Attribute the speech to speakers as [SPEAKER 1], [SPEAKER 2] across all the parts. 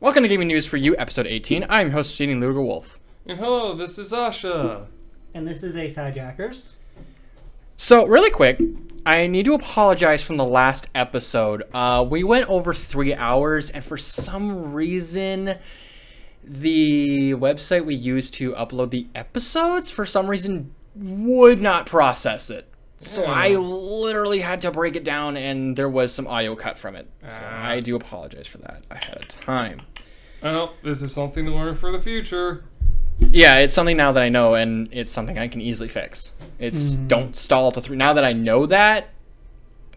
[SPEAKER 1] Welcome to Gaming News for You, Episode 18. I'm your host, Jeannie Luger Wolf.
[SPEAKER 2] And hello, this is Asha.
[SPEAKER 3] And this is Ace Hijackers.
[SPEAKER 1] So, really quick, I need to apologize from the last episode. Uh, we went over three hours, and for some reason, the website we use to upload the episodes, for some reason, would not process it. So I literally had to break it down, and there was some audio cut from it. So
[SPEAKER 2] Ah.
[SPEAKER 1] I do apologize for that ahead of time.
[SPEAKER 2] Well, Oh, this is something to learn for the future.
[SPEAKER 1] Yeah, it's something now that I know, and it's something I can easily fix. It's
[SPEAKER 2] Mm-hmm.
[SPEAKER 1] don't stall to three. Now that I know that,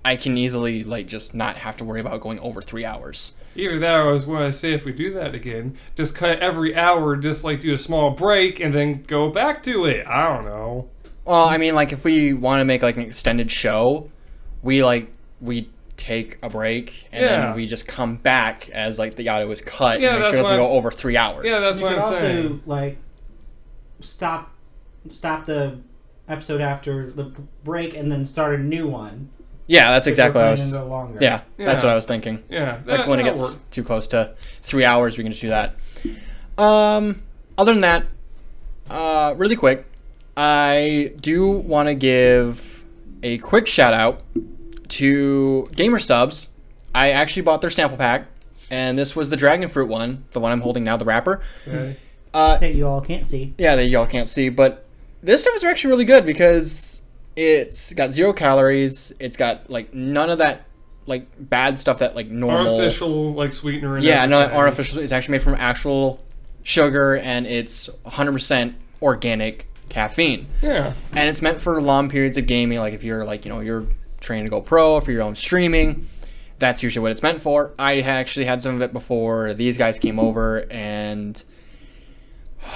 [SPEAKER 1] I can easily like just not have to worry about going over three hours.
[SPEAKER 2] Either that, or I was going to say if we do that again, just cut every hour, just like do a small break, and then go back to it. I don't know.
[SPEAKER 1] Well, I mean, like if we want to make like an extended show, we like we take a break and
[SPEAKER 2] Yeah.
[SPEAKER 1] then we just come back as like the audio is cut
[SPEAKER 2] Yeah,
[SPEAKER 1] and make
[SPEAKER 2] that's
[SPEAKER 1] sure it doesn't
[SPEAKER 2] what I
[SPEAKER 1] go
[SPEAKER 2] was-
[SPEAKER 1] over three hours.
[SPEAKER 2] Yeah, that's
[SPEAKER 3] You
[SPEAKER 2] what
[SPEAKER 3] could
[SPEAKER 2] I'm
[SPEAKER 3] also
[SPEAKER 2] saying.
[SPEAKER 3] like stop stop the episode after the break and then start a new one.
[SPEAKER 1] yeah, that's
[SPEAKER 3] if
[SPEAKER 1] exactly
[SPEAKER 3] we're
[SPEAKER 1] what I was.
[SPEAKER 3] planning to go longer.
[SPEAKER 1] Yeah, that's
[SPEAKER 2] Yeah.
[SPEAKER 1] what I was thinking.
[SPEAKER 2] Yeah, that,
[SPEAKER 1] like when it
[SPEAKER 2] that'll
[SPEAKER 1] gets
[SPEAKER 2] work.
[SPEAKER 1] too close to three hours we can just do that um other than that uh really quick i do want to give a quick shout out to gamer subs i actually bought their sample pack and this was the dragon fruit one the one i'm holding now the wrapper
[SPEAKER 2] Okay.
[SPEAKER 1] uh
[SPEAKER 3] That you all can't see.
[SPEAKER 1] yeah that y'all can't see but this stuff is actually really good because it's got zero calories it's got like none of that like bad stuff that like normal
[SPEAKER 2] Artificial like sweetener. And
[SPEAKER 1] yeah, no,
[SPEAKER 2] everything.
[SPEAKER 1] artificial. It's actually made from actual sugar, and it's 100% organic caffeine.
[SPEAKER 2] Yeah,
[SPEAKER 1] And it's meant for long periods of gaming, like if you're like you know you're training to go pro for your own streaming. That's usually what it's meant for. I ha- actually had some of it before these guys came over, and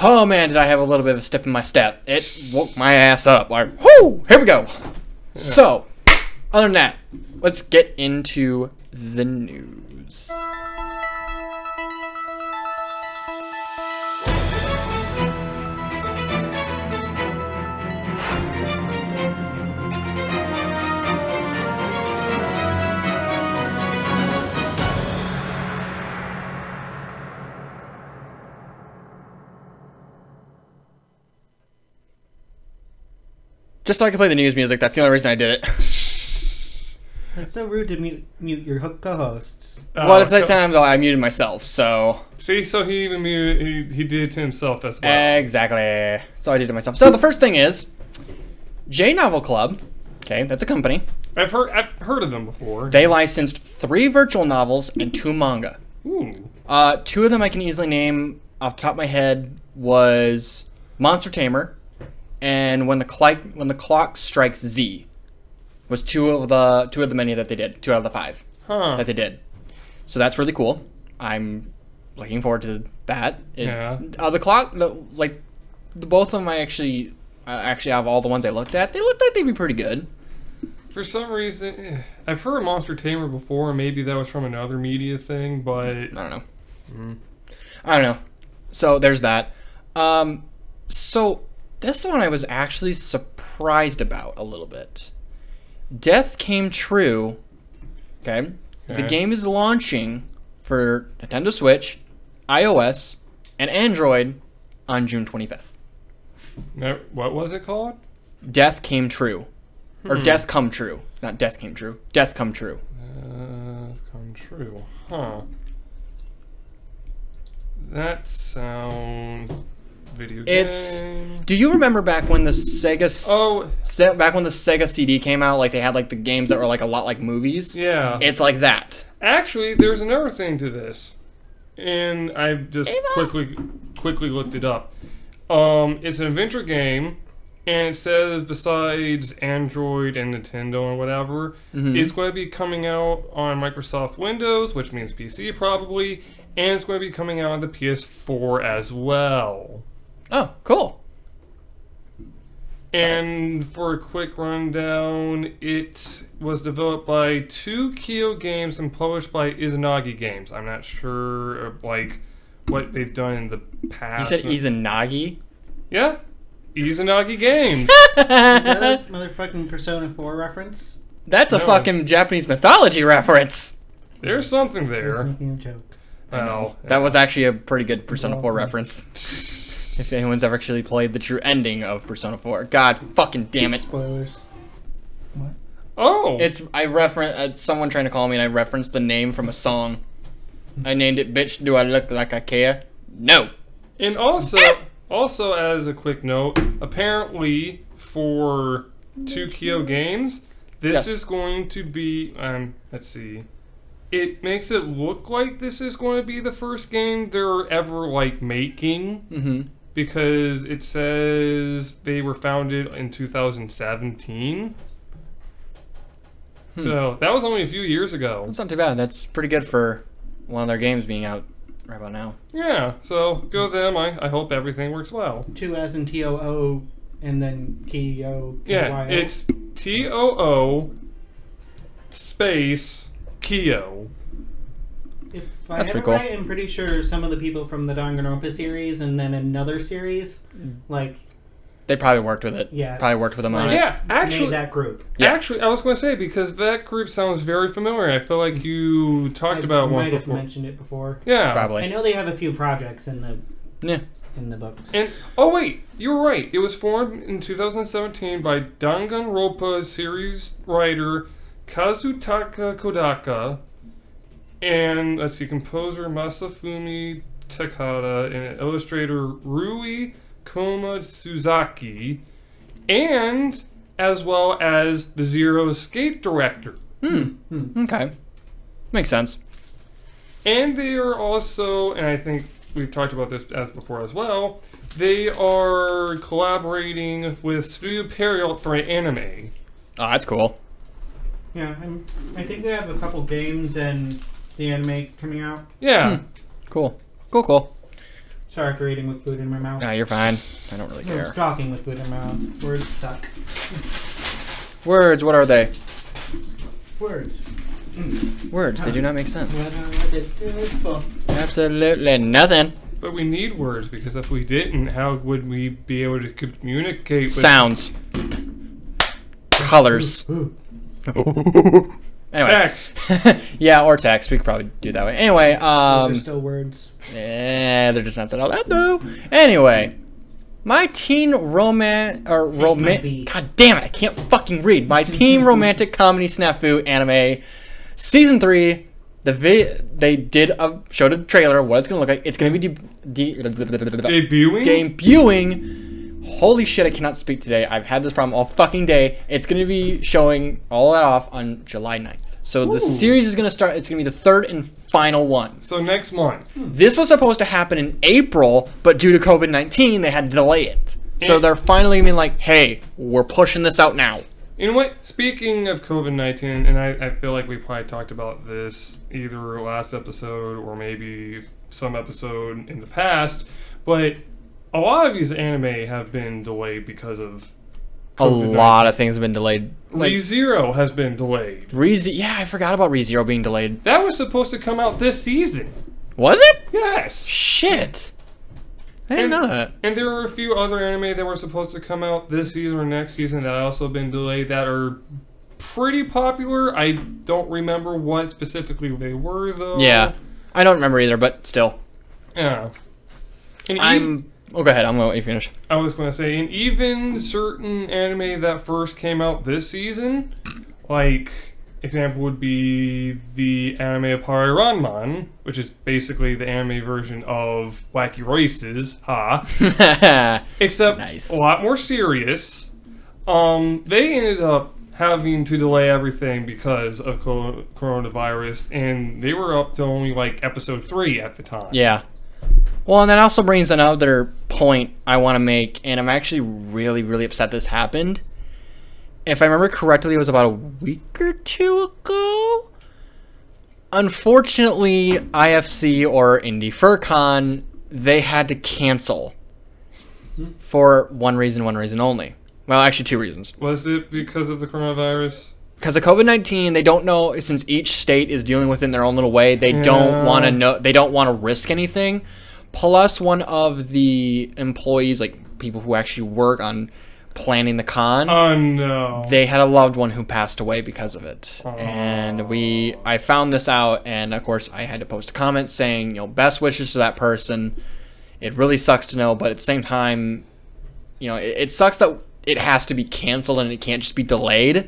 [SPEAKER 1] oh man, did I have a little bit of a step in my step. It woke my ass up. Like, whoo, here we go. So, other than that, let's get into the news. Just so I can play the news music. That's the only reason I did it.
[SPEAKER 3] It's so rude to mute mute your ho- co-hosts.
[SPEAKER 1] well,
[SPEAKER 2] Oh,
[SPEAKER 1] it's that
[SPEAKER 2] so-
[SPEAKER 1] time though I muted myself, so
[SPEAKER 2] See, so he even muted, he, he did it to himself as well.
[SPEAKER 1] Eh. exactly. So I did it myself. So the first thing is J Novel Club. Okay, that's a company.
[SPEAKER 2] I've heard I've heard of them before.
[SPEAKER 1] They licensed three virtual novels and two manga.
[SPEAKER 2] Ooh.
[SPEAKER 1] Uh, two of them I can easily name off the top of my head was Monster Tamer and When the Clock When the Clock Strikes Z was two of the two of the many that they did. Two out of the five.
[SPEAKER 2] Huh.
[SPEAKER 1] that they did. So that's really cool. I'm looking forward to that. It-
[SPEAKER 2] Yeah.
[SPEAKER 1] Uh, the clock, the, like, the both of them, I actually, uh, actually, out of all the ones I looked at, they looked like they'd be pretty good.
[SPEAKER 2] For some reason, eh, I've heard of Monster Tamer before. and Maybe that was from another media thing, but
[SPEAKER 1] I don't know. I don't know. So there's that. Um, so this one I was actually surprised about a little bit. Death Came True. Okay. The
[SPEAKER 2] Okay.
[SPEAKER 1] game is launching for Nintendo Switch, iOS, and Android on June 25th.
[SPEAKER 2] No, what was it called?
[SPEAKER 1] Death Came True. Or Death Come True. Not Death Came True. Death Come True.
[SPEAKER 2] Uh, come true, huh? That sounds video game.
[SPEAKER 1] It's- Do you remember back when the Sega s-
[SPEAKER 2] Oh.
[SPEAKER 1] se- back when the Sega CD came out like they had like the games that were like a lot like movies?
[SPEAKER 2] yeah.
[SPEAKER 1] It's like that.
[SPEAKER 2] Actually, there's another thing to this, and I just
[SPEAKER 1] Ava?
[SPEAKER 2] quickly quickly looked it up. Um, it's an adventure game, and it says besides Android and Nintendo and whatever, it's going to be coming out on Microsoft Windows, which means PC probably, and it's going to be coming out on the PS4 as well.
[SPEAKER 1] Oh, cool.
[SPEAKER 2] And for a quick rundown, it was developed by two Kyo Games and published by Izanagi Games. I'm not sure of, like what they've done in the
[SPEAKER 1] You
[SPEAKER 2] past.
[SPEAKER 1] said Izanagi?
[SPEAKER 2] yeah, Izanagi Games.
[SPEAKER 3] Is that a motherfucking Persona 4 reference?
[SPEAKER 1] That's a
[SPEAKER 2] No.
[SPEAKER 1] fucking Japanese mythology reference.
[SPEAKER 2] There's something
[SPEAKER 3] I was
[SPEAKER 2] there.
[SPEAKER 3] making a joke.
[SPEAKER 2] Well,
[SPEAKER 1] That was actually a pretty good Persona 4 reference. if anyone's ever actually played the true ending of Persona 4. God fucking damn it.
[SPEAKER 3] Spoilers. What?
[SPEAKER 2] oh,
[SPEAKER 1] It's I reference uh, someone trying to call me and I referenced the name from a song. I named it bitch do I look like I care? No.
[SPEAKER 2] and also also as a quick note, apparently for Tukio Games, this
[SPEAKER 1] Yes.
[SPEAKER 2] is going to be um. Let's see. It makes it look like this is going to be the first game they're ever like making.
[SPEAKER 1] Mhm.
[SPEAKER 2] because it says they were founded in 2017. So that was only a few years ago.
[SPEAKER 1] That's not too bad. That's pretty good for one of their games being out right about now.
[SPEAKER 2] Yeah, so go them. I, I hope everything works well.
[SPEAKER 3] Two as in T O O and then K O K
[SPEAKER 2] Yeah,
[SPEAKER 3] Y O.
[SPEAKER 2] it's T O O space Keo.
[SPEAKER 3] If I
[SPEAKER 1] That's
[SPEAKER 3] have it
[SPEAKER 1] pretty cool.
[SPEAKER 3] right, I'm pretty sure some of the people from the Danganronpa series and then another series, like
[SPEAKER 1] They probably worked with it.
[SPEAKER 3] Yeah.
[SPEAKER 1] Probably worked with them on
[SPEAKER 3] Like-
[SPEAKER 1] it.
[SPEAKER 2] Yeah,
[SPEAKER 3] made
[SPEAKER 2] actually,
[SPEAKER 3] that group.
[SPEAKER 1] Yeah.
[SPEAKER 2] actually, I was going to say because that group sounds very familiar. I feel like you talked
[SPEAKER 3] Mm. I
[SPEAKER 2] about it once
[SPEAKER 3] might have
[SPEAKER 2] before.
[SPEAKER 3] mentioned it before.
[SPEAKER 2] Yeah,
[SPEAKER 1] Probably.
[SPEAKER 3] I know they have a few projects in the
[SPEAKER 1] yeah.
[SPEAKER 3] in the books.
[SPEAKER 2] And oh wait, you were right. It was formed in 2017 by Danganronpa series writer Kazutaka Kodaka and let's see, composer Masafumi Takada and illustrator Rui Koma Suzaki, and as well as the Zero Escape director.
[SPEAKER 1] Hmm.
[SPEAKER 3] Hmm.
[SPEAKER 1] Okay. Makes sense.
[SPEAKER 2] And they are also, and I think we've talked about this as before as well, they are collaborating with Studio Period for an anime.
[SPEAKER 1] Oh, that's cool.
[SPEAKER 3] yeah, I'm, I think they have a couple games and the anime coming out.
[SPEAKER 2] Yeah.
[SPEAKER 1] Cool. Cool, cool.
[SPEAKER 3] Sorry for eating with food in my mouth.
[SPEAKER 1] Nah, you're fine. I don't really
[SPEAKER 3] I was
[SPEAKER 1] care.
[SPEAKER 3] talking with food in my mouth. Words suck.
[SPEAKER 1] Words, what are they?
[SPEAKER 3] Words.
[SPEAKER 1] Words, they do not make sense.
[SPEAKER 3] What are they good for?
[SPEAKER 1] Absolutely nothing.
[SPEAKER 2] But we need words because if we didn't, how would we be able to communicate with
[SPEAKER 1] Sounds. Colors.
[SPEAKER 3] Ooh.
[SPEAKER 1] anyway.
[SPEAKER 2] text?
[SPEAKER 1] yeah, or text. We could probably do that way. Anyway,
[SPEAKER 3] They're
[SPEAKER 1] um,
[SPEAKER 3] still words.
[SPEAKER 1] eh, they're just not said all that though. Anyway, my teen romance or
[SPEAKER 3] be.
[SPEAKER 1] romantic. God damn it! I can't fucking read. My teen romantic comedy snafu anime season three. The vi- they did a showed a trailer. What it's gonna look like? It's gonna be de- de-
[SPEAKER 2] Debuting?
[SPEAKER 1] debuting. Holy shit, I cannot speak today. I've had this problem all fucking day. It's going to be showing all that off on July 9th. So the series is going to start. It's going to be the third and final one.
[SPEAKER 2] So next month.
[SPEAKER 1] This was supposed to happen in April, but due to COVID 19, they had to delay it. So they're finally being like, hey, we're pushing this out now.
[SPEAKER 2] In what? Speaking of COVID nineteen, and I, I feel like we probably talked about this either last episode or maybe some episode in the past, but a lot of these anime have been delayed because of
[SPEAKER 1] A lot of things have been delayed. Like,
[SPEAKER 2] ReZero has been delayed.
[SPEAKER 1] Rezi- yeah, I forgot about ReZero being delayed.
[SPEAKER 2] That was supposed to come out this season.
[SPEAKER 1] Was it?
[SPEAKER 2] Yes.
[SPEAKER 1] Shit. I didn't know that.
[SPEAKER 2] And there were a few other anime that were supposed to come out this season or next season that also been delayed that are pretty popular. I don't remember what specifically they were though.
[SPEAKER 1] Yeah. I don't remember either, but still.
[SPEAKER 2] Yeah. And even,
[SPEAKER 1] I'm. Oh, go ahead. I'm going to let you finish.
[SPEAKER 2] I was going to say, and even certain anime that first came out this season, like example would be the anime of Ranman, which is basically the anime version of Wacky Races, ha, except
[SPEAKER 1] Nice.
[SPEAKER 2] a lot more serious. Um, they ended up having to delay everything because of co- coronavirus, and they were up to only like episode three at the time.
[SPEAKER 1] Yeah. Well, and that also brings another point I want to make, and I'm actually really, really upset this happened. If I remember correctly, it was about a week or two ago. Unfortunately, IFC or Indie FurCon, they had to cancel for one reason, one reason only. Well, actually, two reasons.
[SPEAKER 2] Was it because of the coronavirus?
[SPEAKER 1] because of COVID nineteen, they don't know since each state is dealing with it in their own little way. They
[SPEAKER 2] Yeah.
[SPEAKER 1] don't want to know. They don't want to risk anything. Plus, one of the employees, like people who actually work on planning the con.
[SPEAKER 2] Oh no.
[SPEAKER 1] they had a loved one who passed away because of it.
[SPEAKER 2] Aw.
[SPEAKER 1] And we I found this out and of course I had to post a comment saying, you know, best wishes to that person. It really sucks to know, but at the same time, you know, it, it sucks that it has to be canceled and it can't just be delayed.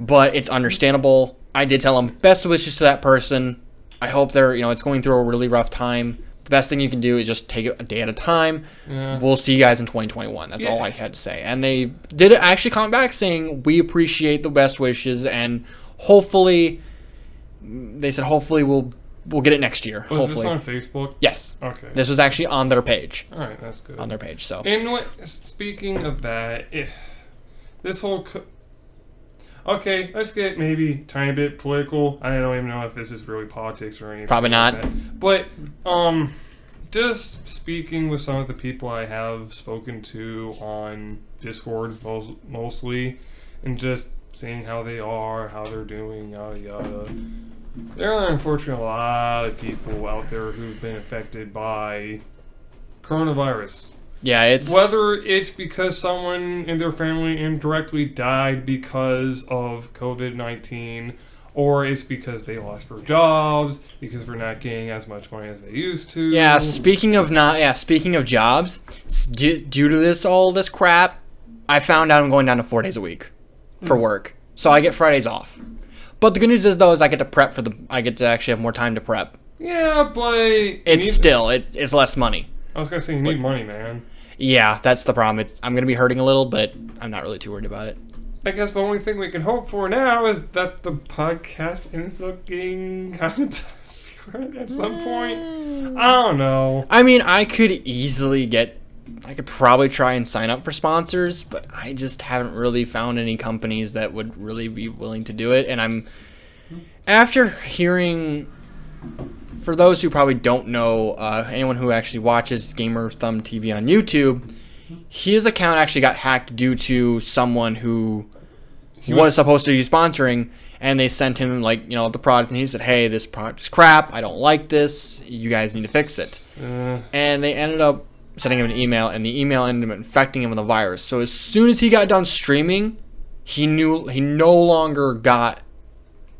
[SPEAKER 1] But it's understandable. I did tell him best wishes to that person. I hope they're, you know, it's going through a really rough time. The best thing you can do is just take it a day at a time
[SPEAKER 2] yeah.
[SPEAKER 1] we'll see you guys in 2021. That's all
[SPEAKER 2] Yeah.
[SPEAKER 1] I had to say. And they did actually come back saying, we appreciate the best wishes and hopefully, they said, hopefully we'll we'll get it next year.
[SPEAKER 2] Was
[SPEAKER 1] hopefully.
[SPEAKER 2] this on Facebook?
[SPEAKER 1] yes.
[SPEAKER 2] Okay.
[SPEAKER 1] This was actually on their page.
[SPEAKER 2] All right, that's good.
[SPEAKER 1] On their page. So
[SPEAKER 2] And what, speaking of that, eh, this whole. Co- okay, let's get maybe tiny bit political. I don't even know if this is really politics or anything.
[SPEAKER 1] Probably
[SPEAKER 2] like
[SPEAKER 1] not.
[SPEAKER 2] that. But um, just speaking with some of the people I have spoken to on Discord mos- mostly, and just seeing how they are, how they're doing, yada yada. There are unfortunately a lot of people out there who've been affected by coronavirus.
[SPEAKER 1] yeah, it's
[SPEAKER 2] Whether it's because someone in their family indirectly died because of COVID 19, or it's because they lost their jobs, because we're not getting as much money as they used to.
[SPEAKER 1] yeah. Speaking of not yeah, speaking of jobs, s- due, due to this all this crap, I found out I'm going down to four days a week for
[SPEAKER 2] Hmm.
[SPEAKER 1] work, so I get Fridays off. But the good news is though is I get to prep for the I get to actually have more time to prep.
[SPEAKER 2] Yeah, but. you
[SPEAKER 1] It's
[SPEAKER 2] need-
[SPEAKER 1] still it's it's less money.
[SPEAKER 2] I was going to say, you need money, man.
[SPEAKER 1] Yeah, that's the problem. It's, I'm gonna be hurting a little, but I'm not really too worried about it.
[SPEAKER 2] I guess the only thing we can hope for now is that the podcast ends up getting kind of desperate at some point. I don't know.
[SPEAKER 1] I mean, I could easily get, I could probably try and sign up for sponsors, but I just haven't really found any companies that would really be willing to do it. And I'm, after hearing, for those who probably don't know, uh, anyone who actually watches Gamer Thumb TV on YouTube, his account actually got hacked due to someone who was,
[SPEAKER 2] was-
[SPEAKER 1] supposed to be sponsoring and they sent him like you know the product and he said hey this product is crap i don't like this you guys need to fix it
[SPEAKER 2] Uh,
[SPEAKER 1] and they ended up sending him an email, and the email ended up infecting him with a virus. So as soon as he got done streaming, he knew he no longer got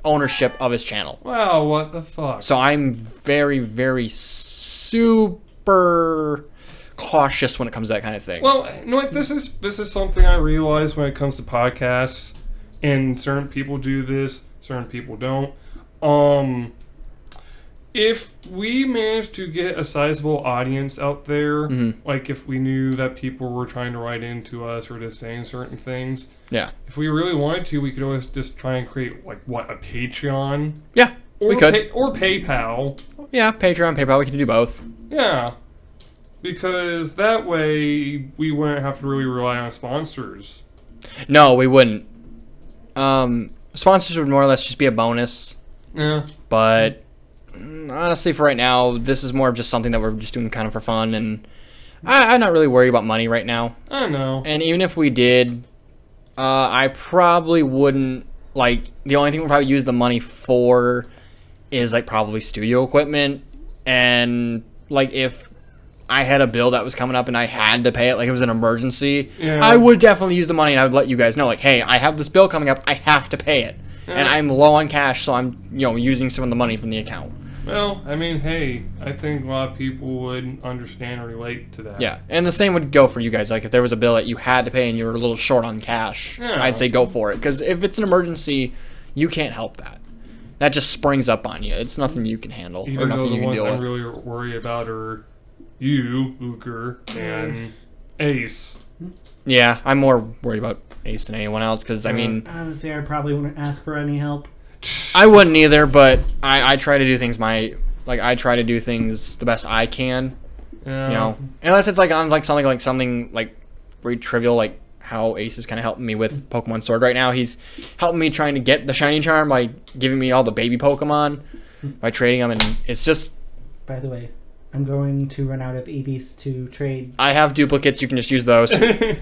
[SPEAKER 1] ownership of his channel.
[SPEAKER 2] wow, what the fuck?
[SPEAKER 1] So I'm very, very super cautious when it comes to that kind of thing.
[SPEAKER 2] Well, you know what? This is this is something I realize when it comes to podcasts, and certain people do this, certain people don't. Um, if we manage to get a sizable audience out there,
[SPEAKER 1] Mm-hmm.
[SPEAKER 2] like if we knew that people were trying to write into us or just saying certain things,
[SPEAKER 1] yeah,
[SPEAKER 2] if we really wanted to, we could always just try and create like what a Patreon
[SPEAKER 1] yeah,
[SPEAKER 2] or
[SPEAKER 1] we could.
[SPEAKER 2] Pay- or PayPal.
[SPEAKER 1] yeah, Patreon, PayPal, we can do both.
[SPEAKER 2] Yeah. Because that way we wouldn't have to really rely on sponsors.
[SPEAKER 1] No, we wouldn't. Um, sponsors would more or less just be a bonus.
[SPEAKER 2] Yeah.
[SPEAKER 1] but mm, honestly for right now this is more of just something that we're just doing kind of for fun and I, i'm not really worried about money right now
[SPEAKER 2] I don't know.
[SPEAKER 1] and even if we did uh, i probably wouldn't like the only thing we'll probably use the money for is like probably studio equipment and like if i had a bill that was coming up and i had to pay it like it was an emergency
[SPEAKER 2] Yeah.
[SPEAKER 1] i would definitely use the money and i would let you guys know like hey i have this bill coming up i have to pay it and
[SPEAKER 2] Yeah.
[SPEAKER 1] i'm low on cash so i'm you know using some of the money from the account
[SPEAKER 2] Well, I mean, hey, I think a lot of people would understand or relate to that.
[SPEAKER 1] Yeah, and the same would go for you guys. Like, if there was a bill that you had to pay and you were a little short on cash,
[SPEAKER 2] Yeah.
[SPEAKER 1] I'd say go for it. Because if it's an emergency, you can't help that. That just springs up on you. It's nothing you can handle or
[SPEAKER 2] Even though
[SPEAKER 1] nothing
[SPEAKER 2] the
[SPEAKER 1] you can
[SPEAKER 2] ones
[SPEAKER 1] deal
[SPEAKER 2] I
[SPEAKER 1] with.
[SPEAKER 2] really worry about are you, Luker, and Ace.
[SPEAKER 1] Yeah, I'm more worried about Ace than anyone else. Because I
[SPEAKER 2] Yeah.
[SPEAKER 1] mean,
[SPEAKER 3] Honestly, I probably wouldn't ask for any help.
[SPEAKER 1] I wouldn't either, but I, I try to do things my like I try to do things the best I can.
[SPEAKER 2] Yeah.
[SPEAKER 1] You know, unless it's like on like something like something like very trivial, like how Ace is kind of helping me with Pokemon Sword right now. He's helping me trying to get the shiny charm by giving me all the baby Pokemon by trading them, and it's just
[SPEAKER 3] By the way, I'm going to run out of EVs to trade.
[SPEAKER 1] I have duplicates. You can just use those. I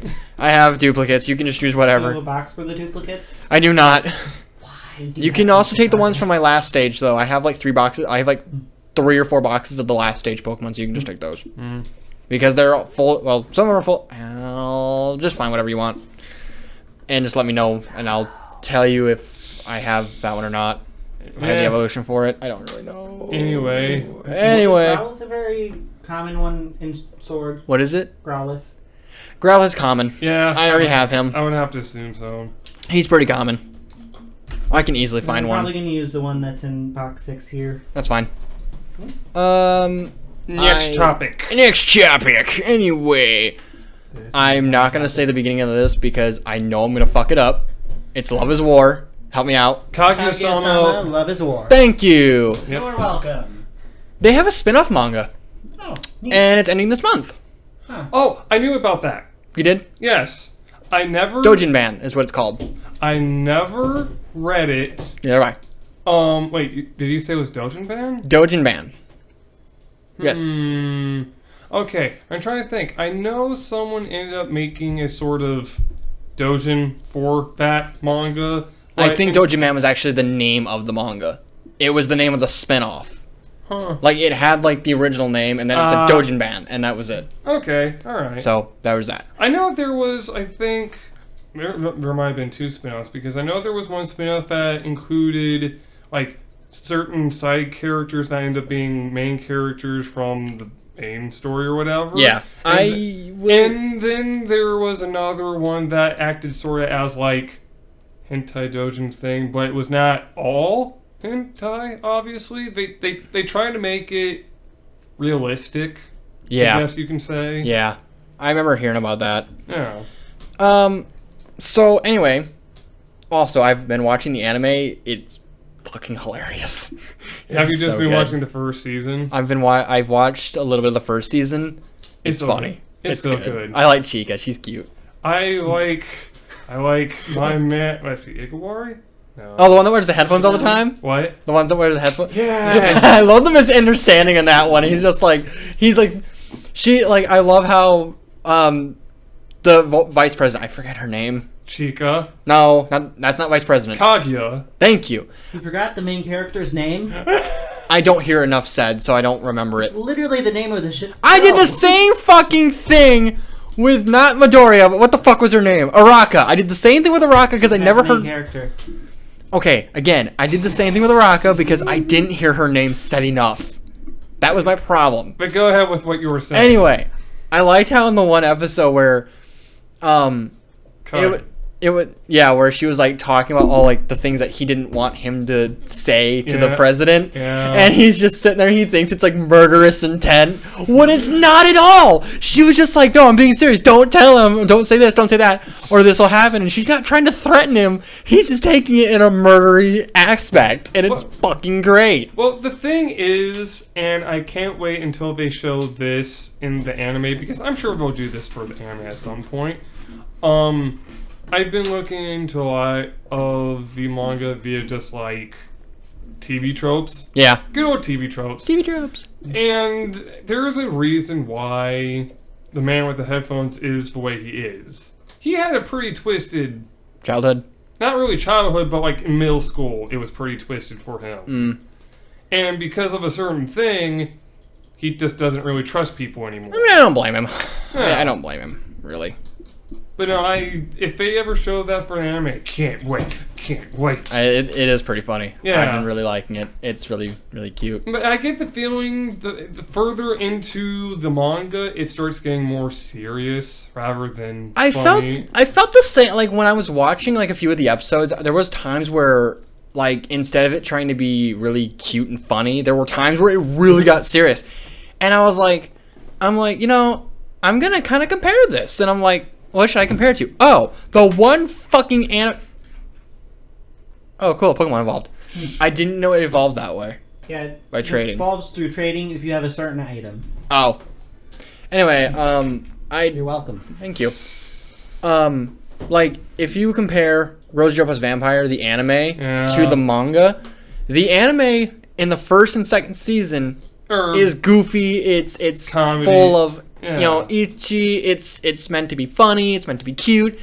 [SPEAKER 1] have duplicates. You can just use
[SPEAKER 3] Do you have
[SPEAKER 1] whatever.
[SPEAKER 3] a box for the duplicates?
[SPEAKER 1] I do not.
[SPEAKER 3] Why do
[SPEAKER 1] You can also take the ones from my last stage though. I have like three boxes. I have like three or four boxes of the last stage Pokemon, so you can just take those.
[SPEAKER 2] Mm.
[SPEAKER 1] because they're all full. Well, some of them are full. I'll just find whatever you want, and just let me know, and I'll tell you if I have that one or not. If I have the
[SPEAKER 2] Yeah.
[SPEAKER 1] evolution for it. I don't really know.
[SPEAKER 2] Anyway.
[SPEAKER 1] Anyway,
[SPEAKER 3] Growlithe a very common one in Sword.
[SPEAKER 1] what is it?
[SPEAKER 3] Growlithe.
[SPEAKER 1] Growl is common.
[SPEAKER 2] Yeah.
[SPEAKER 1] I already have him.
[SPEAKER 2] I would have to assume so.
[SPEAKER 1] He's pretty common. I can easily find
[SPEAKER 3] I'm
[SPEAKER 1] one.
[SPEAKER 3] Probably gonna use the one that's in box six here.
[SPEAKER 1] That's fine. Um,
[SPEAKER 2] Next
[SPEAKER 1] I-
[SPEAKER 2] topic.
[SPEAKER 1] next topic. Anyway, I'm not gonna say the beginning of this because I know I'm gonna fuck it up. It's Love Is War. Help me out.
[SPEAKER 3] Kaguya-sama,
[SPEAKER 2] Kaguya-sama.
[SPEAKER 3] Love is War.
[SPEAKER 1] Thank you.
[SPEAKER 2] Yep.
[SPEAKER 3] You're welcome.
[SPEAKER 1] They have a spin-off manga,
[SPEAKER 3] Oh, neat.
[SPEAKER 1] and it's ending this month.
[SPEAKER 2] Oh, I knew about that.
[SPEAKER 1] You did?
[SPEAKER 2] Yes. I never
[SPEAKER 1] Dojin Ban is what it's called.
[SPEAKER 2] I never read it.
[SPEAKER 1] Yeah, right.
[SPEAKER 2] Um wait, you- did you say it was Dojin Ban?
[SPEAKER 1] Dojin Ban. Yes.
[SPEAKER 2] Hmm. Okay, I'm trying to think. I know someone ended up making a sort of Dojin for that manga.
[SPEAKER 1] I
[SPEAKER 2] but-
[SPEAKER 1] think Dojin Man was actually the name of the manga. It was the name of the spin-off.
[SPEAKER 2] Huh.
[SPEAKER 1] Like it had like the original name and then it said
[SPEAKER 2] Ah.
[SPEAKER 1] Dojin Ban and that was it.
[SPEAKER 2] Okay, all right.
[SPEAKER 1] So that was that.
[SPEAKER 2] I know there was, I think, there, there might have been two spin-offs because I know there was one spin-off that included like certain side characters that end up being main characters from the main story or whatever.
[SPEAKER 1] Yeah.
[SPEAKER 2] And,
[SPEAKER 1] I will
[SPEAKER 2] and then there was another one that acted sort of as like hentai dojin thing, but it was not all hentai. Obviously, they they they tried to make it realistic. I
[SPEAKER 1] Yeah.
[SPEAKER 2] guess you can say.
[SPEAKER 1] Yeah. I remember hearing about that.
[SPEAKER 2] Yeah.
[SPEAKER 1] Um so anyway, also I've been watching the anime. It's fucking hilarious.
[SPEAKER 2] Have
[SPEAKER 1] It's
[SPEAKER 2] you just
[SPEAKER 1] so
[SPEAKER 2] been
[SPEAKER 1] good.
[SPEAKER 2] watching the first season?
[SPEAKER 1] I've been wa- I've watched a little bit of the first season. It's,
[SPEAKER 2] so
[SPEAKER 1] funny.
[SPEAKER 2] good. It's, so good.
[SPEAKER 1] I like Chica. She's cute.
[SPEAKER 2] I like, I like my man. Let's see, Igawari. No.
[SPEAKER 1] Oh, the one that wears the headphones all the time.
[SPEAKER 2] What?
[SPEAKER 1] The ones that wear the headphones.
[SPEAKER 2] Yes.
[SPEAKER 1] I love the misunderstanding in that one. He's just like he's like she like I love how um the vo- vice president I forget her name.
[SPEAKER 2] Chica.
[SPEAKER 1] No, not, that's not vice president.
[SPEAKER 2] Kaguya.
[SPEAKER 1] Thank you.
[SPEAKER 3] You forgot the main character's name.
[SPEAKER 1] I don't hear enough said, so I don't remember it.
[SPEAKER 3] It's literally the name of the ship.
[SPEAKER 1] I did the same fucking thing with not Midoriya, but what the fuck was her name? Araka. I did the same thing with Araka because I never
[SPEAKER 3] main
[SPEAKER 1] heard.
[SPEAKER 3] character.
[SPEAKER 1] Okay, again, I did the same thing with Araka because I didn't hear her name said enough. That was my problem.
[SPEAKER 2] But go ahead with what you were saying.
[SPEAKER 1] Anyway, I liked how in the one episode where, um,
[SPEAKER 2] Kag-
[SPEAKER 1] it would, it would, yeah, where she was like talking about all like the things that he didn't want him to say to the
[SPEAKER 2] Yeah.
[SPEAKER 1] president,
[SPEAKER 2] Yeah.
[SPEAKER 1] and he's just sitting there. He thinks it's like murderous intent when it's not at all. She was just like, "No, I'm being serious. Don't tell him. Don't say this. Don't say that, or this will happen." And she's not trying to threaten him. He's just taking it in a murdery aspect, and it's
[SPEAKER 2] Well-
[SPEAKER 1] fucking great.
[SPEAKER 2] Well, the thing is, and I can't wait until they show this in the anime because I'm sure they'll do this for the anime at some point. Um, I've been looking into a lot of the manga via just like TV tropes,
[SPEAKER 1] Yeah.
[SPEAKER 2] good old TV tropes.
[SPEAKER 1] TV drops.
[SPEAKER 2] And there is a reason why the man with the headphones is the way he is. He had a pretty twisted,
[SPEAKER 1] Childhood.
[SPEAKER 2] not really childhood, but like in middle school, it was pretty twisted for him.
[SPEAKER 1] Mm.
[SPEAKER 2] And because of a certain thing, he just doesn't really trust people anymore.
[SPEAKER 1] I mean, I don't blame him. I, I don't blame him, really.
[SPEAKER 2] But no, I if they ever show that for an anime, I can't wait, can't wait.
[SPEAKER 1] I, it, it is pretty funny. I've
[SPEAKER 2] Yeah.
[SPEAKER 1] been really liking it. It's really, really cute.
[SPEAKER 2] But I get the feeling the, the further into the manga, it starts getting more serious rather than
[SPEAKER 1] I
[SPEAKER 2] funny.
[SPEAKER 1] felt I felt the same like when I was watching like a few of the episodes, there was times where like instead of it trying to be really cute and funny, there were times where it really got serious. And I was like I'm like, you know, I'm going to kind of compare this. And I'm like, what should I compare it to? Oh, the one fucking anim Oh, cool. Pokemon evolved. I didn't know it evolved that way.
[SPEAKER 3] Yeah.
[SPEAKER 1] By
[SPEAKER 3] it
[SPEAKER 1] trading.
[SPEAKER 3] Evolves through trading if you have a certain item.
[SPEAKER 1] Oh. Anyway, um I
[SPEAKER 3] You're welcome.
[SPEAKER 1] Thank you. Um, like if you compare Rose Jopa's Vampire the anime
[SPEAKER 2] Yeah.
[SPEAKER 1] to the manga, the anime in the first and second season
[SPEAKER 2] Or-
[SPEAKER 1] is goofy. It's it's
[SPEAKER 2] Comedy.
[SPEAKER 1] full of you
[SPEAKER 2] Yeah.
[SPEAKER 1] know itchy. It's it's meant to be funny. It's meant to be cute.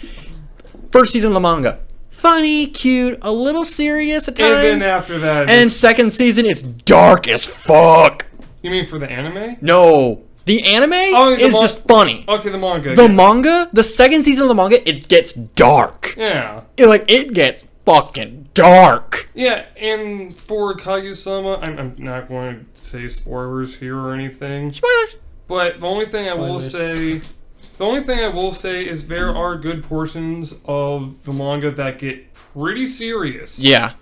[SPEAKER 1] First season of the manga, funny, cute, a little serious at times.
[SPEAKER 2] And then after that,
[SPEAKER 1] and
[SPEAKER 2] it's-
[SPEAKER 1] second season, it's dark as fuck.
[SPEAKER 2] you mean for the anime?
[SPEAKER 1] No, The anime
[SPEAKER 2] Oh, the
[SPEAKER 1] is
[SPEAKER 2] mon-
[SPEAKER 1] just funny.
[SPEAKER 2] Okay, the manga.
[SPEAKER 1] The
[SPEAKER 2] yeah.
[SPEAKER 1] manga, the second season of the manga, it gets dark.
[SPEAKER 2] yeah.
[SPEAKER 1] It, like it gets fucking dark.
[SPEAKER 2] Yeah, and for Kaguya-sama, I'm, I'm not going to say spoilers here or anything,
[SPEAKER 1] Spoilers.
[SPEAKER 2] but the only thing I will say,
[SPEAKER 3] Spoilers.
[SPEAKER 2] the only thing I will say is there are good portions of the manga that get pretty serious.
[SPEAKER 1] Yeah.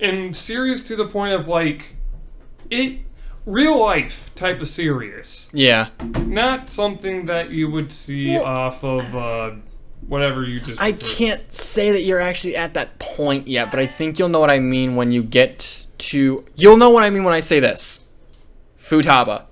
[SPEAKER 2] And serious to the point of like, it, real life type of serious.
[SPEAKER 1] Yeah.
[SPEAKER 2] Not something that you would see
[SPEAKER 1] Well-
[SPEAKER 2] off of uh, whatever you just.
[SPEAKER 1] I
[SPEAKER 2] referred-
[SPEAKER 1] can't say that you're actually at that point yet, but I think you'll know what I mean when you get to. You'll know what I mean when I say this. Futaba.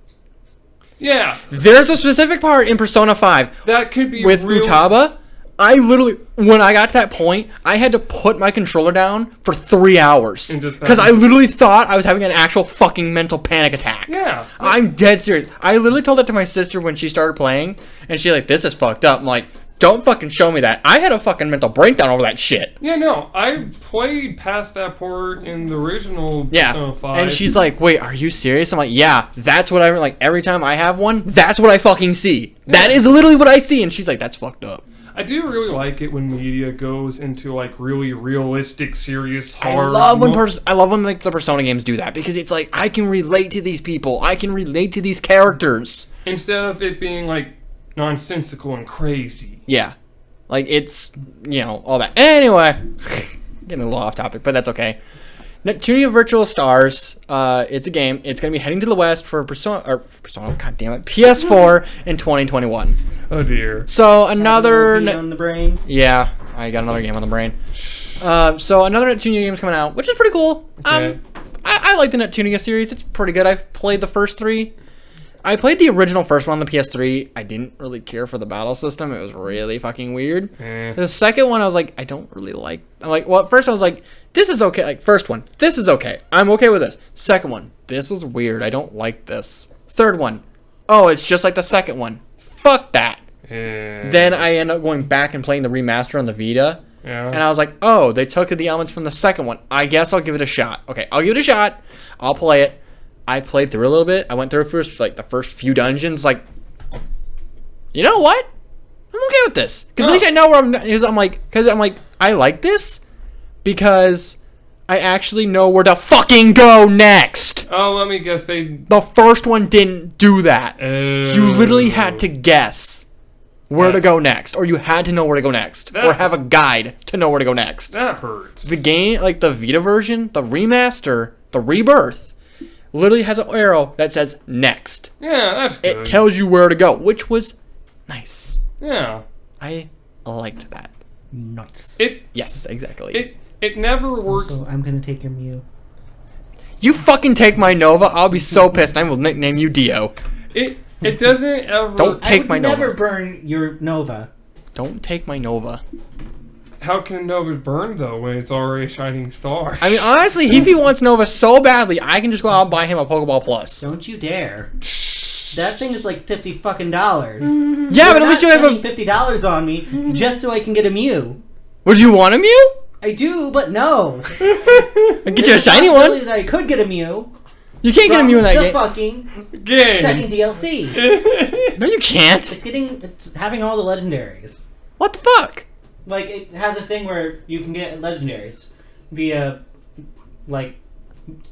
[SPEAKER 2] Yeah,
[SPEAKER 1] There's a specific part in Persona 5
[SPEAKER 2] that could be
[SPEAKER 1] with
[SPEAKER 2] real,
[SPEAKER 1] Futaba. I literally, when I got to that point, I had to put my controller down for three hours
[SPEAKER 2] And just-
[SPEAKER 1] because I literally thought I was having an actual fucking mental panic attack.
[SPEAKER 2] Yeah.
[SPEAKER 1] I'm dead serious. I literally told that to my sister when she started playing, and she like, "This is fucked up." I'm like, "Don't fucking show me that." I had a fucking mental breakdown over that shit.
[SPEAKER 2] Yeah, no, I played past that part in the original
[SPEAKER 1] Yeah.
[SPEAKER 2] Persona 5.
[SPEAKER 1] And she's like, "Wait, are you serious?" I'm like, "Yeah, that's what I like. Every time I have one, that's what I fucking see. That is literally what I see." And she's like, "That's fucked up."
[SPEAKER 2] I do really like it when media goes into like really realistic, serious,
[SPEAKER 1] I
[SPEAKER 2] hard.
[SPEAKER 1] love when
[SPEAKER 2] mo-
[SPEAKER 1] pers- I love when like the Persona games do that because it's like I can relate to these people. I can relate to these characters.
[SPEAKER 2] instead of it being like nonsensical and crazy.
[SPEAKER 1] Yeah. Like it's you know, all that. Anyway, getting a little off topic, but that's okay. Neptunia Virtual Stars, uh, it's a game. It's gonna be heading to the West for Persona or Persona, god damn it, PS4 in 2021.
[SPEAKER 2] Oh dear.
[SPEAKER 1] So another
[SPEAKER 3] Movie
[SPEAKER 1] ne-
[SPEAKER 3] on the brain.
[SPEAKER 1] Yeah, I got another game on the brain. Uh, so another Neptunia game's coming out, which is pretty cool.
[SPEAKER 2] Okay.
[SPEAKER 1] Um, I, I like the Neptunia series. It's pretty good. I've played the first three. I played the original first one on the PS3. I didn't really care for the battle system. It was really fucking weird.
[SPEAKER 2] Eh.
[SPEAKER 1] The second one, I was like, I don't really like. I'm like, well, at first I was like, this is okay. Like first one, this is okay. I'm okay with this. Second one, this is weird. I don't like this. Third one, oh, it's just like the second one. Fuck that.
[SPEAKER 2] Eh.
[SPEAKER 1] Then I end up going back and playing the remaster on the Vita.
[SPEAKER 2] yeah.
[SPEAKER 1] And I was like, oh, they took the elements from the second one. I guess I'll give it a shot. Okay, I'll give it a shot. I'll play it. I played through a little bit. I went through first like the first few dungeons. Like, you know what? I'm okay with this because at
[SPEAKER 2] Yeah.
[SPEAKER 1] least I know where I'm. Because I'm like, because I'm like, I like this because I actually know where to fucking go next.
[SPEAKER 2] oh, let me guess. They.
[SPEAKER 1] The first one didn't do that. You
[SPEAKER 2] Oh.
[SPEAKER 1] literally had to guess where
[SPEAKER 2] Yeah.
[SPEAKER 1] to go next, or you had to know where to go next, or
[SPEAKER 2] That-
[SPEAKER 1] have a guide to know where to go next.
[SPEAKER 2] That hurts.
[SPEAKER 1] The game, like the Vita version, the remaster, the rebirth, literally has an arrow that says next.
[SPEAKER 2] yeah, that's good.
[SPEAKER 1] It tells you where to go, which was nice.
[SPEAKER 2] yeah.
[SPEAKER 1] I liked that.
[SPEAKER 3] Nuts.
[SPEAKER 2] It.
[SPEAKER 1] Yes, exactly.
[SPEAKER 2] It. It never works.
[SPEAKER 3] So I'm gonna take your Mew.
[SPEAKER 1] you fucking take my Nova, I'll be so pissed. and I will nickname you Dio.
[SPEAKER 2] It. It doesn't ever.
[SPEAKER 1] Don't- Take
[SPEAKER 3] I would
[SPEAKER 1] my Nova.
[SPEAKER 3] never burn your Nova.
[SPEAKER 1] Don't take my Nova.
[SPEAKER 2] How can Nova burn though when it's already a shining star?
[SPEAKER 1] I mean, honestly, if he wants Nova so badly, I can just go out and buy him a Pokeball Plus.
[SPEAKER 3] Don't you dare. That thing is like fifty fucking dollars.
[SPEAKER 1] Yeah, but at
[SPEAKER 3] Not
[SPEAKER 1] least you have a
[SPEAKER 3] spending fifty dollars on me just so I can get a Mew.
[SPEAKER 1] Would you want a Mew?
[SPEAKER 3] I do, but no.
[SPEAKER 1] I get you a shiny one.
[SPEAKER 3] Possibility That I could get a Mew.
[SPEAKER 1] You can't get a
[SPEAKER 3] from
[SPEAKER 1] Mew in that
[SPEAKER 3] the
[SPEAKER 1] game.
[SPEAKER 3] fucking second
[SPEAKER 2] Game.
[SPEAKER 3] DLC.
[SPEAKER 1] No, you can't.
[SPEAKER 3] It's getting, it's having all the legendaries.
[SPEAKER 1] What the fuck?
[SPEAKER 3] Like it has a thing where you can get legendaries via, like,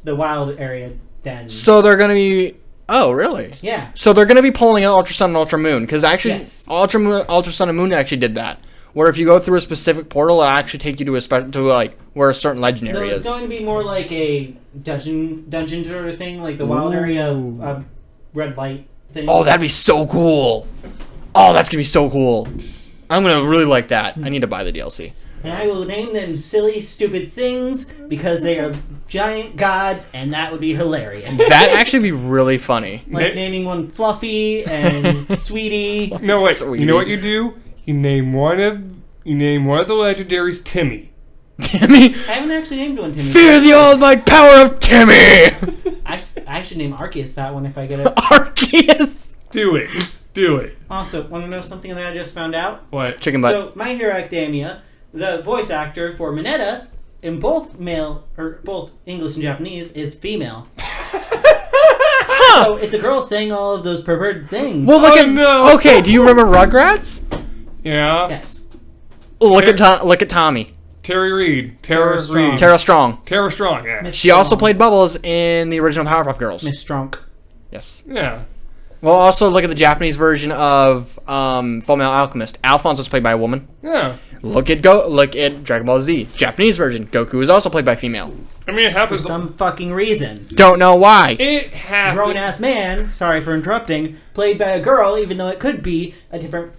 [SPEAKER 3] the wild area den.
[SPEAKER 1] So they're gonna be. Oh, really?
[SPEAKER 3] yeah.
[SPEAKER 1] So they're gonna be pulling out Ultra Sun and Ultra Moon because actually,
[SPEAKER 3] Yes.
[SPEAKER 1] Ultra Moon, Ultra Sun and Moon actually did that. Where if you go through a specific portal, it'll actually take you to a spe- to like where a certain
[SPEAKER 3] No,
[SPEAKER 1] legendary
[SPEAKER 3] it's
[SPEAKER 1] is.
[SPEAKER 3] going to be more like a dungeon dungeon sort of thing, like the wild area
[SPEAKER 1] Ooh.
[SPEAKER 3] uh, red light thing.
[SPEAKER 1] Oh, that'd be so cool. Oh, that's gonna be so cool. I'm gonna really like that. I need to buy the DLC.
[SPEAKER 3] And I will name them silly, stupid things because they are giant gods, and that would be hilarious.
[SPEAKER 1] That actually be really funny.
[SPEAKER 3] like naming one Fluffy and Sweetie.
[SPEAKER 2] No wait.
[SPEAKER 1] Sweetie.
[SPEAKER 2] You know what you do? You name one of you name one of the legendaries Timmy.
[SPEAKER 1] Timmy,
[SPEAKER 3] I haven't actually named one Timmy.
[SPEAKER 1] fear the all might power of Timmy.
[SPEAKER 3] I, sh- I should name Arceus that one if I get it.
[SPEAKER 1] Arceus.
[SPEAKER 2] Do it. Do it.
[SPEAKER 3] Also, want to know something that I just found out?
[SPEAKER 2] What?
[SPEAKER 1] Chicken butt.
[SPEAKER 3] so, My Hero Academia, the voice actor for Mineta in both male or both English and Japanese is female. also, it's a girl saying all of those perverted things.
[SPEAKER 1] Well, look
[SPEAKER 2] Oh,
[SPEAKER 1] at
[SPEAKER 2] no.
[SPEAKER 1] okay. Do you remember Rugrats?
[SPEAKER 2] Yeah.
[SPEAKER 3] yes.
[SPEAKER 1] Look at Tom, look at Tommy.
[SPEAKER 2] Terry Reed. Tara
[SPEAKER 3] Tara Strong.
[SPEAKER 2] Reed.
[SPEAKER 1] Tara Strong.
[SPEAKER 2] Tara Strong. Yeah.
[SPEAKER 3] Miss
[SPEAKER 1] She also
[SPEAKER 3] Strong.
[SPEAKER 1] played Bubbles in the original Powerpuff Girls.
[SPEAKER 3] Miss Strunk.
[SPEAKER 1] Yes.
[SPEAKER 2] Yeah.
[SPEAKER 1] Well, also look at the Japanese version of um, Full Metal Alchemist. Alphonse was played by a woman.
[SPEAKER 2] Yeah.
[SPEAKER 1] Look at Go. Look at Dragon Ball Z. Japanese version. Goku is also played by female.
[SPEAKER 2] I mean, it happens.
[SPEAKER 3] Some fucking reason.
[SPEAKER 1] Don't know why.
[SPEAKER 2] It happens.
[SPEAKER 3] Grown ass man, sorry for interrupting, played by a girl, even though it could be a different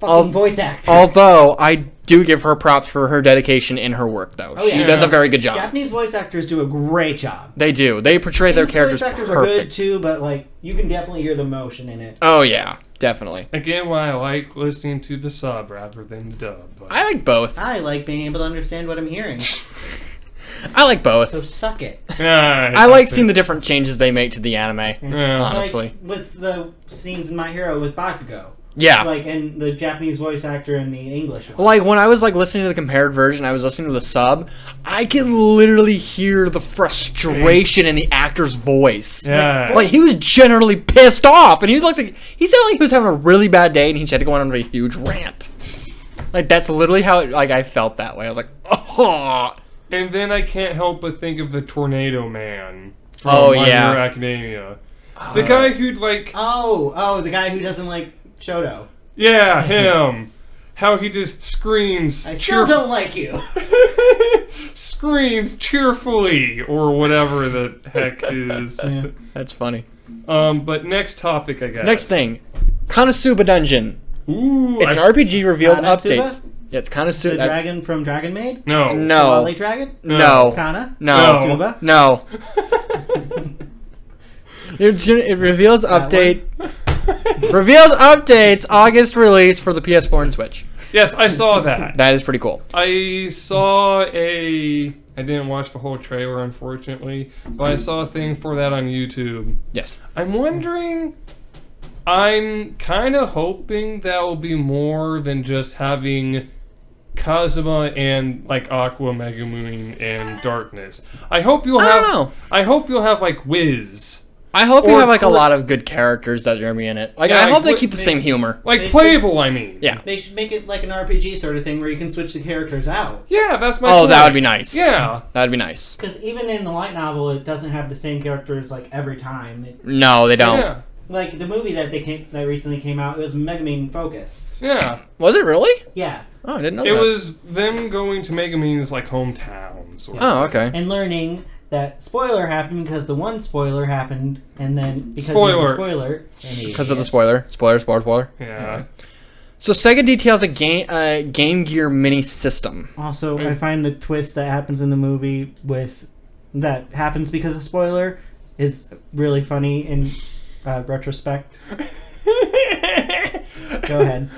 [SPEAKER 3] fucking
[SPEAKER 1] Al-
[SPEAKER 3] voice actor.
[SPEAKER 1] Although I do give her props for her dedication in her work, though.
[SPEAKER 3] Oh,
[SPEAKER 1] she
[SPEAKER 3] yeah.
[SPEAKER 1] does a very good job.
[SPEAKER 3] Japanese voice actors do a great job.
[SPEAKER 1] They do. They portray their characters
[SPEAKER 3] voice actors
[SPEAKER 1] perfect.
[SPEAKER 3] are good too, but like you can definitely hear the motion in it.
[SPEAKER 1] Oh yeah, definitely.
[SPEAKER 2] Again, why I like listening to the sub rather than the dub. But
[SPEAKER 1] I like both.
[SPEAKER 3] I like being able to understand what I'm hearing.
[SPEAKER 1] I like both.
[SPEAKER 3] So suck it.
[SPEAKER 2] yeah,
[SPEAKER 1] I like seeing Uh-huh. the different changes they make to the anime.
[SPEAKER 2] Yeah.
[SPEAKER 1] Honestly.
[SPEAKER 3] Like, with the scenes in My Hero with Bakugo.
[SPEAKER 1] Yeah.
[SPEAKER 3] Like and the Japanese voice actor and the English one.
[SPEAKER 1] Like when I was like listening to the compared version, I was listening to the sub. I could literally hear the frustration in the actor's voice.
[SPEAKER 2] Yeah.
[SPEAKER 1] Like he was generally pissed off, and he was like, he sounded like he was having a really bad day, and he just had to go on a huge rant. Like that's literally how it, like I felt that way. I was like, oh,
[SPEAKER 2] And then I can't help but think of the Tornado Man from
[SPEAKER 1] Oh,
[SPEAKER 2] My
[SPEAKER 1] yeah. Uh.
[SPEAKER 2] Hero Academia. The guy who'd like,
[SPEAKER 3] Oh, oh, the guy who doesn't like Shoto.
[SPEAKER 2] yeah, him. How he just screams,
[SPEAKER 3] I
[SPEAKER 2] cheer-
[SPEAKER 3] still don't like you.
[SPEAKER 2] screams cheerfully or whatever the heck is.
[SPEAKER 3] Yeah.
[SPEAKER 1] that's funny.
[SPEAKER 2] Um, but next topic, I guess.
[SPEAKER 1] Next thing, Konosuba Dungeon.
[SPEAKER 2] Ooh,
[SPEAKER 1] It's
[SPEAKER 2] I-
[SPEAKER 1] an RPG revealed
[SPEAKER 3] Konosuba?
[SPEAKER 1] updates. Yeah, it's uh, Konosuba.
[SPEAKER 3] The dragon from Dragon Maid?
[SPEAKER 2] no,
[SPEAKER 1] no,
[SPEAKER 3] Lolly Dragon?
[SPEAKER 1] no,
[SPEAKER 3] Kana?
[SPEAKER 1] no,
[SPEAKER 2] No.
[SPEAKER 3] Tsuba?
[SPEAKER 1] no. It's gonna- It reveals update. Reveals updates. August release for the PS4 and Switch.
[SPEAKER 2] yes, I saw that.
[SPEAKER 1] That is pretty cool.
[SPEAKER 2] I saw a. I didn't watch the whole trailer, unfortunately, but I saw a thing for that on YouTube.
[SPEAKER 1] Yes.
[SPEAKER 2] I'm wondering. I'm kind of hoping that will be more than just having Kazuma and like Aqua, Mega Moon, and Darkness. I hope you'll
[SPEAKER 1] I
[SPEAKER 2] have.
[SPEAKER 1] don't know.
[SPEAKER 2] I hope you'll have like Wiz,
[SPEAKER 1] I hope you
[SPEAKER 2] Or
[SPEAKER 1] have like a
[SPEAKER 2] cor-
[SPEAKER 1] lot of good characters that are gonna be in it. Like
[SPEAKER 2] Yeah,
[SPEAKER 1] I
[SPEAKER 2] like,
[SPEAKER 1] hope they
[SPEAKER 2] what-
[SPEAKER 1] keep the same humor.
[SPEAKER 2] like
[SPEAKER 3] They should-
[SPEAKER 2] playable. I mean.
[SPEAKER 1] Yeah.
[SPEAKER 3] They should make it like an RPG sort of thing where you can switch the characters out.
[SPEAKER 2] Yeah, that's my.
[SPEAKER 1] Oh, that
[SPEAKER 2] point.
[SPEAKER 1] would be nice.
[SPEAKER 2] Yeah.
[SPEAKER 1] That'd be nice.
[SPEAKER 3] Because even in the light novel, it doesn't have the same characters like every time. It-
[SPEAKER 1] No, they don't.
[SPEAKER 2] Yeah.
[SPEAKER 3] like the movie that they came, that recently came out, it was Megamine focused.
[SPEAKER 2] Yeah.
[SPEAKER 1] Was it really?
[SPEAKER 3] Yeah,
[SPEAKER 1] Oh, I didn't know
[SPEAKER 2] It
[SPEAKER 1] that.
[SPEAKER 2] was them going to Mega Means like hometowns. or-
[SPEAKER 1] oh, okay.
[SPEAKER 3] and learning that spoiler happened because the one spoiler happened, and then because of
[SPEAKER 2] Spoiler.
[SPEAKER 3] the E spoiler, and he-
[SPEAKER 1] Because of the spoiler, spoiler, spoiler, spoiler.
[SPEAKER 2] Yeah.
[SPEAKER 1] So Sega details a game, uh, Game Gear mini system.
[SPEAKER 3] Also, I find the twist that happens in the movie with that happens because of spoiler is really funny in uh, retrospect. Go ahead.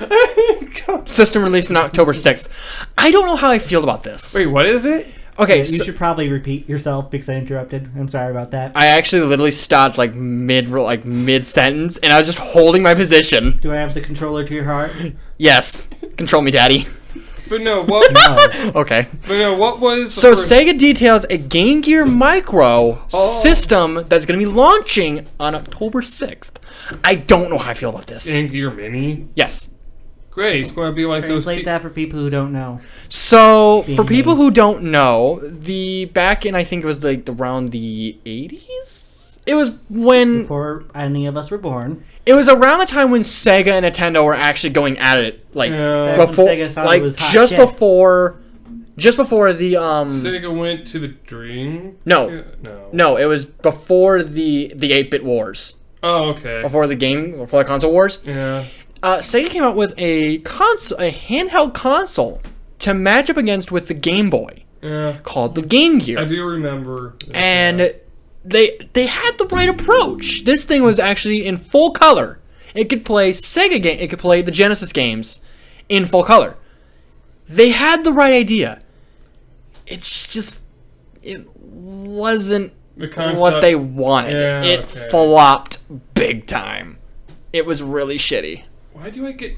[SPEAKER 1] System release on October 6th. I don't know how I feel about this.
[SPEAKER 2] Wait, what is it?
[SPEAKER 1] Okay,
[SPEAKER 3] You
[SPEAKER 1] so
[SPEAKER 3] should probably repeat yourself because I interrupted. I'm sorry about that.
[SPEAKER 1] I actually literally stopped like mid like mid sentence, and I was just holding my position.
[SPEAKER 3] Do I have the controller to your heart?
[SPEAKER 1] Yes, control me, daddy.
[SPEAKER 2] But no, what?
[SPEAKER 3] No.
[SPEAKER 1] Okay.
[SPEAKER 2] but no, what was? the
[SPEAKER 1] So
[SPEAKER 2] first-
[SPEAKER 1] Sega details a Game Gear Micro
[SPEAKER 2] Oh.
[SPEAKER 1] system that's going to be launching on October 6th. I don't know how I feel about this.
[SPEAKER 2] Game Gear Mini.
[SPEAKER 1] Yes.
[SPEAKER 2] Great, it's going to be like those.
[SPEAKER 3] Translate
[SPEAKER 2] pe-
[SPEAKER 3] that for people who don't know.
[SPEAKER 1] So for
[SPEAKER 3] Being
[SPEAKER 1] people
[SPEAKER 3] made.
[SPEAKER 1] who don't know, the back in I think it was like around the 80s. It was when
[SPEAKER 3] Before any of us were born,
[SPEAKER 1] it was around the time when Sega and Nintendo were actually going at it, like
[SPEAKER 2] Yeah.
[SPEAKER 3] Back
[SPEAKER 1] before,
[SPEAKER 3] Sega thought it
[SPEAKER 1] like
[SPEAKER 3] was hot
[SPEAKER 1] just
[SPEAKER 3] shit.
[SPEAKER 1] before, just before the um.
[SPEAKER 2] Sega went to the Dream.
[SPEAKER 1] No.
[SPEAKER 2] Yeah, No.
[SPEAKER 1] no, it was before the the eight bit wars,
[SPEAKER 2] Oh, okay.
[SPEAKER 1] before the game, before the console wars.
[SPEAKER 2] Yeah.
[SPEAKER 1] Uh, Sega came out with a console, a handheld console, to match up against with the Game Boy
[SPEAKER 2] Yeah.
[SPEAKER 1] called the Game Gear.
[SPEAKER 2] I do remember. this, yeah.
[SPEAKER 1] and they they had the right approach. This thing was actually in full color. It could play Sega game. It could play the Genesis games in full color. They had the right idea. It's just it wasn't
[SPEAKER 2] the concept,
[SPEAKER 1] what they wanted.
[SPEAKER 2] Yeah,
[SPEAKER 1] it
[SPEAKER 2] okay.
[SPEAKER 1] flopped big time. It was really shitty.
[SPEAKER 2] Why do I get?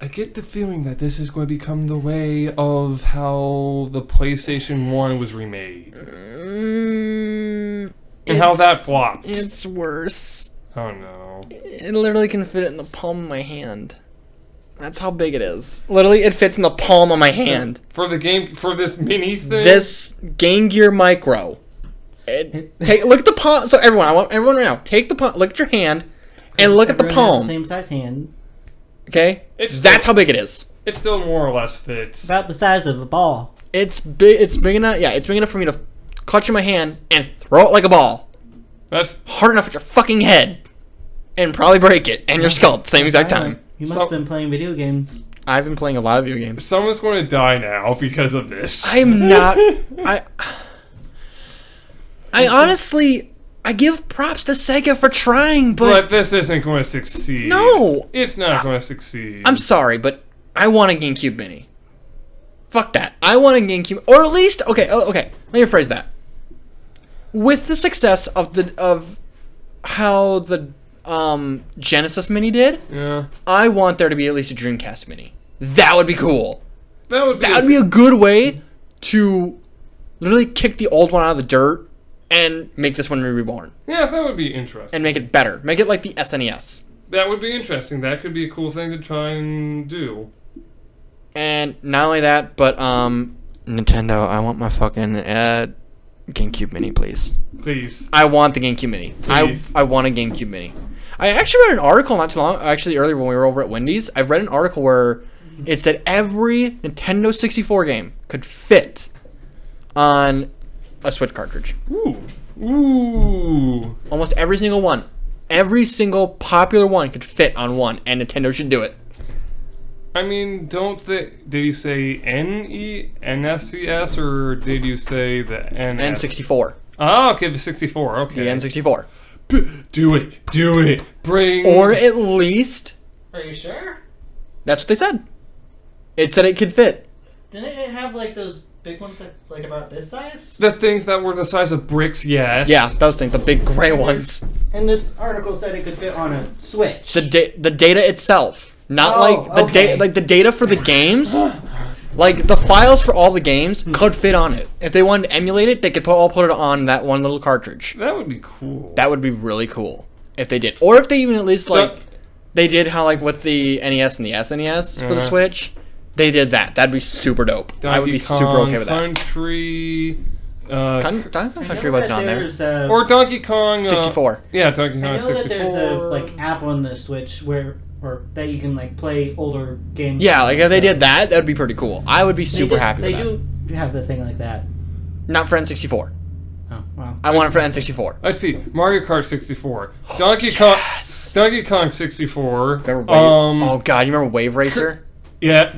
[SPEAKER 2] I get the feeling that this is going to become the way of how the PlayStation One was remade.
[SPEAKER 1] Mm,
[SPEAKER 2] and how
[SPEAKER 1] It's-
[SPEAKER 2] that flopped.
[SPEAKER 1] It's worse.
[SPEAKER 2] Oh no.
[SPEAKER 1] It literally can fit it in the palm of my hand. That's how big it is. Literally, it fits in the palm of my hand.
[SPEAKER 2] For the game, for this mini thing.
[SPEAKER 1] This Game Gear Micro. It,
[SPEAKER 3] It-
[SPEAKER 1] take look at the palm. So everyone, I want everyone right now. Take the palm. Look at your hand, and look at the
[SPEAKER 3] Everyone has
[SPEAKER 1] palm.
[SPEAKER 3] same size hand,
[SPEAKER 1] Okay,
[SPEAKER 2] It's-
[SPEAKER 1] that's how big it is.
[SPEAKER 2] It still more or less fits.
[SPEAKER 3] about the size of a ball.
[SPEAKER 1] It's big. It's big enough. Yeah, it's big enough for me to clutch in my hand and throw it like a ball,
[SPEAKER 2] That's
[SPEAKER 1] hard enough at your fucking head, and probably break it and your skull at the same exact
[SPEAKER 3] Wow.
[SPEAKER 1] time.
[SPEAKER 3] You must
[SPEAKER 2] So-
[SPEAKER 3] have been playing video games.
[SPEAKER 1] I've been playing a lot of video games.
[SPEAKER 2] someone's going to die now because of this.
[SPEAKER 1] I'm not. I. I honestly, I give props to Sega for trying, but,
[SPEAKER 2] But this isn't going to succeed.
[SPEAKER 1] no.
[SPEAKER 2] It's not going to succeed.
[SPEAKER 1] I'm sorry, but I want a GameCube Mini. Fuck that. I want a GameCube, or at least okay, oh, okay. Let me rephrase that. With the success of the of how the um, Genesis Mini did,
[SPEAKER 2] Yeah.
[SPEAKER 1] I want there to be at least a Dreamcast Mini. That would be cool.
[SPEAKER 2] That would be.
[SPEAKER 1] That would be a good way to literally kick the old one out of the dirt and make this one reborn
[SPEAKER 2] yeah, that would be interesting.
[SPEAKER 1] and make it better. Make it like the E SNES.
[SPEAKER 2] that would be interesting. That could be a cool thing to try and do.
[SPEAKER 1] And not only that, but um, Nintendo, I want my fucking uh, GameCube Mini, please.
[SPEAKER 2] Please.
[SPEAKER 1] I want the GameCube Mini.
[SPEAKER 2] Please.
[SPEAKER 1] I I want a GameCube Mini. I actually read an article not too long, actually earlier when we were over at Wendy's. I read an article where it said every Nintendo 64 game could fit on a Switch cartridge.
[SPEAKER 2] Ooh. Ooh.
[SPEAKER 1] Almost every single one. Every single popular one could fit on one, and Nintendo should do it.
[SPEAKER 2] I mean, don't the did you say N E N S E S or did you say the N S?
[SPEAKER 1] N64.
[SPEAKER 2] Oh, okay, the sixty four. Okay,
[SPEAKER 1] The N64.
[SPEAKER 2] P- do it, do it, bring.
[SPEAKER 1] Or at least,
[SPEAKER 3] Are you sure?
[SPEAKER 1] that's what they said. It said it could fit.
[SPEAKER 3] Didn't it have like those big ones that like about this size?
[SPEAKER 2] the things that were the size of bricks. Yes.
[SPEAKER 1] Yeah, those things, the big gray ones.
[SPEAKER 3] And this article said it could fit on a Switch.
[SPEAKER 1] The da- the data itself, not
[SPEAKER 3] Oh,
[SPEAKER 1] like the
[SPEAKER 3] okay.
[SPEAKER 1] data, like the data for the games. Like the files for all the games could fit on it. If they wanted to emulate it, they could put, all put it on that one little cartridge.
[SPEAKER 2] That would be cool.
[SPEAKER 1] That would be really cool if they did, or if they even at least like
[SPEAKER 2] That-
[SPEAKER 1] they did how like with the NES and the SNES for the
[SPEAKER 2] Uh-huh.
[SPEAKER 1] Switch, they did that. That'd be super dope. I would be
[SPEAKER 2] Donkey
[SPEAKER 1] super
[SPEAKER 2] Kong
[SPEAKER 1] okay with that.
[SPEAKER 2] Country. Uh,
[SPEAKER 1] Con- Donkey Kong
[SPEAKER 3] I know
[SPEAKER 1] Country was
[SPEAKER 3] that
[SPEAKER 1] not there.
[SPEAKER 3] there's a-
[SPEAKER 2] or Donkey Kong. uh,
[SPEAKER 1] 64.
[SPEAKER 2] Yeah, Donkey Kong
[SPEAKER 3] I know that
[SPEAKER 2] sixty
[SPEAKER 3] there's a
[SPEAKER 2] four.
[SPEAKER 3] like app on the Switch where or that you can like play older games.
[SPEAKER 1] Yeah, like if they did that, that'd be pretty cool. I would be super
[SPEAKER 3] do-
[SPEAKER 1] happy
[SPEAKER 3] They
[SPEAKER 1] with that.
[SPEAKER 3] do have the thing like that.
[SPEAKER 1] Not for N64.
[SPEAKER 3] Oh wow.
[SPEAKER 1] I want it for N64.
[SPEAKER 2] I see Mario Kart sixty four. Donkey Kong.
[SPEAKER 1] Oh, Yes.
[SPEAKER 2] Donkey Kong sixty four.
[SPEAKER 1] Remember Wave-
[SPEAKER 2] Um.
[SPEAKER 1] oh god, you remember Wave Racer
[SPEAKER 2] Yeah.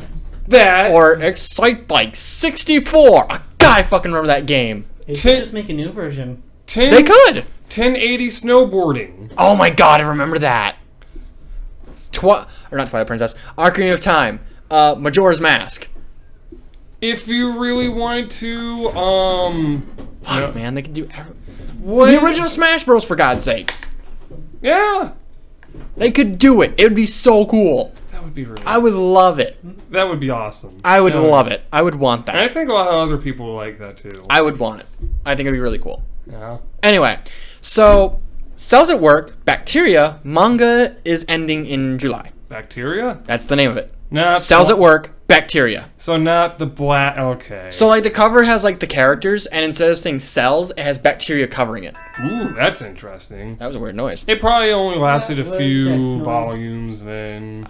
[SPEAKER 2] That.
[SPEAKER 1] or Excite Bike 64? Ah, God, I fucking remember that game.
[SPEAKER 3] They
[SPEAKER 2] Tin-
[SPEAKER 3] should just make a new version.
[SPEAKER 2] ten,
[SPEAKER 1] They could.
[SPEAKER 2] 1080 snowboarding.
[SPEAKER 1] Oh my god, I remember that. Twi- or not Twilight Princess, Ocarina of Time, uh, Majora's Mask.
[SPEAKER 2] If you really wanted to, um,
[SPEAKER 1] Fuck,
[SPEAKER 2] Yeah.
[SPEAKER 1] man, they could do every-
[SPEAKER 2] what?
[SPEAKER 1] the original Smash Bros. For God's sakes,
[SPEAKER 2] Yeah,
[SPEAKER 1] they could do it. It would be so cool.
[SPEAKER 2] that would be really.
[SPEAKER 1] I would love it.
[SPEAKER 2] that would be awesome.
[SPEAKER 1] I would
[SPEAKER 2] Yeah.
[SPEAKER 1] love it. I would want
[SPEAKER 2] And I
[SPEAKER 1] that.
[SPEAKER 2] think a lot of other people would like that too.
[SPEAKER 1] I would want it. I think it'd be really cool.
[SPEAKER 2] yeah.
[SPEAKER 1] Anyway, so cells at work, bacteria manga is ending in July.
[SPEAKER 2] Bacteria?
[SPEAKER 1] That's the name of it.
[SPEAKER 2] Not
[SPEAKER 1] Cells at work, bacteria.
[SPEAKER 2] So not the black. Okay.
[SPEAKER 1] So like the cover has like the characters, and instead of saying cells, it has bacteria covering it.
[SPEAKER 2] Ooh, that's interesting.
[SPEAKER 1] That was a weird noise.
[SPEAKER 2] It probably only lasted
[SPEAKER 3] That
[SPEAKER 2] a
[SPEAKER 3] was that
[SPEAKER 2] few
[SPEAKER 3] noise.
[SPEAKER 2] volumes then.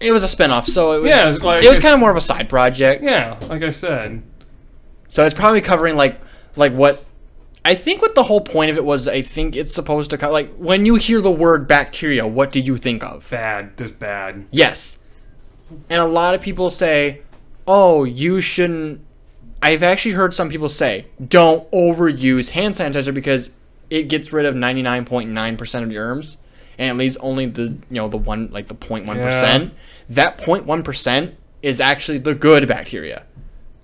[SPEAKER 1] It was a spin-off, so it was
[SPEAKER 2] Yeah, it's like-
[SPEAKER 1] it was kind of more of a side project.
[SPEAKER 2] Yeah, like I said.
[SPEAKER 1] So it's probably covering like like what I think what the whole point of it was. I think it's supposed to co- like when you hear the word bacteria, what do you think of?
[SPEAKER 2] Bad. Just bad.
[SPEAKER 1] Yes. And a lot of people say, oh, you shouldn't. I've actually heard some people say, don't overuse hand sanitizer because it gets rid of 99.9% of your germs and it leaves only the, you know, the one, like the 0.1%. That 0.1% is actually the good bacteria.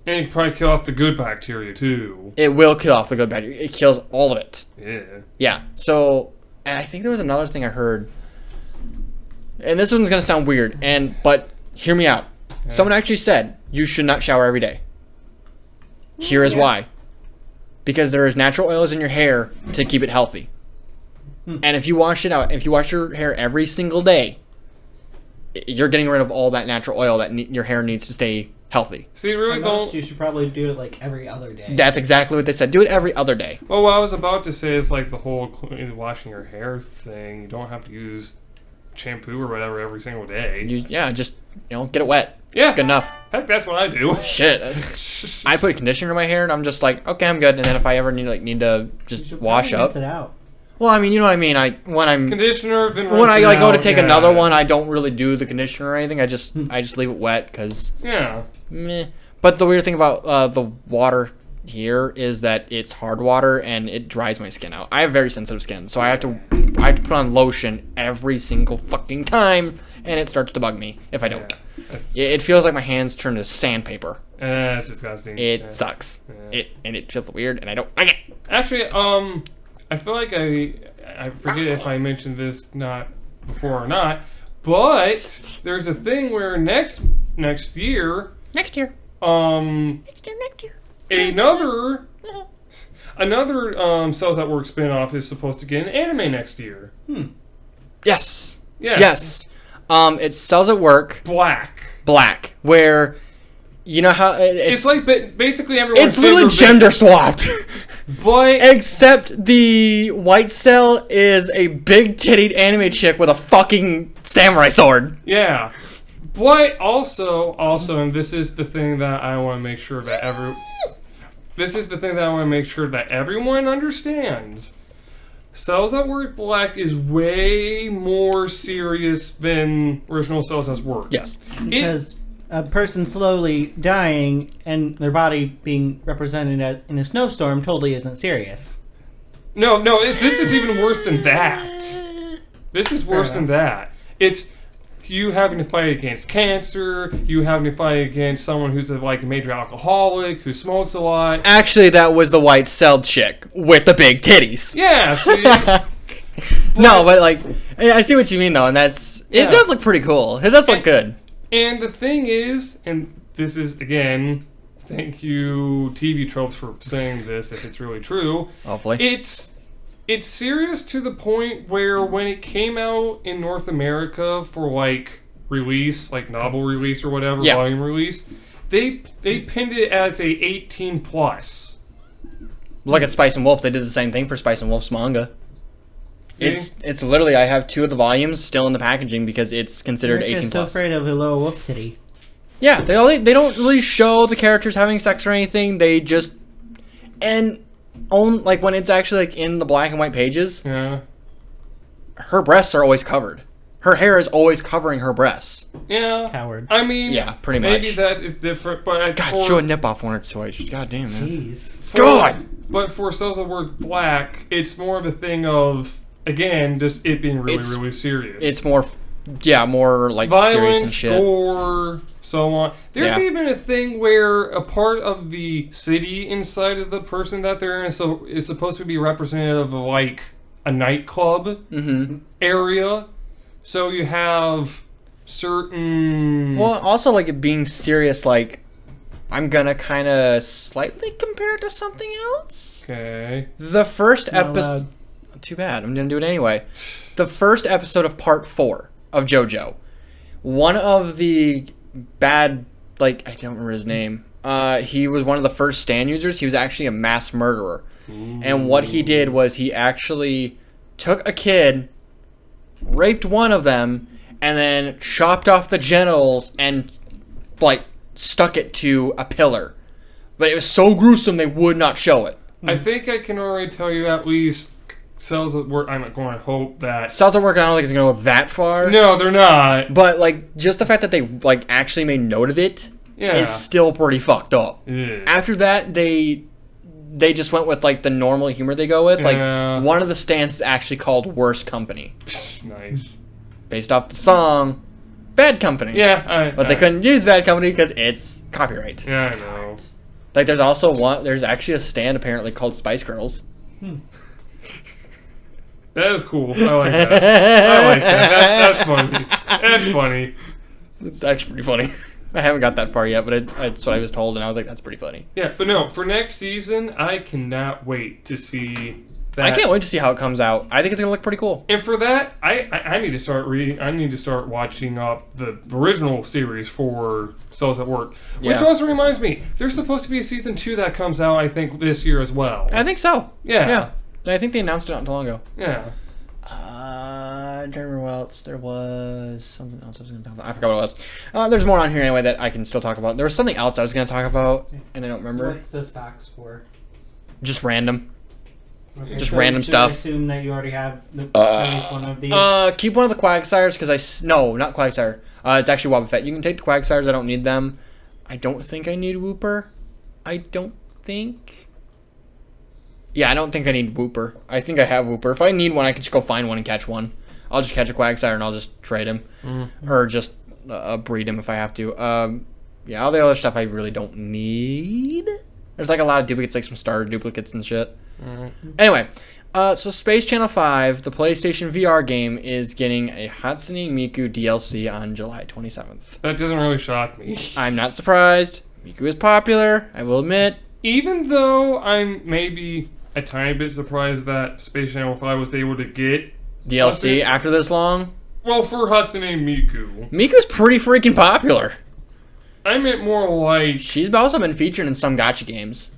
[SPEAKER 2] And you could probably kill off the good bacteria too.
[SPEAKER 1] It will kill off the good bacteria. It kills all of it.
[SPEAKER 2] Yeah.
[SPEAKER 1] Yeah. So, and I think there was another thing I heard, and this one's gonna sound weird, and but hear me out. Someone actually said you should not shower every day. Here is why. because there is natural oils in your hair to keep it healthy. And if you wash it out, if you wash your hair every single day, i- you're getting rid of all that natural oil that ne- your hair needs to stay healthy.
[SPEAKER 2] See, really
[SPEAKER 3] Unless
[SPEAKER 2] don't.
[SPEAKER 3] you should probably do it like every other day.
[SPEAKER 1] That's exactly what they said. Do it every other day.
[SPEAKER 2] Well, what Oh, I was about to say is like the whole cl- washing your hair thing. You don't have to use shampoo or whatever every single day.
[SPEAKER 1] You, yeah, just you know, get it wet.
[SPEAKER 2] yeah,
[SPEAKER 1] Good enough.
[SPEAKER 2] Heck, that's what I do.
[SPEAKER 1] Oh, Shit. I put conditioner in my hair and I'm just like, okay, I'm good. And then if I ever need like need to
[SPEAKER 3] You
[SPEAKER 1] just
[SPEAKER 3] should
[SPEAKER 1] wash
[SPEAKER 3] probably
[SPEAKER 1] up.
[SPEAKER 3] rinse it out.
[SPEAKER 1] Well, I mean, you know what I mean. I when I'm
[SPEAKER 2] Conditioner. Then
[SPEAKER 1] when
[SPEAKER 2] rinse
[SPEAKER 1] I
[SPEAKER 2] it
[SPEAKER 1] like go to
[SPEAKER 2] out,
[SPEAKER 1] take
[SPEAKER 2] yeah.
[SPEAKER 1] another one, I don't really do the conditioner or anything. I just I just leave it wet because
[SPEAKER 2] Yeah.
[SPEAKER 1] meh. But the weird thing about uh, the water here is that it's hard water and it dries my skin out. I have very sensitive skin, so I have to I have to put on lotion every single fucking time, and it starts to bug me if I don't.
[SPEAKER 2] That's-
[SPEAKER 1] It, it feels like my hands turn to sandpaper.
[SPEAKER 2] Uh, it's disgusting.
[SPEAKER 1] It
[SPEAKER 2] yeah.
[SPEAKER 1] sucks.
[SPEAKER 2] Yeah.
[SPEAKER 1] It and it feels weird, and I don't like it.
[SPEAKER 2] Actually, um, I feel like I I forget if I mentioned this not before or not, but there's a thing where next next year,
[SPEAKER 1] Next year,
[SPEAKER 2] um,
[SPEAKER 1] next year, next year.
[SPEAKER 2] another another um Cells at Work spinoff is supposed to get an anime next year.
[SPEAKER 1] Yes,
[SPEAKER 2] Yes.
[SPEAKER 1] yes. Um, it sells at work.
[SPEAKER 2] Black.
[SPEAKER 1] Black, where you know how it- it's,
[SPEAKER 2] It's like ba- basically everyone's
[SPEAKER 1] it's literally
[SPEAKER 2] favorite
[SPEAKER 1] gender swapped.
[SPEAKER 2] ba- But
[SPEAKER 1] Except the white cell is a big titted anime chick with a fucking samurai sword.
[SPEAKER 2] Yeah. But also, also, and this is the thing that I want to make sure that every. This is the thing that I want to make sure that everyone understands. Cells at Work Black is way more serious than original Cells at Work.
[SPEAKER 1] Yes.
[SPEAKER 2] It-
[SPEAKER 3] because a person slowly dying and their body being represented at, in a snowstorm totally isn't serious.
[SPEAKER 2] no, no, it, this is even worse than that. This is worse than that. It's you having to fight against cancer, you having to fight against someone who's a, like a major alcoholic, who smokes a lot.
[SPEAKER 1] Actually, that was the white cell chick with the big titties.
[SPEAKER 2] Yeah, see?
[SPEAKER 1] no, but like, I I see what you mean though, and that's
[SPEAKER 2] Yeah.
[SPEAKER 1] it does look pretty cool. It does look good.
[SPEAKER 2] And the thing is, and this is again, thank you TV tropes for saying this if it's really true.
[SPEAKER 1] Hopefully,
[SPEAKER 2] It's it's serious to the point where when it came out in North America for like release, like novel release or whatever,
[SPEAKER 1] Yeah.
[SPEAKER 2] volume release, they they pinned it as a 18 plus.
[SPEAKER 1] look at Spice and Wolf. They did the same thing for Spice and Wolf's manga. It's it's literally I have two of the volumes still in the packaging because it's considered
[SPEAKER 3] America is
[SPEAKER 1] eighteen
[SPEAKER 3] so
[SPEAKER 1] plus.
[SPEAKER 3] afraid of a little wolf titty.
[SPEAKER 1] Yeah, they only, they don't really show the characters having sex or anything. They just and on like when it's actually like in the black and white pages,
[SPEAKER 2] Yeah.
[SPEAKER 1] her breasts are always covered. Her hair is always covering her breasts.
[SPEAKER 2] Yeah.
[SPEAKER 3] Coward.
[SPEAKER 2] I mean,
[SPEAKER 1] Yeah, pretty
[SPEAKER 2] maybe
[SPEAKER 1] much.
[SPEAKER 2] that is different, but I
[SPEAKER 1] God,
[SPEAKER 2] or-
[SPEAKER 1] show a nip off on her twice. God damn man.
[SPEAKER 3] Jeez.
[SPEAKER 2] For-
[SPEAKER 1] God!
[SPEAKER 2] But for Cells That Work Black, it's more of a thing of, again, just it being really,
[SPEAKER 1] It's-
[SPEAKER 2] really serious.
[SPEAKER 1] It's more, yeah, more like serious and
[SPEAKER 2] violence,
[SPEAKER 1] shit.
[SPEAKER 2] gore, so on. There's
[SPEAKER 1] Yeah.
[SPEAKER 2] even a thing where a part of the city inside of the person that they're in so is supposed to be representative of like a nightclub
[SPEAKER 1] Mm-hmm.
[SPEAKER 2] area. So you have certain.
[SPEAKER 1] Well, also like it being serious. Like I'm gonna kind of slightly compare it to something else.
[SPEAKER 2] Okay.
[SPEAKER 1] The first
[SPEAKER 3] Not
[SPEAKER 1] episode.
[SPEAKER 3] allowed.
[SPEAKER 1] Too bad. I'm gonna do it anyway. The first episode of part four of JoJo. One of the bad, like I don't remember his name. Uh, he was one of the first stand users. He was actually a mass murderer, and what he did was he actually took a kid, raped one of them, and then chopped off the genitals and like stuck it to a pillar. But it was so gruesome they would not show it.
[SPEAKER 2] I think I can already tell you at least Cells That Work. I'm going to hope that.
[SPEAKER 1] Sounds like we're not like it's gonna go that far.
[SPEAKER 2] No, they're not.
[SPEAKER 1] But like, just the fact that they like actually made note of it is
[SPEAKER 2] Yeah.
[SPEAKER 1] still pretty fucked up.
[SPEAKER 2] Ugh.
[SPEAKER 1] After that, they they just went with like the normal humor they go with. Like
[SPEAKER 2] Yeah.
[SPEAKER 1] one of the stands is actually called "Worse Company,"
[SPEAKER 2] nice.
[SPEAKER 1] based off the song "Bad Company."
[SPEAKER 2] Yeah, I,
[SPEAKER 1] But they couldn't use "Bad Company" because it's copyright.
[SPEAKER 2] Yeah, I know.
[SPEAKER 1] Like, there's also one. There's actually a stand apparently called Spice Girls.
[SPEAKER 2] That is cool. I like that. I like that. That's, that's funny. That's funny.
[SPEAKER 1] It's actually pretty funny. I haven't got that far yet, but it, that's what I was told, and I was like, that's pretty funny.
[SPEAKER 2] Yeah, but no, for next season, I cannot wait to see that.
[SPEAKER 1] I can't wait to see how it comes out. I think it's gonna look pretty cool.
[SPEAKER 2] And for that, I, I, I need to start reading. I need to start watching up the original series for Cells at Work, which
[SPEAKER 1] Yeah.
[SPEAKER 2] also reminds me, there's supposed to be a season two that comes out. I think this year as well.
[SPEAKER 1] I think so.
[SPEAKER 2] Yeah.
[SPEAKER 1] Yeah. I think they announced it not too long ago.
[SPEAKER 2] Yeah.
[SPEAKER 1] Uh, I don't remember what else there was. Something else I was going to talk about. I forgot what it was. Uh, there's more on here anyway that I can still talk about. There was something else I was going to talk about, and I don't remember.
[SPEAKER 3] What's the stocks for?
[SPEAKER 1] Just random.
[SPEAKER 3] Okay,
[SPEAKER 1] Just
[SPEAKER 3] so we
[SPEAKER 1] random
[SPEAKER 3] should
[SPEAKER 1] stuff.
[SPEAKER 3] Assume that you already have the at least one of these.
[SPEAKER 1] Uh, keep one of the Quagsires because I s- no, not Quagsire. Uh, it's actually Wobbuffet. You can take the Quagsires. I don't need them. I don't think I need Whooper. I don't think. Yeah, I don't think I need Whooper. I think I have Whooper. If I need one, I can just go find one and catch one. I'll just catch a Quagsire and I'll just trade him, or just uh, uh, breed him if I have to. Um, yeah, all the other stuff I really don't need. There's like a lot of duplicates, like some star duplicates and shit. Anyway, uh, so Space Channel 5, the PlayStation VR game, is getting a Hatsune Miku DLC on July 27th.
[SPEAKER 2] That doesn't really shock me.
[SPEAKER 1] I'm not surprised. Miku is popular, I will admit.
[SPEAKER 2] Even though I'm maybe a tiny bit surprised that Space Channel 5 was able to get,
[SPEAKER 1] DLC
[SPEAKER 2] Okay.
[SPEAKER 1] after this long.
[SPEAKER 2] well, for Hatsune Miku,
[SPEAKER 1] Miku's pretty freaking popular.
[SPEAKER 2] I meant more like.
[SPEAKER 1] She's also been featured in some gotcha games.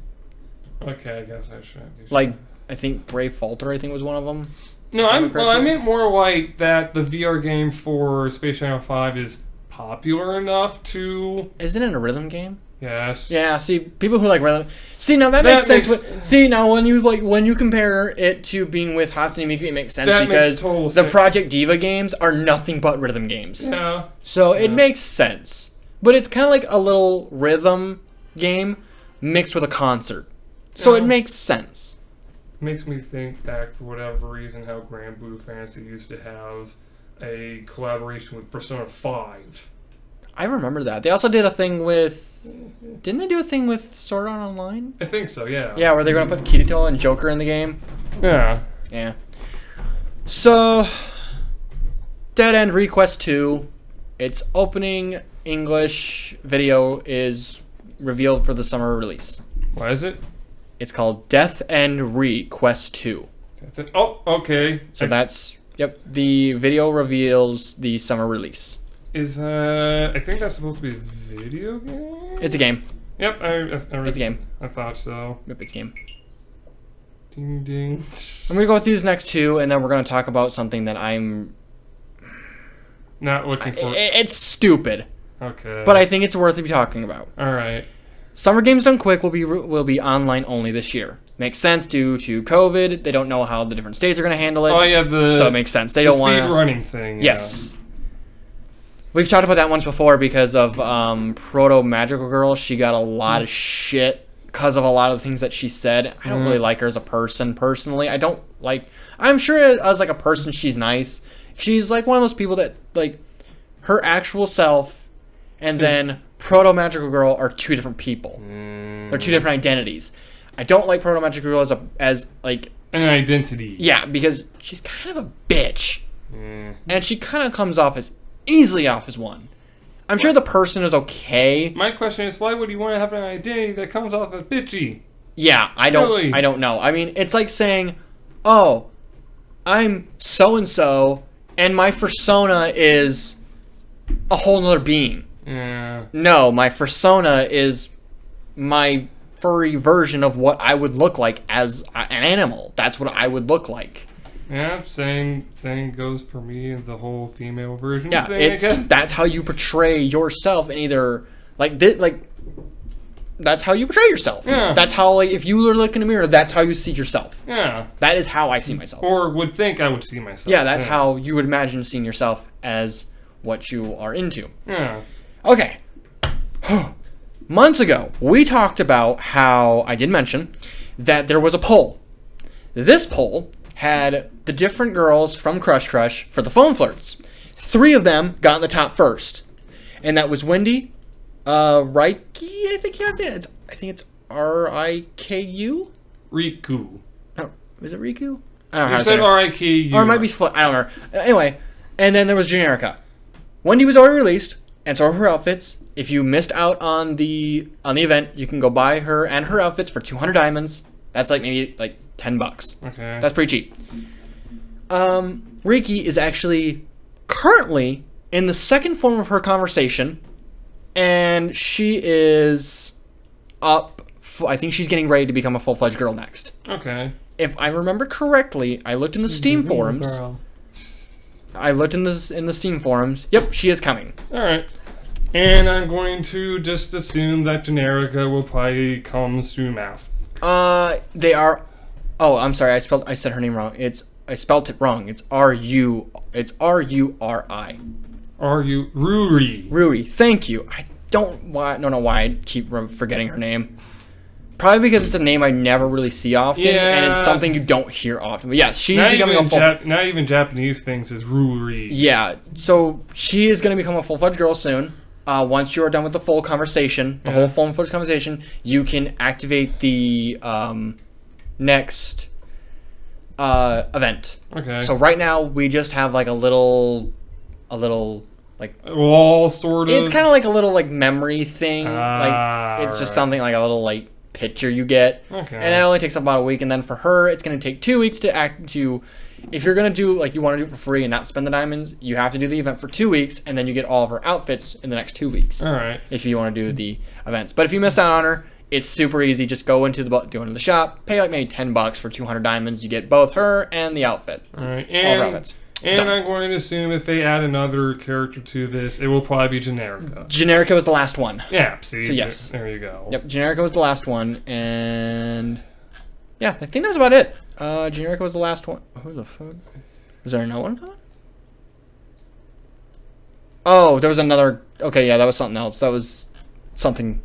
[SPEAKER 2] Okay, I guess I should. I should-
[SPEAKER 1] Like, I think Brave Falter, I think, was one of them.
[SPEAKER 2] No, I'm,
[SPEAKER 1] Am I correct
[SPEAKER 2] well, I
[SPEAKER 1] there?
[SPEAKER 2] meant more like that the VR game for Space Channel 5 is popular enough to.
[SPEAKER 1] Isn't it a rhythm game?
[SPEAKER 2] Yes.
[SPEAKER 1] Yeah, see, people who like rhythm. See, now that,
[SPEAKER 2] That
[SPEAKER 1] makes sense.
[SPEAKER 2] makes-
[SPEAKER 1] when- see, now when you like when you compare it to being with Hatsune Miku, it makes sense
[SPEAKER 2] That makes
[SPEAKER 1] because
[SPEAKER 2] total
[SPEAKER 1] the
[SPEAKER 2] sense.
[SPEAKER 1] Project Diva games are nothing but rhythm games.
[SPEAKER 2] Yeah.
[SPEAKER 1] So it makes sense. But it's kind of like a little rhythm game mixed with a concert. So it
[SPEAKER 2] Yeah.
[SPEAKER 1] makes sense.
[SPEAKER 2] Makes me think back, for whatever reason, how Grand Blue Fantasy used to have a collaboration with Persona 5.
[SPEAKER 1] I remember that. They also did a thing with didn't they do a thing with Sword Art Online?
[SPEAKER 2] I think so, yeah.
[SPEAKER 1] Yeah, where they're going to put Kirito and Joker in the game.
[SPEAKER 2] Yeah.
[SPEAKER 1] Yeah. So, Dead End Request 2, its opening English video is revealed for the summer release.
[SPEAKER 2] Why is it?
[SPEAKER 1] It's called Death End Request 2.
[SPEAKER 2] That's it. Oh, okay.
[SPEAKER 1] So
[SPEAKER 2] I-
[SPEAKER 1] that's, yep, the video reveals the summer release.
[SPEAKER 2] is uh, I think that's supposed to be a video game.
[SPEAKER 1] It's a game.
[SPEAKER 2] Yep, I, I, I
[SPEAKER 1] It's a game.
[SPEAKER 2] I thought so.
[SPEAKER 1] Yep, it's a game.
[SPEAKER 2] Ding ding.
[SPEAKER 1] I'm going to go through these next two, and then we're going to talk about something that I'm.
[SPEAKER 2] Not looking for.
[SPEAKER 1] i- i- it's stupid,
[SPEAKER 2] okay.
[SPEAKER 1] but I think it's worth talking about.
[SPEAKER 2] All right.
[SPEAKER 1] Summer Games Done Quick will be will be online only this year. Makes sense due to COVID. They don't know how the different states are going to handle it.
[SPEAKER 2] Oh yeah, the
[SPEAKER 1] So it makes sense. They
[SPEAKER 2] the
[SPEAKER 1] don't
[SPEAKER 2] speed
[SPEAKER 1] want to.
[SPEAKER 2] running thing. yeah.
[SPEAKER 1] Yes. We've talked about that once before because of um, Proto Magical Girl. She got a lot of shit because of a lot of the things that she said. I
[SPEAKER 2] Mm-hmm.
[SPEAKER 1] don't really like her as a person personally. I don't like. I'm sure as like a person, she's nice. She's like one of those people that like her actual self and
[SPEAKER 2] Mm-hmm.
[SPEAKER 1] then Proto Magical Girl are two different people.
[SPEAKER 2] Mm.
[SPEAKER 1] They're two different identities. I don't like Proto Magical Girl as a as like
[SPEAKER 2] An identity. Mm.
[SPEAKER 1] yeah, because she's kind of a bitch. And she kind of comes off as easily off as one. I'm sure the person is okay.
[SPEAKER 2] My question is, why would you want to have an identity that comes off as bitchy?
[SPEAKER 1] Yeah, I don't
[SPEAKER 2] Really?
[SPEAKER 1] I don't know. I mean, it's like saying, "Oh, I'm so and so and my persona is a whole nother being."
[SPEAKER 2] Yeah.
[SPEAKER 1] No, my persona is my furry version of what I would look like as a- an animal. That's what I would look like.
[SPEAKER 2] Yeah. Same thing goes for me and the whole female version.
[SPEAKER 1] Yeah,
[SPEAKER 2] thing, I
[SPEAKER 1] it's
[SPEAKER 2] guess.
[SPEAKER 1] that's how you portray yourself in either like thi- like that's how you portray yourself.
[SPEAKER 2] Yeah.
[SPEAKER 1] That's how like if you were to look in a mirror, that's how you see yourself.
[SPEAKER 2] Yeah.
[SPEAKER 1] That is how I see myself.
[SPEAKER 2] Or would think I would see myself.
[SPEAKER 1] yeah, that's how you would imagine seeing yourself as what you are into.
[SPEAKER 2] Yeah.
[SPEAKER 1] Okay. Months ago, we talked about how I did mention that there was a poll. This poll had the different girls from Crush Crush for the phone flirts. Three of them got in the top first, and that was Wendy, uh, Reiki. I think that's it. It's, I think it's R I K U.
[SPEAKER 2] Riku.
[SPEAKER 1] No, is it Riku? I don't know. how
[SPEAKER 2] You
[SPEAKER 1] to
[SPEAKER 2] said
[SPEAKER 1] say it.
[SPEAKER 2] R I K U.
[SPEAKER 1] Or it might be Fl- I don't remember. Uh, Anyway, and then there was Generica. Wendy was already released, and so were her outfits. if you missed out on the on the event, you can go buy her and her outfits for 200 diamonds. That's like maybe like 10 bucks.
[SPEAKER 2] Okay.
[SPEAKER 1] That's pretty cheap. Um, Riki is actually currently in the second form of her conversation, and she is up. f- I think she's getting ready to become a full fledged girl next.
[SPEAKER 2] okay.
[SPEAKER 1] If I remember correctly, I looked in the Steam forums.
[SPEAKER 3] Girl.
[SPEAKER 1] I looked in the in the Steam forums. Yep, she is coming.
[SPEAKER 2] All right. And I'm going to just assume that Generica will probably come soon after.
[SPEAKER 1] Uh, they are. Oh, I'm sorry. I spelled. I said her name wrong. It's. I spelt it wrong. It's R U. It's R U R I.
[SPEAKER 2] Are you Ruri?
[SPEAKER 1] Rui. Thank you. I don't why. Don't know why I keep rem- forgetting her name. Probably because it's a name I never really see often, and it's
[SPEAKER 2] Yeah.
[SPEAKER 1] something you don't hear often. But yes, she's
[SPEAKER 2] Not
[SPEAKER 1] becoming
[SPEAKER 2] even,
[SPEAKER 1] a full.
[SPEAKER 2] Jap- not even Japanese things is Ruri.
[SPEAKER 1] yeah. So she is going to become a full fledged girl soon. Uh, once you are done with the full conversation, the whole full fledged conversation, you can activate the um, next uh, event.
[SPEAKER 2] Okay.
[SPEAKER 1] So right now we just have like a little, a little like
[SPEAKER 2] All sort of.
[SPEAKER 1] it's kind of like a little like memory thing.
[SPEAKER 2] Mm. Ah,
[SPEAKER 1] like it's just
[SPEAKER 2] right.
[SPEAKER 1] something like a little like picture you get,
[SPEAKER 2] Okay.
[SPEAKER 1] and that only takes about a week. And then for her, it's gonna take two weeks to act to. If you're gonna do like you want to do it for free and not spend the diamonds, you have to do the event for two weeks, and then you get all of her outfits in the next two weeks.
[SPEAKER 2] All right.
[SPEAKER 1] If you want to do the events, but if you missed out on her, it's super easy. Just go into the bu- go into the shop, pay like maybe ten bucks for two hundred diamonds. You get both her and the outfit.
[SPEAKER 2] All right.
[SPEAKER 1] All
[SPEAKER 2] And,
[SPEAKER 1] rabbits.
[SPEAKER 2] and
[SPEAKER 1] Done.
[SPEAKER 2] I'm going to assume if they add another character to this, it will probably be Generica.
[SPEAKER 1] Generica was the last one.
[SPEAKER 2] Yeah. See.
[SPEAKER 1] So yes.
[SPEAKER 2] There, there you go.
[SPEAKER 1] Yep, Generica was the last one, and yeah, I think that's about it. Uh, Generica was the last one. Oh, Who the fuck? Was there another one? coming? Oh, there was another. Okay, yeah, that was something else. That was something,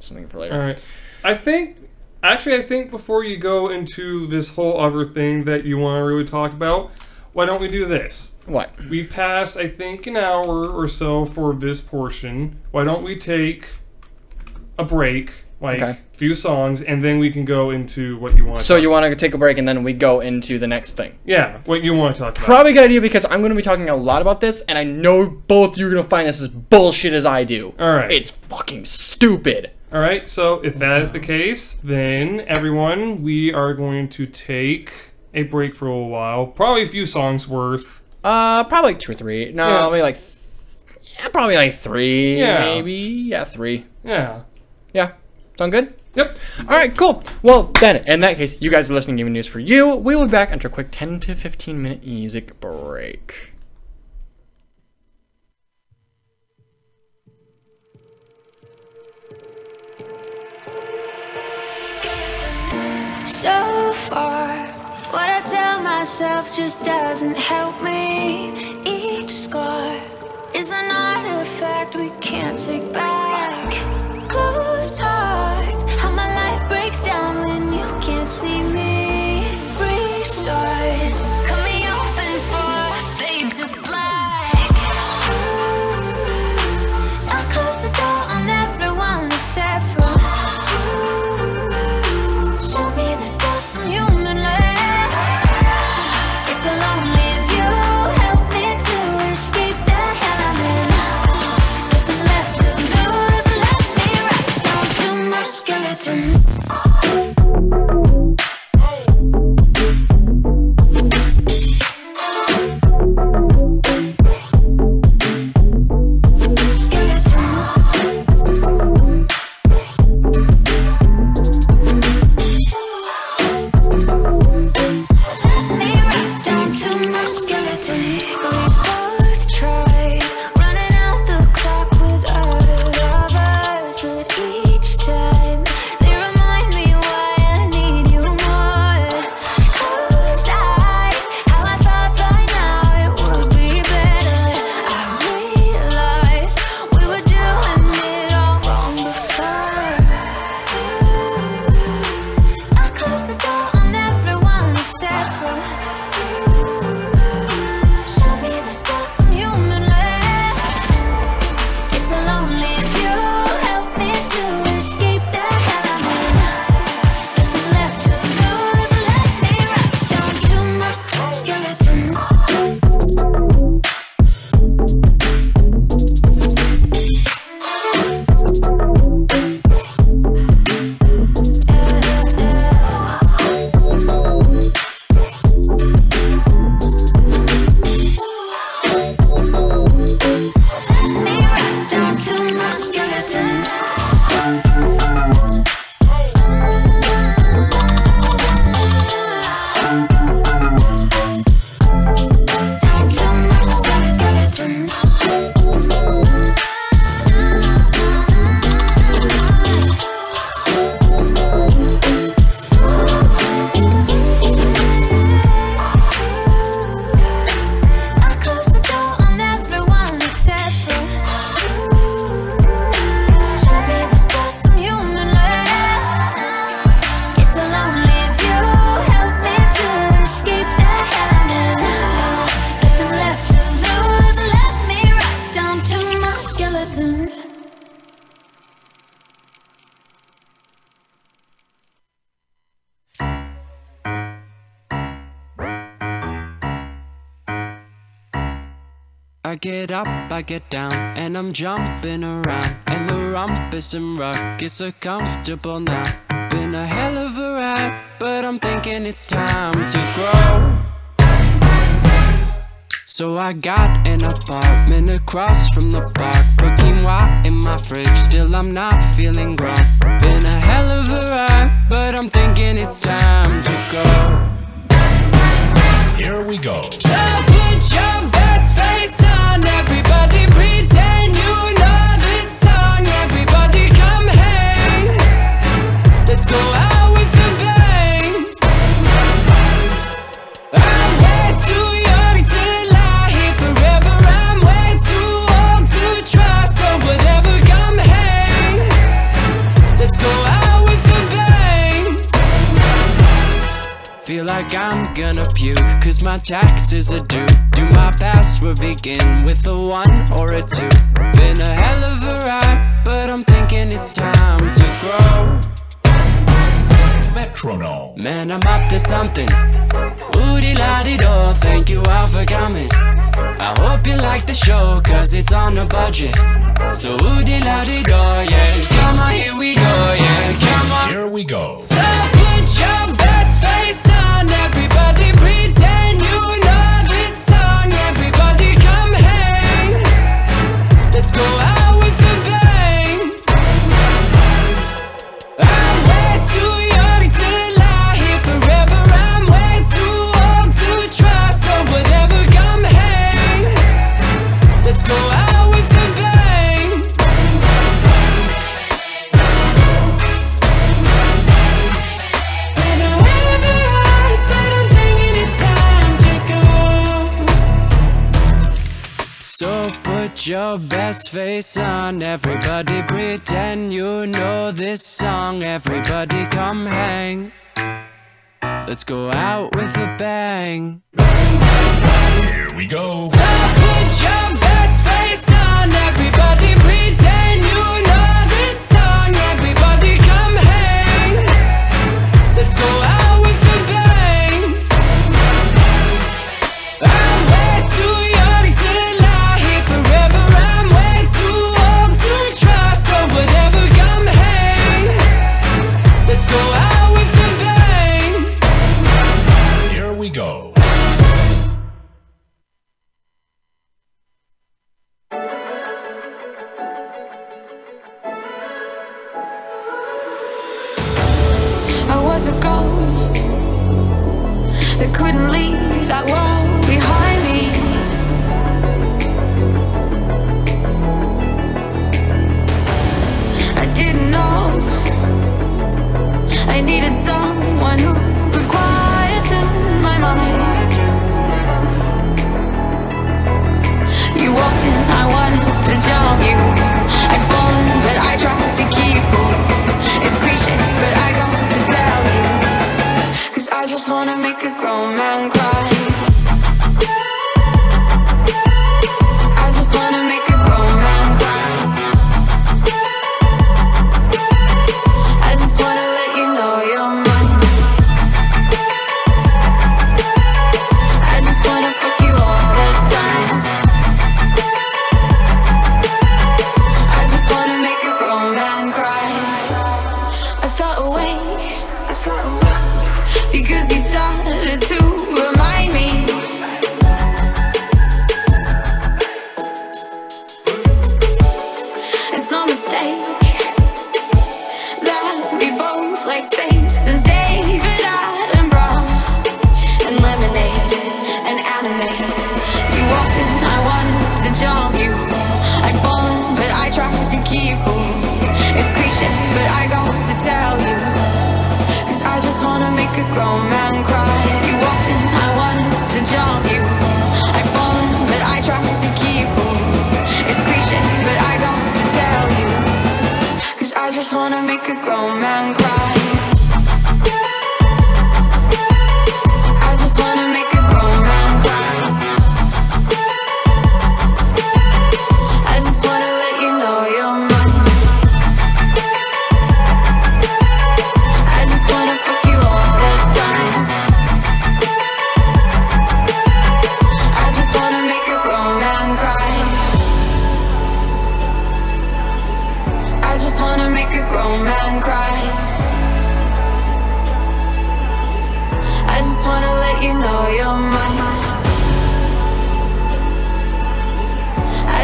[SPEAKER 1] something for
[SPEAKER 2] All
[SPEAKER 1] later.
[SPEAKER 2] right. I think. Actually, I think before you go into this whole other thing that you want to really talk about, why don't we do this?
[SPEAKER 1] What?
[SPEAKER 2] We passed, I think, an hour or so for this portion. Why don't we take a break, like
[SPEAKER 1] Okay.
[SPEAKER 2] few songs, and then we can go into what you want.
[SPEAKER 1] So
[SPEAKER 2] talk-
[SPEAKER 1] you want to take a break, and then we go into the next thing.
[SPEAKER 2] yeah, what you want to talk about?
[SPEAKER 1] Probably a good idea because I'm going to be talking a lot about this, and I know both you're going to find this as bullshit as I do.
[SPEAKER 2] All right.
[SPEAKER 1] It's fucking stupid.
[SPEAKER 2] All right. So if that is the case, then everyone, we are going to take a break for a little while, probably a few songs worth.
[SPEAKER 1] Uh, probably like two or three. No,
[SPEAKER 2] Yeah.
[SPEAKER 1] maybe like, th- yeah, probably like three,
[SPEAKER 2] Yeah.
[SPEAKER 1] maybe. Yeah, three.
[SPEAKER 2] Yeah.
[SPEAKER 1] Yeah, sound good.
[SPEAKER 2] Yep.
[SPEAKER 1] All right, cool. Well, then, in that case, you guys are listening to Gaming News for You. We will be back after a quick 10 to 15 minute music break.
[SPEAKER 4] So far, what I tell myself just doesn't help me. Each scar is an artifact we can't take back. Closed hearts, how my life breaks down when you can't see me. Restart, cut me open for a fade to black. Ooh, I close the door on everyone except for you. Show me there's still some human left. It's a lonely view.
[SPEAKER 5] I get up, I get down, and I'm jumping around. And the rumpus and ruckus so comfortable now. Been a hell of a ride, but I'm thinking it's time to grow. So I got an apartment across from the park. Booking wine in my fridge, still I'm not feeling grown. Been a hell of a ride, but I'm thinking it's time to go.
[SPEAKER 6] Here we go.
[SPEAKER 5] So put your best face on, everybody pretend you know this song. Everybody come hang. Let's go out with a bang. I'm way too young to lie here forever. I'm way too old to try. So whatever, come hang. Let's go out with a bang. Feel like I'm gonna puke, cause my taxes are due. Do my password begin with a one or a two? Been a hell of a ride, but I'm thinking it's time to grow.
[SPEAKER 6] Metronome.
[SPEAKER 5] Man, I'm up to something. Woody la di do, thank you all for coming. I hope you like the show, cause it's on a budget. So woody la di do, yeah. Come on, here we go, yeah. Come on.
[SPEAKER 6] Here we go.
[SPEAKER 5] So put your best face on, everybody pretend you know this song. Everybody come hang. Let's go out with a bang. I'm way too young to lie here forever. I'm way too old to try. So whatever, come hang. Let's go out with a bang. So put your best face on, everybody pretend you know this song. Everybody come hang. Let's go out with a bang.
[SPEAKER 6] Here we go.
[SPEAKER 5] So put your best face on, everybody pretend you know this song. Everybody come hang. Let's go out with a bang. I'm way too young to lie here forever. I'm way too old to try. So whatever, come hang. Let's go out with a bang.
[SPEAKER 6] Here we go.
[SPEAKER 4] I was a ghost that couldn't leave that wall behind me. I didn't know I needed someone who could quieten my mind. You walked in, I wanted to jump you. I'd fallen, but I tried to keep cool. It's cliche, but I got to tell you. Cause I just wanna make a grown man cry.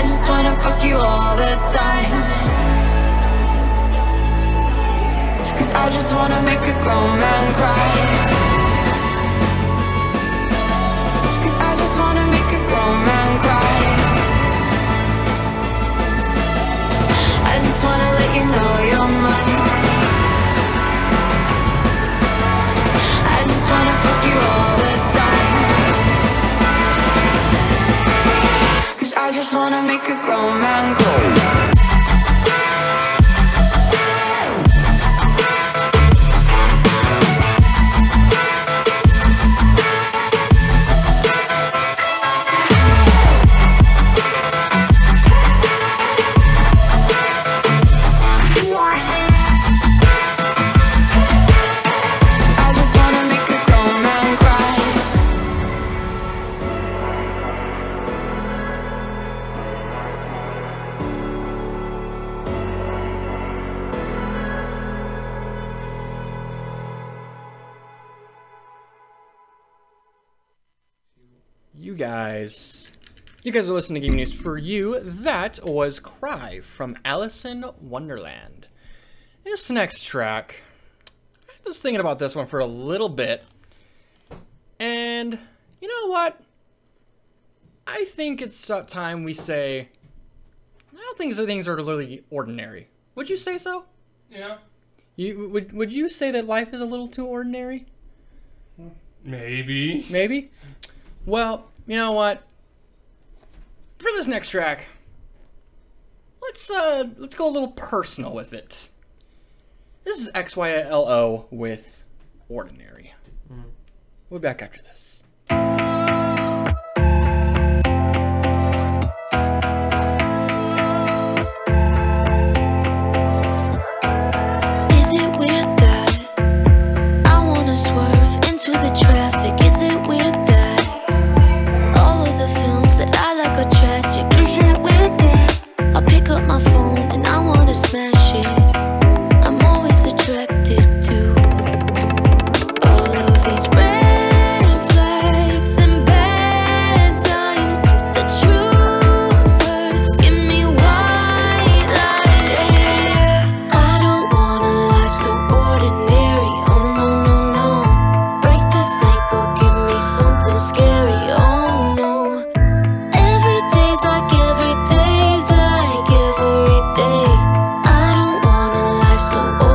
[SPEAKER 4] just wanna fuck you all the time. Cause I just wanna make a grown man cry. Cause I just wanna make a grown man cry. I just wanna let you know you're mine. I just wanna fuck you all the time. Cause I just wanna make a grown man grow. I just wanna make a grown man cry.
[SPEAKER 1] You guys. You guys are listening to Game News for You. That was Cry from Alice in Wonderland. This next track, I was thinking about this one for a little bit. And you know what? I think it's about time we say, I don't think so things are literally ordinary. Would you say so?
[SPEAKER 2] Yeah.
[SPEAKER 1] You, would, would you say that life is a little too ordinary?
[SPEAKER 2] Maybe.
[SPEAKER 1] Maybe. Well, you know what? For this next track, let's uh let's go a little personal with it. This is XYLO with Ordinary. We'll be back after this.
[SPEAKER 4] Is it weird that I wanna swerve into the traffic? Is it weird that all of the films that I like are tragic? Is it weird that I pick up my phone and I wanna smash it? I'm always attracted to all of these red flags and bad times. The truth hurts. Give me white lies. I don't want a life so ordinary. Oh no no no. Break the cycle, give me something scary. Oh no. Every day's like every day's like every day. I Oh, Oh,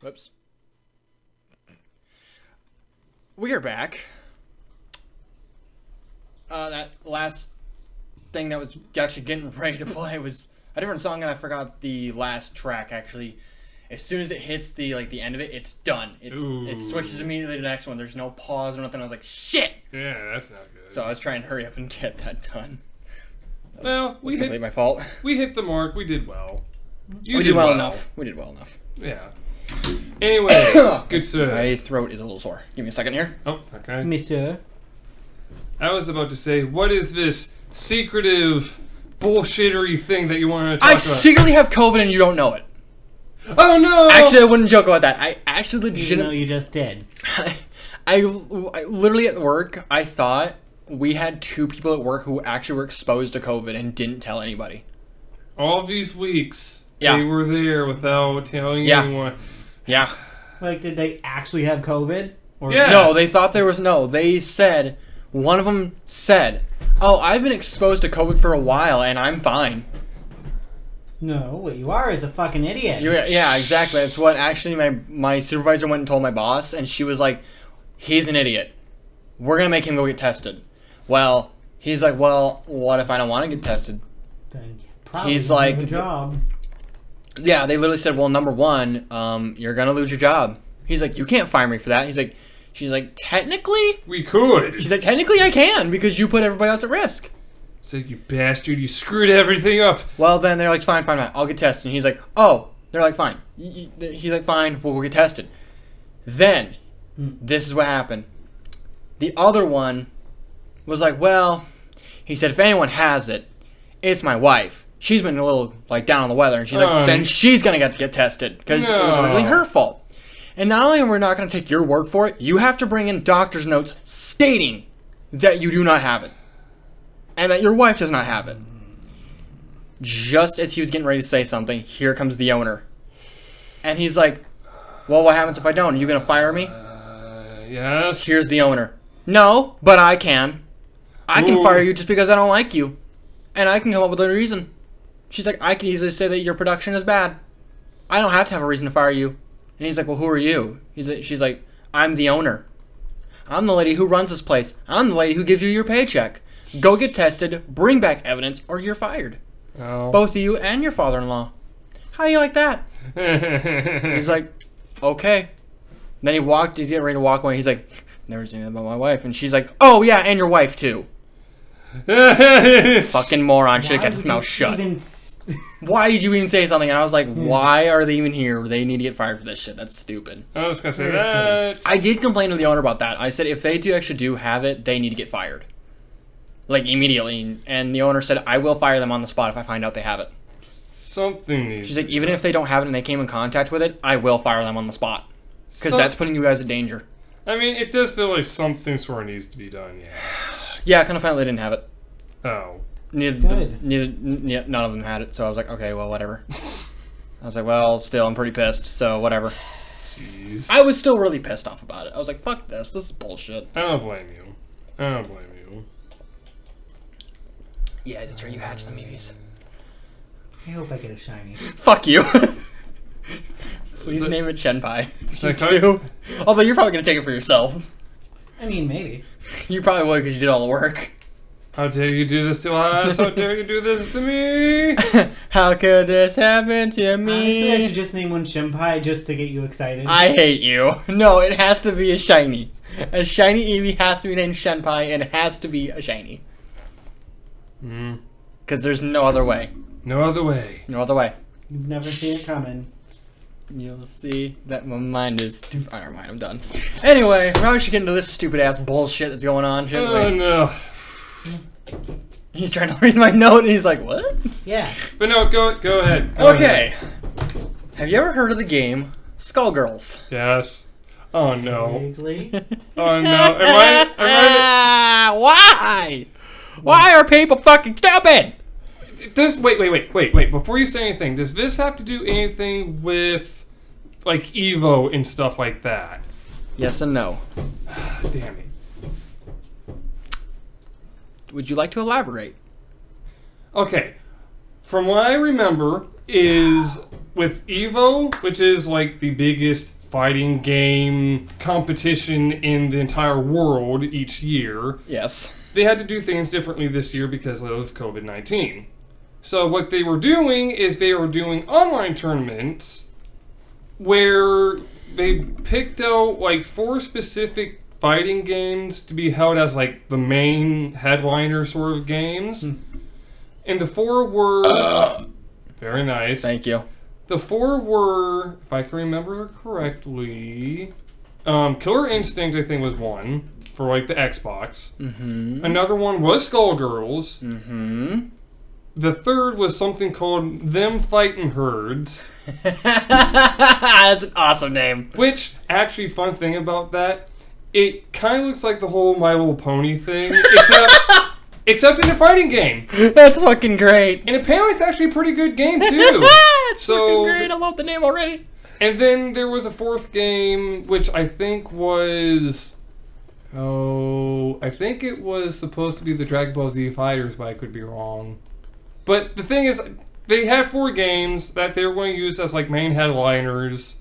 [SPEAKER 1] Whoops. We are back. Uh, that last thing that was actually getting ready to play was a different song, and I forgot the last track. Actually, as soon as it hits the like the end of it, it's done. It's it switches
[SPEAKER 2] Ooh.
[SPEAKER 1] immediately to the next one. There's no pause or nothing. I was like, shit.
[SPEAKER 2] Yeah, that's not good.
[SPEAKER 1] So I was trying to hurry up and get that done.
[SPEAKER 2] well,
[SPEAKER 1] It's
[SPEAKER 2] we
[SPEAKER 1] completely
[SPEAKER 2] hit,
[SPEAKER 1] my fault.
[SPEAKER 2] we hit the mark. We did well. You
[SPEAKER 1] We did well enough. We did well enough.
[SPEAKER 2] Yeah. Anyway, good sir.
[SPEAKER 1] My throat is a little sore. Give me a second here.
[SPEAKER 2] Oh, okay.
[SPEAKER 3] Monsieur.
[SPEAKER 2] I was about to say, what is this secretive bullshittery thing that you want to talk
[SPEAKER 1] I
[SPEAKER 2] about?
[SPEAKER 1] secretly have COVID and you don't know it.
[SPEAKER 2] oh no!
[SPEAKER 1] Actually, I wouldn't joke about that. I actually
[SPEAKER 3] You know
[SPEAKER 1] legitimately,
[SPEAKER 3] you just did.
[SPEAKER 1] I, I literally at work, I thought we had two people at work who actually were exposed to COVID and didn't tell anybody.
[SPEAKER 2] all these weeks
[SPEAKER 1] Yeah.
[SPEAKER 2] they were there without telling
[SPEAKER 1] Yeah.
[SPEAKER 2] anyone.
[SPEAKER 1] Yeah.
[SPEAKER 3] Like, did they actually have COVID? Or
[SPEAKER 2] Yeah.
[SPEAKER 1] No, they thought there was no. They said one of them said, "Oh, I've been exposed to COVID for a while and I'm fine."
[SPEAKER 3] No, what you are is a fucking idiot.
[SPEAKER 1] You- yeah, exactly. That's what actually my my supervisor went and told my boss, and she was like, "He's an idiot. We're gonna make him go get tested." Well, he's like, "Well, what if I don't want to get tested?"
[SPEAKER 3] Then you probably
[SPEAKER 1] He's
[SPEAKER 3] don't
[SPEAKER 1] like-
[SPEAKER 3] have a job.
[SPEAKER 1] Yeah, they literally said, "Well, number one, um, you're gonna lose your job." He's like, "You can't fire me for that." He's like, "She's like, technically."
[SPEAKER 2] We could.
[SPEAKER 1] She's like, "Technically, I can because you put everybody else at risk."
[SPEAKER 2] It's like, you bastard, you screwed everything up.
[SPEAKER 1] Well, then they're like, fine, fine, fine. I'll get tested. And he's like, oh. They're like, fine. Y- y- He's like, fine. We'll, we'll get tested. Then, this is what happened. The other one was like, well, he said, if anyone has it, it's my wife. She's been a little like down on the weather, and she's like,
[SPEAKER 2] Um,
[SPEAKER 1] then she's gonna get to get tested because it was
[SPEAKER 2] no.
[SPEAKER 1] really her fault. And not only are we not gonna take your word for it, you have to bring in doctor's notes stating that you do not have it and that your wife does not have it. Just as he was getting ready to say something, here comes the owner. And he's like, Well, what happens if I don't? Are you going to fire me?
[SPEAKER 2] Uh, yes.
[SPEAKER 1] Here's the owner. No, but I can. I can
[SPEAKER 2] Ooh.
[SPEAKER 1] fire you just because I don't like you. And I can come up with a reason. She's like, I can easily say that your production is bad. I don't have to have a reason to fire you. And he's like, Well, who are you? He's like, she's like, I'm the owner. I'm the lady who runs this place. I'm the lady who gives you your paycheck. Go get tested, bring back evidence, or you're fired.
[SPEAKER 2] Oh.
[SPEAKER 1] Both of you and your father in law. How you like that? He's like, okay. Then he walked. He's getting ready to walk away. He's like, never seen that about my wife. And she's like, oh yeah, and your wife too. Fucking moron. Should have
[SPEAKER 3] Why
[SPEAKER 1] kept his
[SPEAKER 3] would
[SPEAKER 1] mouth
[SPEAKER 3] you
[SPEAKER 1] shut.
[SPEAKER 3] even Hmm. s-
[SPEAKER 1] Why did you even say something? And I was like, why are they even here? They need to get fired for this shit. That's stupid.
[SPEAKER 2] I was gonna say
[SPEAKER 3] Very silly.
[SPEAKER 2] that.
[SPEAKER 1] I did complain to the owner about that. I said if they do actually do have it, they need to get fired, like immediately. And the owner said, I will fire them on the spot if I find out they have it.
[SPEAKER 2] Something needs.
[SPEAKER 1] She's like, even if they don't have it and they came in contact with it, I will fire them on the spot because
[SPEAKER 2] Some-
[SPEAKER 1] that's putting you guys in danger.
[SPEAKER 2] I mean, it does feel like something sort of needs to be done. Yeah.
[SPEAKER 1] Yeah, I kind of found out they didn't have it.
[SPEAKER 2] Oh.
[SPEAKER 1] neither,
[SPEAKER 3] Good.
[SPEAKER 1] neither, n- n- none of them had it. So I was like, okay, well, whatever. I was like, well, still, I'm pretty pissed. So whatever.
[SPEAKER 2] Jeez.
[SPEAKER 1] I was still really pissed off about it. I was like, fuck this. This is bullshit.
[SPEAKER 2] I don't blame you. I don't blame you.
[SPEAKER 1] Yeah, that's right. You hatched the movies.
[SPEAKER 3] I hope I get a shiny.
[SPEAKER 1] Fuck you. Please
[SPEAKER 2] Is it-
[SPEAKER 1] name it Shenpai.
[SPEAKER 2] Is that kind-
[SPEAKER 1] Too. Although you're probably gonna take it for yourself.
[SPEAKER 3] I mean, maybe.
[SPEAKER 1] You probably would because you did all the work.
[SPEAKER 2] How dare you do this to us? How dare you do this to me?
[SPEAKER 1] How could this happen to
[SPEAKER 3] Honestly, I should
[SPEAKER 1] me?
[SPEAKER 3] just name one Shimpai just to get you excited.
[SPEAKER 1] I hate you. No, it has to be a shiny. A shiny Eevee has to be named Shenpai and it has to be a shiny.
[SPEAKER 2] Hmm.
[SPEAKER 1] Because there's no other way.
[SPEAKER 2] No other way.
[SPEAKER 1] No other way.
[SPEAKER 3] You've never seen it coming.
[SPEAKER 1] You'll see that my mind is. Too- oh, never mind, I'm done. Anyway, we probably should get into this stupid ass bullshit that's going on, shouldn't
[SPEAKER 2] Oh
[SPEAKER 1] we?
[SPEAKER 2] no.
[SPEAKER 1] He's trying to read my note and he's like, what?
[SPEAKER 3] Yeah.
[SPEAKER 2] But no, go go ahead. Go ahead.
[SPEAKER 1] Okay. Have you ever heard of the game Skullgirls?
[SPEAKER 2] Yes. Oh no.
[SPEAKER 3] Vaguely.
[SPEAKER 2] Oh no. Am I? Am I
[SPEAKER 1] Ah, why? Why are people fucking stupid?
[SPEAKER 2] does wait wait wait wait wait before you say anything does this have to do anything with like evo and stuff like that
[SPEAKER 1] Yes and no.
[SPEAKER 2] damn it
[SPEAKER 1] Would you like to elaborate?
[SPEAKER 2] okay from what i remember is with evo which is like the biggest fighting game competition in the entire world each year,
[SPEAKER 1] Yes.
[SPEAKER 2] they had to do things differently this year because of COVID 19. So, what they were doing is they were doing online tournaments where they picked out like four specific fighting games to be held as like the main headliner sort of games. And the four were. very nice.
[SPEAKER 1] Thank you.
[SPEAKER 2] The four were, if I can remember correctly, um, Killer Instinct. I think was one for like the Xbox. Mm-hmm. Another one was Skullgirls. Mm-hmm.
[SPEAKER 1] Hmm?
[SPEAKER 2] The third was something called Them Fighting Herds,
[SPEAKER 1] That's an awesome name.
[SPEAKER 2] which actually, fun thing about that, it kind of looks like the whole My Little Pony thing, except except in a fighting game.
[SPEAKER 1] That's fucking great.
[SPEAKER 2] And apparently, it's actually a pretty good game too. so
[SPEAKER 1] I love the name already.
[SPEAKER 2] And then there was a fourth game, which I think was. Oh, I think it was supposed to be the Dragon Ball Z Fighters, but I could be wrong. But the thing is, they had four games that they were going to use as like main headliners.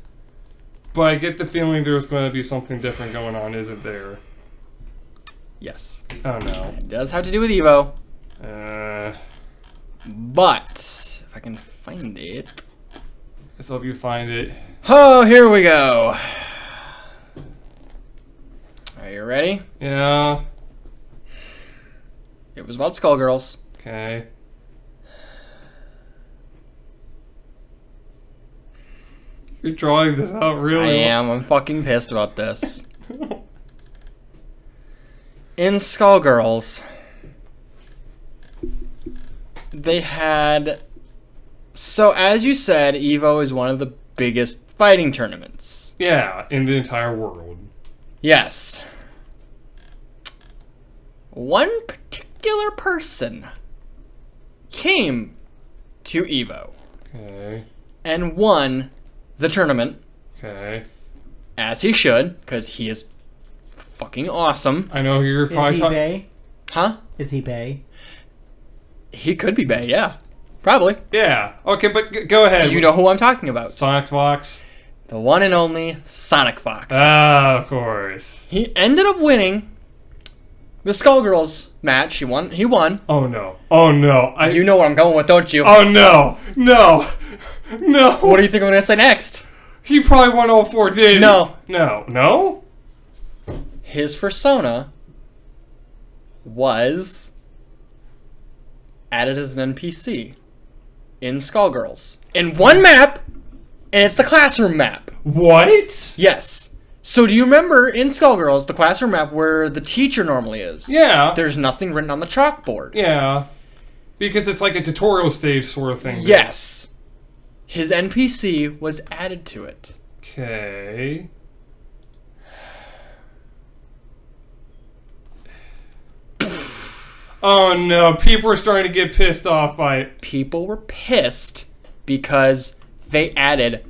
[SPEAKER 2] But I get the feeling there's going to be something different going on, isn't there?
[SPEAKER 1] Yes.
[SPEAKER 2] Oh no.
[SPEAKER 1] It does have to do with Evo,
[SPEAKER 2] Uh,
[SPEAKER 1] but if I can find it.
[SPEAKER 2] let's hope you find it.
[SPEAKER 1] Oh, here we go. Are you ready?
[SPEAKER 2] Yeah.
[SPEAKER 1] It was about Skullgirls.
[SPEAKER 2] Okay. You're drawing this out really
[SPEAKER 1] I
[SPEAKER 2] well.
[SPEAKER 1] am. I'm fucking pissed about this. in Skullgirls, they had. So, as you said, Evo is one of the biggest fighting tournaments.
[SPEAKER 2] Yeah, in the entire world.
[SPEAKER 1] Yes. One particular person came to Evo
[SPEAKER 2] Okay.
[SPEAKER 1] and won the tournament,
[SPEAKER 2] Okay.
[SPEAKER 1] as he should, because he is fucking awesome.
[SPEAKER 2] I know you're
[SPEAKER 3] Is
[SPEAKER 2] probably
[SPEAKER 3] he
[SPEAKER 2] talk-
[SPEAKER 3] Bay?
[SPEAKER 1] Huh?
[SPEAKER 3] Is he Bay?
[SPEAKER 1] He could be Bay, yeah. Probably.
[SPEAKER 2] Yeah. Okay, but g- go ahead.
[SPEAKER 1] You know who I'm talking about.
[SPEAKER 2] Sonic Fox.
[SPEAKER 1] The one and only Sonic Fox.
[SPEAKER 2] Ah, of course.
[SPEAKER 1] he ended up winning the Skullgirls match. He won. He won.
[SPEAKER 2] Oh no. Oh no. I.
[SPEAKER 1] You know where I'm going with, don't you?
[SPEAKER 2] oh no. No. No.
[SPEAKER 1] What do you think I'm going to say next?
[SPEAKER 2] He probably won all four, did
[SPEAKER 1] No.
[SPEAKER 2] No. No.
[SPEAKER 1] His persona was added as an NPC in Skullgirls. In one map, and it's the classroom map.
[SPEAKER 2] What?
[SPEAKER 1] Yes. So do you remember in Skullgirls, the classroom map where the teacher normally is?
[SPEAKER 2] Yeah.
[SPEAKER 1] There's nothing written on the chalkboard.
[SPEAKER 2] Yeah. Because it's like a tutorial stage sort of thing.
[SPEAKER 1] Yes. His NPC was added to it.
[SPEAKER 2] Okay. Oh no, people are starting to get pissed off by it.
[SPEAKER 1] People were pissed because they added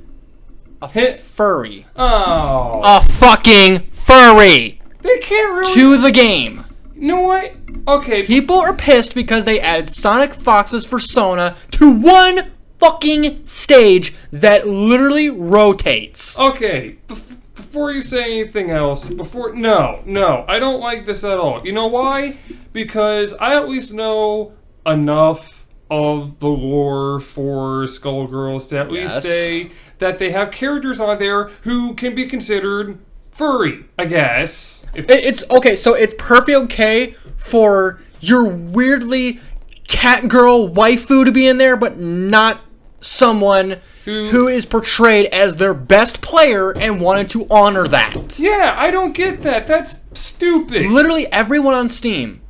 [SPEAKER 1] a
[SPEAKER 2] Hit.
[SPEAKER 1] furry.
[SPEAKER 2] Oh.
[SPEAKER 1] A fucking furry
[SPEAKER 2] they can't really.
[SPEAKER 1] to the game.
[SPEAKER 2] you know what? Okay,
[SPEAKER 1] People are pissed because they added Sonic Fox's persona to one fucking stage that literally rotates.
[SPEAKER 2] okay. Bef- before you say anything else, before. No, no, I don't like this at all. You know why? Because I at least know enough of the lore for Skullgirls to at least
[SPEAKER 1] Yes.
[SPEAKER 2] say that they have characters on there who can be considered furry, I guess. If
[SPEAKER 1] It- It's okay, so it's perfectly okay for your weirdly cat girl waifu to be in there, but not someone
[SPEAKER 2] Who-
[SPEAKER 1] who is portrayed as their best player and wanted to honor that.
[SPEAKER 2] Yeah, I don't get that. That's stupid.
[SPEAKER 1] Literally everyone on Steam,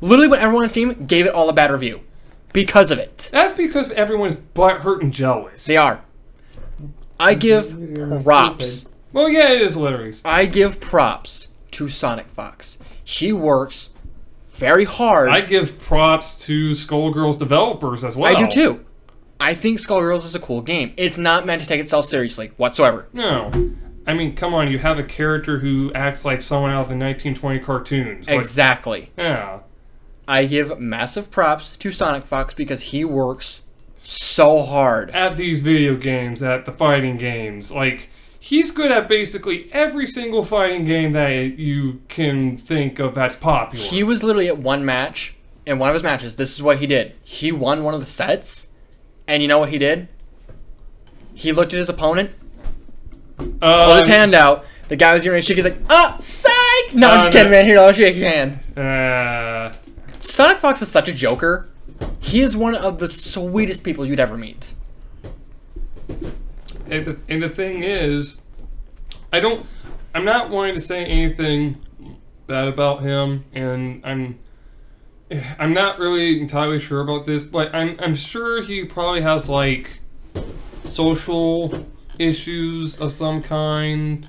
[SPEAKER 1] literally when everyone on Steam gave it all a bad review because of it.
[SPEAKER 2] That's because everyone's butt hurt and jealous.
[SPEAKER 1] They are. I give props.
[SPEAKER 2] Well, yeah, it is literally. st-
[SPEAKER 1] I give props to Sonic Fox. He works very hard.
[SPEAKER 2] I give props to Skullgirls developers as well.
[SPEAKER 1] I do too. I think Skullgirls is a cool game. It's not meant to take itself seriously whatsoever.
[SPEAKER 2] No. I mean, come on, you have a character who acts like someone out of the 1920 cartoons. Like,
[SPEAKER 1] Exactly.
[SPEAKER 2] yeah.
[SPEAKER 1] I give massive props to Sonic Fox because he works so hard.
[SPEAKER 2] At these video games, at the fighting games, like, he's good at basically every single fighting game that you can think of that's popular.
[SPEAKER 1] He was literally at one match, in one of his matches, this is what he did. He won one of the sets, and you know what he did? He looked at his opponent,
[SPEAKER 2] Um,
[SPEAKER 1] put his hand out. The guy was getting ready to shake. He's like, ah, psych! No, I'm
[SPEAKER 2] Oh,
[SPEAKER 1] just
[SPEAKER 2] no.
[SPEAKER 1] kidding, man. Here, I'll shake your hand.
[SPEAKER 2] Uh,
[SPEAKER 1] Sonic Fox is such a joker. He is one of the sweetest people you'd ever meet.
[SPEAKER 2] and, the, and the thing is, I don't. I'm not wanting to say anything bad about him, and I'm. I'm not really entirely sure about this, but I'm I'm sure he probably has like social issues of some kind.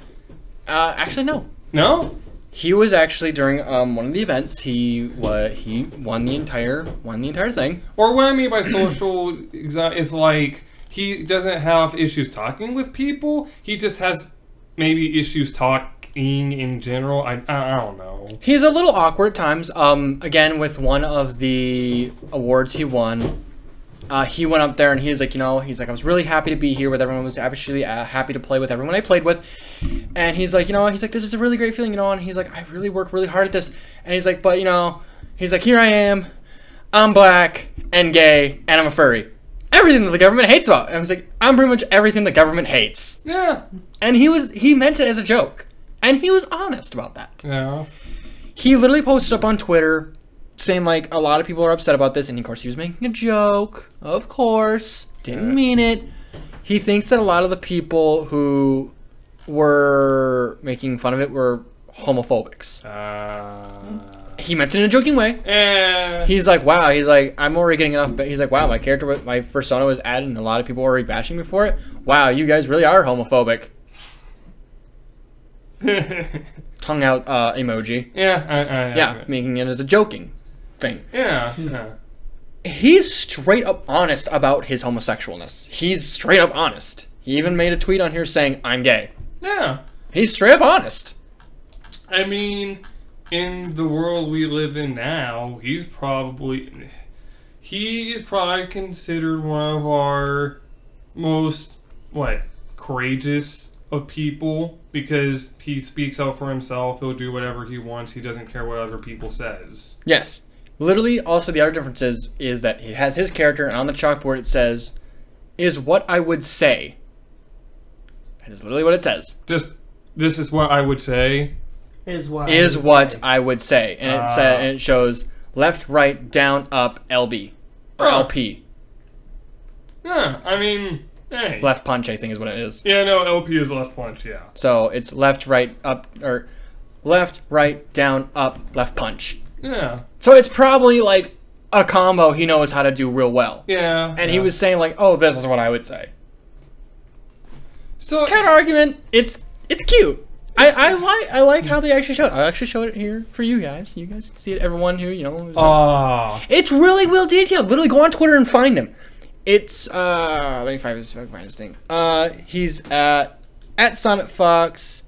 [SPEAKER 1] Uh, actually, no.
[SPEAKER 2] No,
[SPEAKER 1] He was actually during um, one of the events. He wa he won the entire won the entire thing.
[SPEAKER 2] Or what I mean by social exa- is like he doesn't have issues talking with people. He just has maybe issues talking in general. I I, I don't know.
[SPEAKER 1] He's a little awkward at times. Um, again, with one of the awards he won, uh, he went up there and he was like, you know, he's like, I was really happy to be here with everyone. I was actually uh, happy to play with everyone I played with. And he's like, you know, he's like, this is a really great feeling, you know. And he's like, I really work really hard at this. And he's like, but you know, he's like, here I am. I'm black and gay and I'm a furry. Everything that the government hates about. And I was like, I'm pretty much everything the government hates.
[SPEAKER 2] Yeah,
[SPEAKER 1] And he was, he meant it as a joke. And he was honest about that
[SPEAKER 2] yeah.
[SPEAKER 1] he literally posted up on Twitter saying like a lot of people are upset about this, and of course he was making a joke. Of course, didn't mean it. He thinks that a lot of the people who were making fun of it were homophobics.
[SPEAKER 2] Uh,
[SPEAKER 1] He meant it in a joking way.
[SPEAKER 2] eh.
[SPEAKER 1] He's like, wow. He's like, I'm already getting enough. But he's like, wow, my character, was- my persona was added, and a lot of people were already bashing me for it. Wow, you guys really are homophobic. Tongue out uh, emoji.
[SPEAKER 2] yeah, I, I,
[SPEAKER 1] Yeah, making it as a joking thing.
[SPEAKER 2] yeah, yeah.
[SPEAKER 1] he's straight up honest about his homosexualness. He's straight up honest. He even made a tweet on here saying, I'm gay.
[SPEAKER 2] yeah.
[SPEAKER 1] He's straight up honest.
[SPEAKER 2] I mean, in the world we live in now, he's probably he is probably considered one of our most what courageous of people because he speaks out for himself. He'll do whatever he wants. He doesn't care what other people says.
[SPEAKER 1] Yes. Literally, also, the other difference is, is that he has his character, and on the chalkboard it says, is what I would say. That is literally what it says.
[SPEAKER 2] Just this is what I would say.
[SPEAKER 3] Is what
[SPEAKER 1] Is
[SPEAKER 3] I would
[SPEAKER 1] what
[SPEAKER 3] say.
[SPEAKER 1] I would say. And it, sa-
[SPEAKER 2] Ah.
[SPEAKER 1] and it shows left, right, down, up, LB. Or
[SPEAKER 2] Huh.
[SPEAKER 1] LP.
[SPEAKER 2] Yeah, I mean, hey,
[SPEAKER 1] Left punch, I think, is what it is.
[SPEAKER 2] yeah, no, LP is left punch. Yeah,
[SPEAKER 1] So it's left, right, up, or left, right, down, up, left punch.
[SPEAKER 2] yeah,
[SPEAKER 1] So it's probably like a combo he knows how to do real well.
[SPEAKER 2] yeah.
[SPEAKER 1] And he was saying like, "Oh, this is what I would say."
[SPEAKER 2] so
[SPEAKER 1] Counter argument. It's it's cute. I, I like I like how they actually showed. it. I actually showed it here for you guys. You guys can see it. Everyone who you know. is-
[SPEAKER 2] Ah,
[SPEAKER 1] it's really well detailed. Literally, go on Twitter and find him. It's uh, let me find his, find his thing. Uh, he's at at Sonic Fox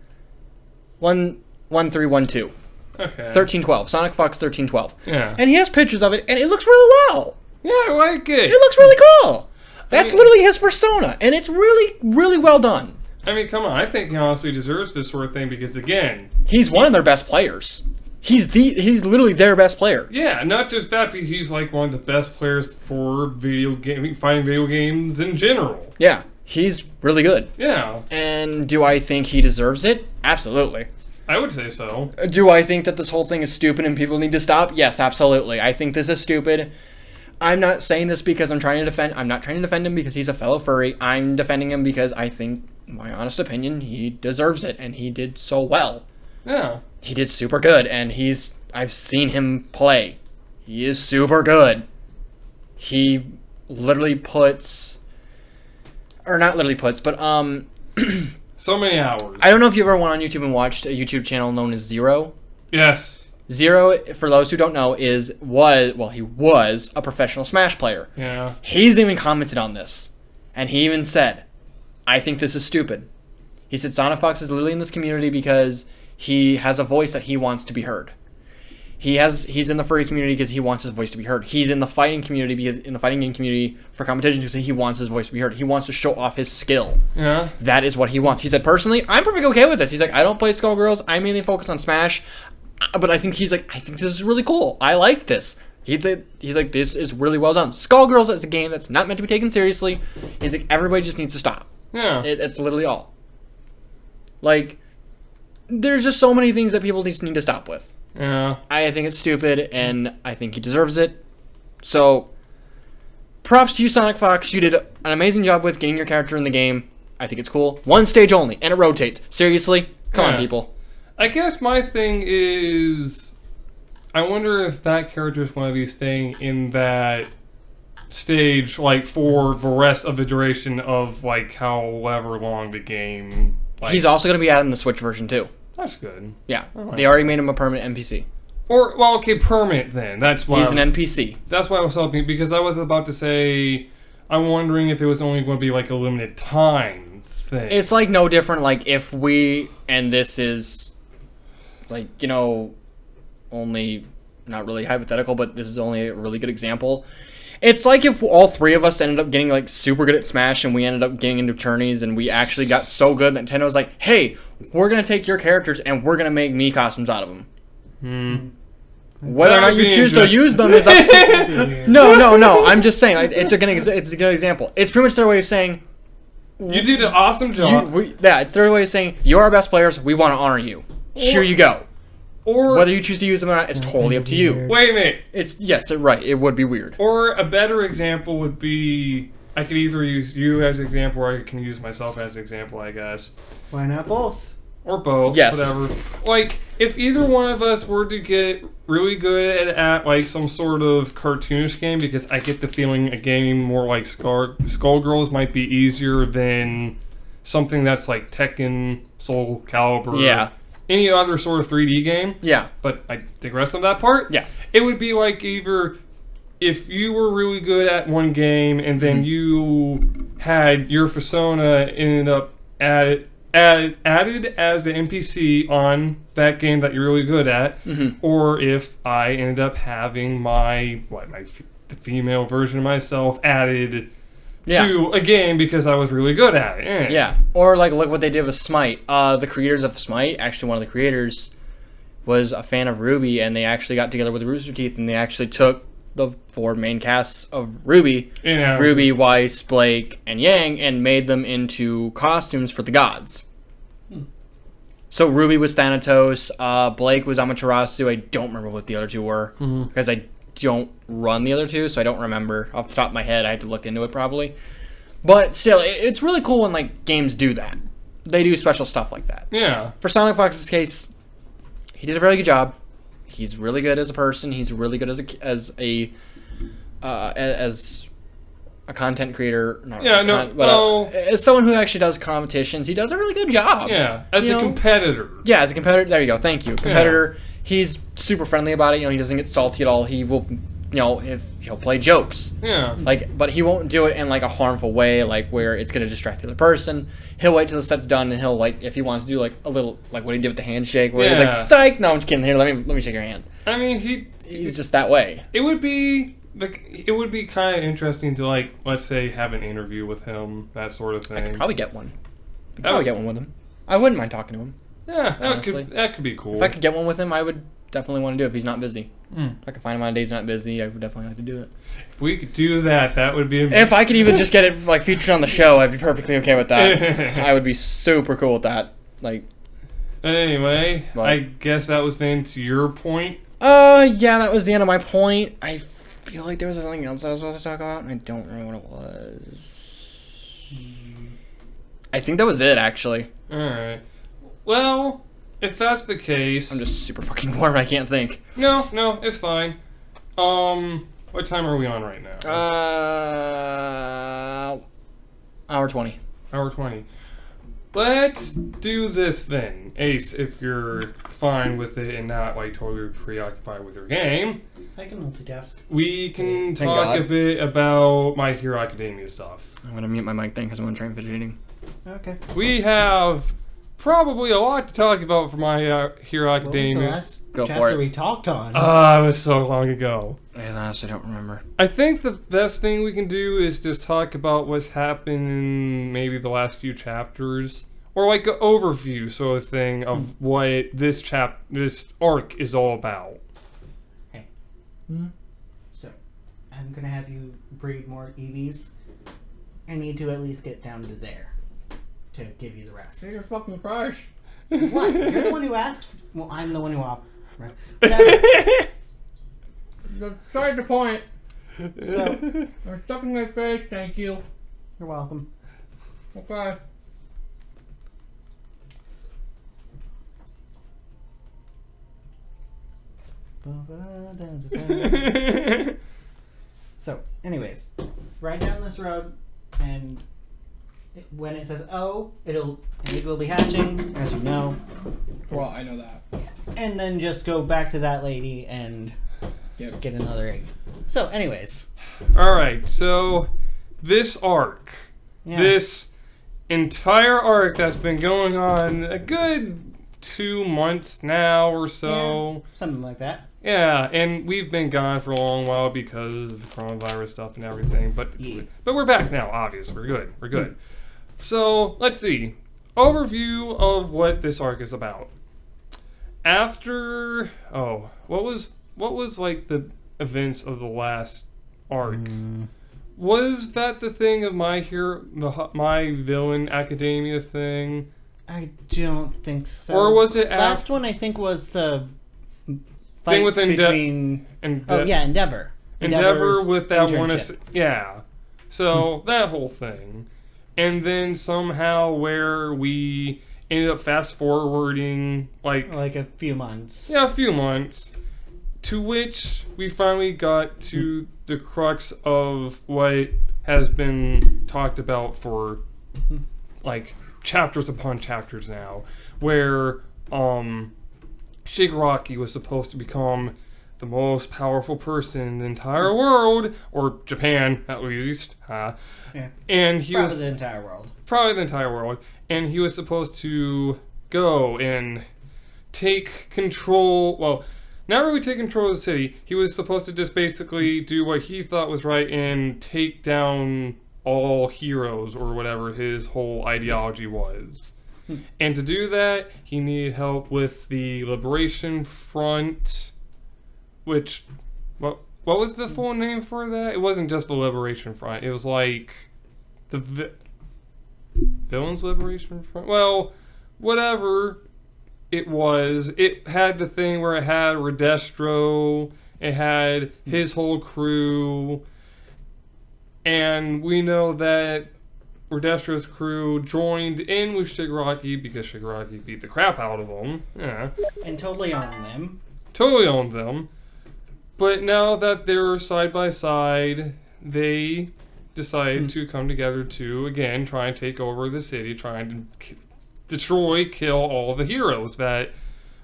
[SPEAKER 1] one one three one two
[SPEAKER 2] okay.
[SPEAKER 1] thirteen twelve Sonic Fox thirteen twelve,
[SPEAKER 2] Yeah,
[SPEAKER 1] and he has pictures of it, and it looks really well.
[SPEAKER 2] yeah, I like
[SPEAKER 1] It
[SPEAKER 2] it.
[SPEAKER 1] looks really cool. That's literally his persona, and it's really, really well done.
[SPEAKER 2] I mean, come on. I think he honestly deserves this sort of thing because, again,
[SPEAKER 1] He's one of their best players. He's the he's literally their best player.
[SPEAKER 2] yeah, not just that, because he's like one of the best players for video game, fighting video games in general.
[SPEAKER 1] Yeah, he's really good.
[SPEAKER 2] Yeah,
[SPEAKER 1] And do I think he deserves it? Absolutely.
[SPEAKER 2] I would say so.
[SPEAKER 1] Do I think that this whole thing is stupid and people need to stop? Yes, absolutely. I think this is stupid. I'm not saying this because I'm trying to defend. I'm not trying to defend him because he's a fellow furry. I'm defending him because I think, in my honest opinion, he deserves it, and he did so well.
[SPEAKER 2] Yeah,
[SPEAKER 1] he did super good and he's I've seen him play. He is super good. He literally puts or not literally puts, but um
[SPEAKER 2] so many hours.
[SPEAKER 1] I don't know if you ever went on YouTube and watched a YouTube channel known as Zero.
[SPEAKER 2] yes.
[SPEAKER 1] Zero, for those who don't know, is was well he was a professional Smash player.
[SPEAKER 2] Yeah.
[SPEAKER 1] He's even commented on this. And he even said, I think this is stupid. He said Sonic Fox is literally in this community because he has a voice that he wants to be heard. He has he's in the furry community because he wants his voice to be heard. He's in the fighting community because in the fighting game community for competition because he wants his voice to be heard. He wants to show off his skill.
[SPEAKER 2] Yeah.
[SPEAKER 1] That is what he wants. He said, personally, I'm perfectly okay with this. He's like, I don't play Skullgirls. I mainly focus on Smash, Uh, but I think he's like, I think this is really cool. I like this. He did. He's like, this is really well done. Skullgirls is a game that's not meant to be taken seriously. He's like, everybody just needs to stop.
[SPEAKER 2] Yeah.
[SPEAKER 1] It, it's literally all. Like, there's just so many things that people just need to stop with.
[SPEAKER 2] yeah.
[SPEAKER 1] I think it's stupid, and I think he deserves it. So, props to you, Sonic Fox. You did an amazing job with getting your character in the game. I think it's cool. One stage only, and it rotates. Seriously, come on,
[SPEAKER 2] Yeah.
[SPEAKER 1] people.
[SPEAKER 2] I guess my thing is, I wonder if that character is going to be staying in that stage like for the rest of the duration of like however long the game. Like,
[SPEAKER 1] He's also going to be added in the Switch version too.
[SPEAKER 2] that's good.
[SPEAKER 1] Yeah,
[SPEAKER 2] my
[SPEAKER 1] they already made him a permanent NPC.
[SPEAKER 2] Or well, okay, permanent then. That's why
[SPEAKER 1] He's
[SPEAKER 2] I
[SPEAKER 1] an
[SPEAKER 2] was-
[SPEAKER 1] NPC.
[SPEAKER 2] That's why I was hoping because I was about to say, I'm wondering if it was only going to be like a limited time thing.
[SPEAKER 1] It's like no different. Like if we and this is, like you know, only not really hypothetical, but this is only a really good example. It's like if all three of us ended up getting like super good at Smash and we ended up getting into tourneys and we actually got so good that Nintendo's like, hey, we're gonna take your characters and we're gonna make me costumes out of them. Hmm. Whether or
[SPEAKER 2] That would
[SPEAKER 1] not you
[SPEAKER 2] be
[SPEAKER 1] choose to
[SPEAKER 2] interesting.
[SPEAKER 1] use them is up to. No, no, no. I'm just saying like, it's a good ex- it's a good example. It's pretty much their way of saying
[SPEAKER 2] you did an awesome
[SPEAKER 1] you,
[SPEAKER 2] job.
[SPEAKER 1] we, yeah, it's their way of saying you're our best players. We want to honor you. Here you go.
[SPEAKER 2] or
[SPEAKER 1] Whether you choose to use them or not, it's totally up to you.
[SPEAKER 2] wait a minute.
[SPEAKER 1] It's yes, right. It would be weird.
[SPEAKER 2] Or a better example would be I could either use you as an example or I can use myself as an example, I guess.
[SPEAKER 3] Why not both?
[SPEAKER 2] Or both,
[SPEAKER 1] Yes.
[SPEAKER 2] whatever. Like, if either one of us were to get really good at, at like some sort of cartoonish game, because I get the feeling a game more like Scar- Skullgirls might be easier than something that's like Tekken, Soul Calibur,
[SPEAKER 1] Yeah.
[SPEAKER 2] any other sort of 3D game
[SPEAKER 1] Yeah,
[SPEAKER 2] but I digress on that part.
[SPEAKER 1] Yeah.
[SPEAKER 2] It would be like either if you were really good at one game
[SPEAKER 1] Mm-hmm.
[SPEAKER 2] and then you had your persona ended up added, added, added as an NPC on that game that you're really good at,
[SPEAKER 1] Mm-hmm.
[SPEAKER 2] or if I ended up having my, what, my f- the female version of myself added
[SPEAKER 1] yeah,
[SPEAKER 2] to a game because I was really good at it. Eh.
[SPEAKER 1] yeah. Or like, look what they did with Smite. Uh, the creators of Smite, actually, one of the creators was a fan of Ruby, and they actually got together with Rooster Teeth, and they actually took the four main casts of Ruby,
[SPEAKER 2] You know,
[SPEAKER 1] Ruby, Weiss, Blake, and Yang, and made them into costumes for the gods. So Ruby was Thanatos, uh, Blake was Amaterasu. I don't remember what the other two were because I don't run the other two, so I don't remember off the top of my head. I have to look into it probably. But still, it- it's really cool when like games do that. They do special stuff like that.
[SPEAKER 2] Yeah.
[SPEAKER 1] For Sonic Fox's case, he did a very good job. He's really good as a person. He's really good as a as a uh, a- as a content creator. Not
[SPEAKER 2] Yeah,
[SPEAKER 1] really
[SPEAKER 2] no,
[SPEAKER 1] con- but, uh,
[SPEAKER 2] well-
[SPEAKER 1] as someone who actually does competitions, he does a really good job.
[SPEAKER 2] Yeah. As
[SPEAKER 1] You
[SPEAKER 2] a
[SPEAKER 1] know?
[SPEAKER 2] competitor.
[SPEAKER 1] Yeah, as a competitor, there you go. Thank you, competitor. He's super friendly about it. You know, he doesn't get salty at all. He will, you know, if he'll play jokes,
[SPEAKER 2] Yeah.
[SPEAKER 1] like, but he won't do it in like a harmful way, like where it's gonna distract the other person. He'll wait till the set's done, and he'll like, if he wants to do like a little, like what he did with the handshake, where he's
[SPEAKER 2] Yeah.
[SPEAKER 1] like, "Psych, no, I'm just kidding. Here, let me let me shake your hand."
[SPEAKER 2] I mean, he
[SPEAKER 1] He's just that way.
[SPEAKER 2] it would be like it would be kind of interesting to like let's say have an interview with him that sort of thing
[SPEAKER 1] Probably get one. I'd
[SPEAKER 2] would-
[SPEAKER 1] probably get one with him. I wouldn't mind talking to him.
[SPEAKER 2] yeah that
[SPEAKER 1] honestly.
[SPEAKER 2] could that could be cool
[SPEAKER 1] If I could get one with him, I would definitely want to do it if he's not busy.
[SPEAKER 2] Mm.
[SPEAKER 1] If I could find him on days not busy, I would definitely like to do it.
[SPEAKER 2] if we could do that that would be
[SPEAKER 1] If I could e- even just get it like featured on the show, I'd be perfectly okay with that. I would be super cool with that. Like,
[SPEAKER 2] anyway
[SPEAKER 1] But-
[SPEAKER 2] i guess that was then to your point
[SPEAKER 1] uh, yeah, that was the end of my point. I feel like there was something else I was supposed to talk about, and I don't remember what it was. I think that was it, actually.
[SPEAKER 2] all right well if that's the case
[SPEAKER 1] I'm just super fucking warm. I can't think.
[SPEAKER 2] no no it's fine um what time are we on right now
[SPEAKER 1] Uh, hour twenty.
[SPEAKER 2] hour 20 let's do this then ace if you're fine with it and not like totally preoccupied with your game
[SPEAKER 3] I can multitask.
[SPEAKER 2] We can
[SPEAKER 1] Thank
[SPEAKER 2] talk
[SPEAKER 1] God.
[SPEAKER 2] a bit about My Hero Academia stuff.
[SPEAKER 1] I'm gonna mute my mic thing because I'm gonna try and fidgeting.
[SPEAKER 3] Okay.
[SPEAKER 2] We have probably a lot to talk about for my uh, Hero
[SPEAKER 3] What was the
[SPEAKER 2] Academia.
[SPEAKER 3] last
[SPEAKER 1] Go for
[SPEAKER 3] chapter
[SPEAKER 1] it. Uh.
[SPEAKER 3] we talked on?
[SPEAKER 2] Ah, it was so long ago.
[SPEAKER 1] I honestly don't remember.
[SPEAKER 2] I think the best thing we can do is just talk about what's happened in maybe the last few chapters, or like an overview sort of thing
[SPEAKER 3] Hmm.
[SPEAKER 2] of what this chap this arc is all about.
[SPEAKER 3] hey. So, I'm gonna have you breed more EVs. I need to at least get down to there to give you the rest.
[SPEAKER 1] fucking crash.
[SPEAKER 3] What? You're the one who asked. Well, I'm the one who offered. Right. Whatever.
[SPEAKER 1] Sorry the point.
[SPEAKER 3] So-
[SPEAKER 1] I'm stuck in my face. Thank you.
[SPEAKER 3] You're welcome.
[SPEAKER 1] Okay.
[SPEAKER 3] So, anyways, ride down this road, and it, when it says "O," it'll an eagle will be hatching, as you know,
[SPEAKER 1] Well, I know that.
[SPEAKER 3] and then just go back to that lady and
[SPEAKER 1] Yep.
[SPEAKER 3] get another egg. So, anyways,
[SPEAKER 2] all right, so this arc,
[SPEAKER 3] yeah.
[SPEAKER 2] this entire arc that's been going on a good two months now or so.
[SPEAKER 3] something like that.
[SPEAKER 2] Yeah, and we've been gone for a long while because of the coronavirus stuff and everything, but
[SPEAKER 3] Yeah.
[SPEAKER 2] but we're back now, obviously. We're good. We're good. So, let's see. Overview of what this arc is about. After oh, what was what was like the events of the last arc?
[SPEAKER 3] Mm.
[SPEAKER 2] Was that the thing of my hero the, my villain academia thing?
[SPEAKER 3] I don't think so.
[SPEAKER 2] Or was it
[SPEAKER 3] last
[SPEAKER 2] af-
[SPEAKER 3] one? I think was the fight
[SPEAKER 2] with Ende-
[SPEAKER 3] between.
[SPEAKER 2] And
[SPEAKER 3] oh
[SPEAKER 2] the-
[SPEAKER 3] yeah, Endeavor.
[SPEAKER 2] Endeavor
[SPEAKER 3] Endeavor's
[SPEAKER 2] with that one.
[SPEAKER 3] internship.
[SPEAKER 2] ass- Yeah. So that whole thing. And then somehow where we ended up fast forwarding like,
[SPEAKER 3] like a few months.
[SPEAKER 2] yeah, a few months to which we finally got to the crux of what has been talked about for like chapters upon chapters now where um Shigaraki was supposed to become the most powerful person in the entire world, or Japan at least, huh?
[SPEAKER 3] Yeah.
[SPEAKER 2] And he
[SPEAKER 3] Probably
[SPEAKER 2] was
[SPEAKER 3] the entire world.
[SPEAKER 2] probably the entire world, and he was supposed to go and take control. Well, not really take control of the city. He was supposed to just basically do what he thought was right and take down all heroes or whatever his whole ideology was. And to do that, he needed help with the Liberation Front, which what what was the full name for that? It wasn't just the Liberation Front. It was like the vi- Villains Liberation Front. Well, whatever it was, it had the thing where it had Redestro, it had his whole crew, and we know that Redestro's crew joined in with Shigaraki because Shigaraki beat the crap out of them. Yeah
[SPEAKER 3] And totally on them.
[SPEAKER 2] totally owned them. But now that they're side by side, they decide to come together to again try and take over the city, trying to k- destroy, kill all the heroes that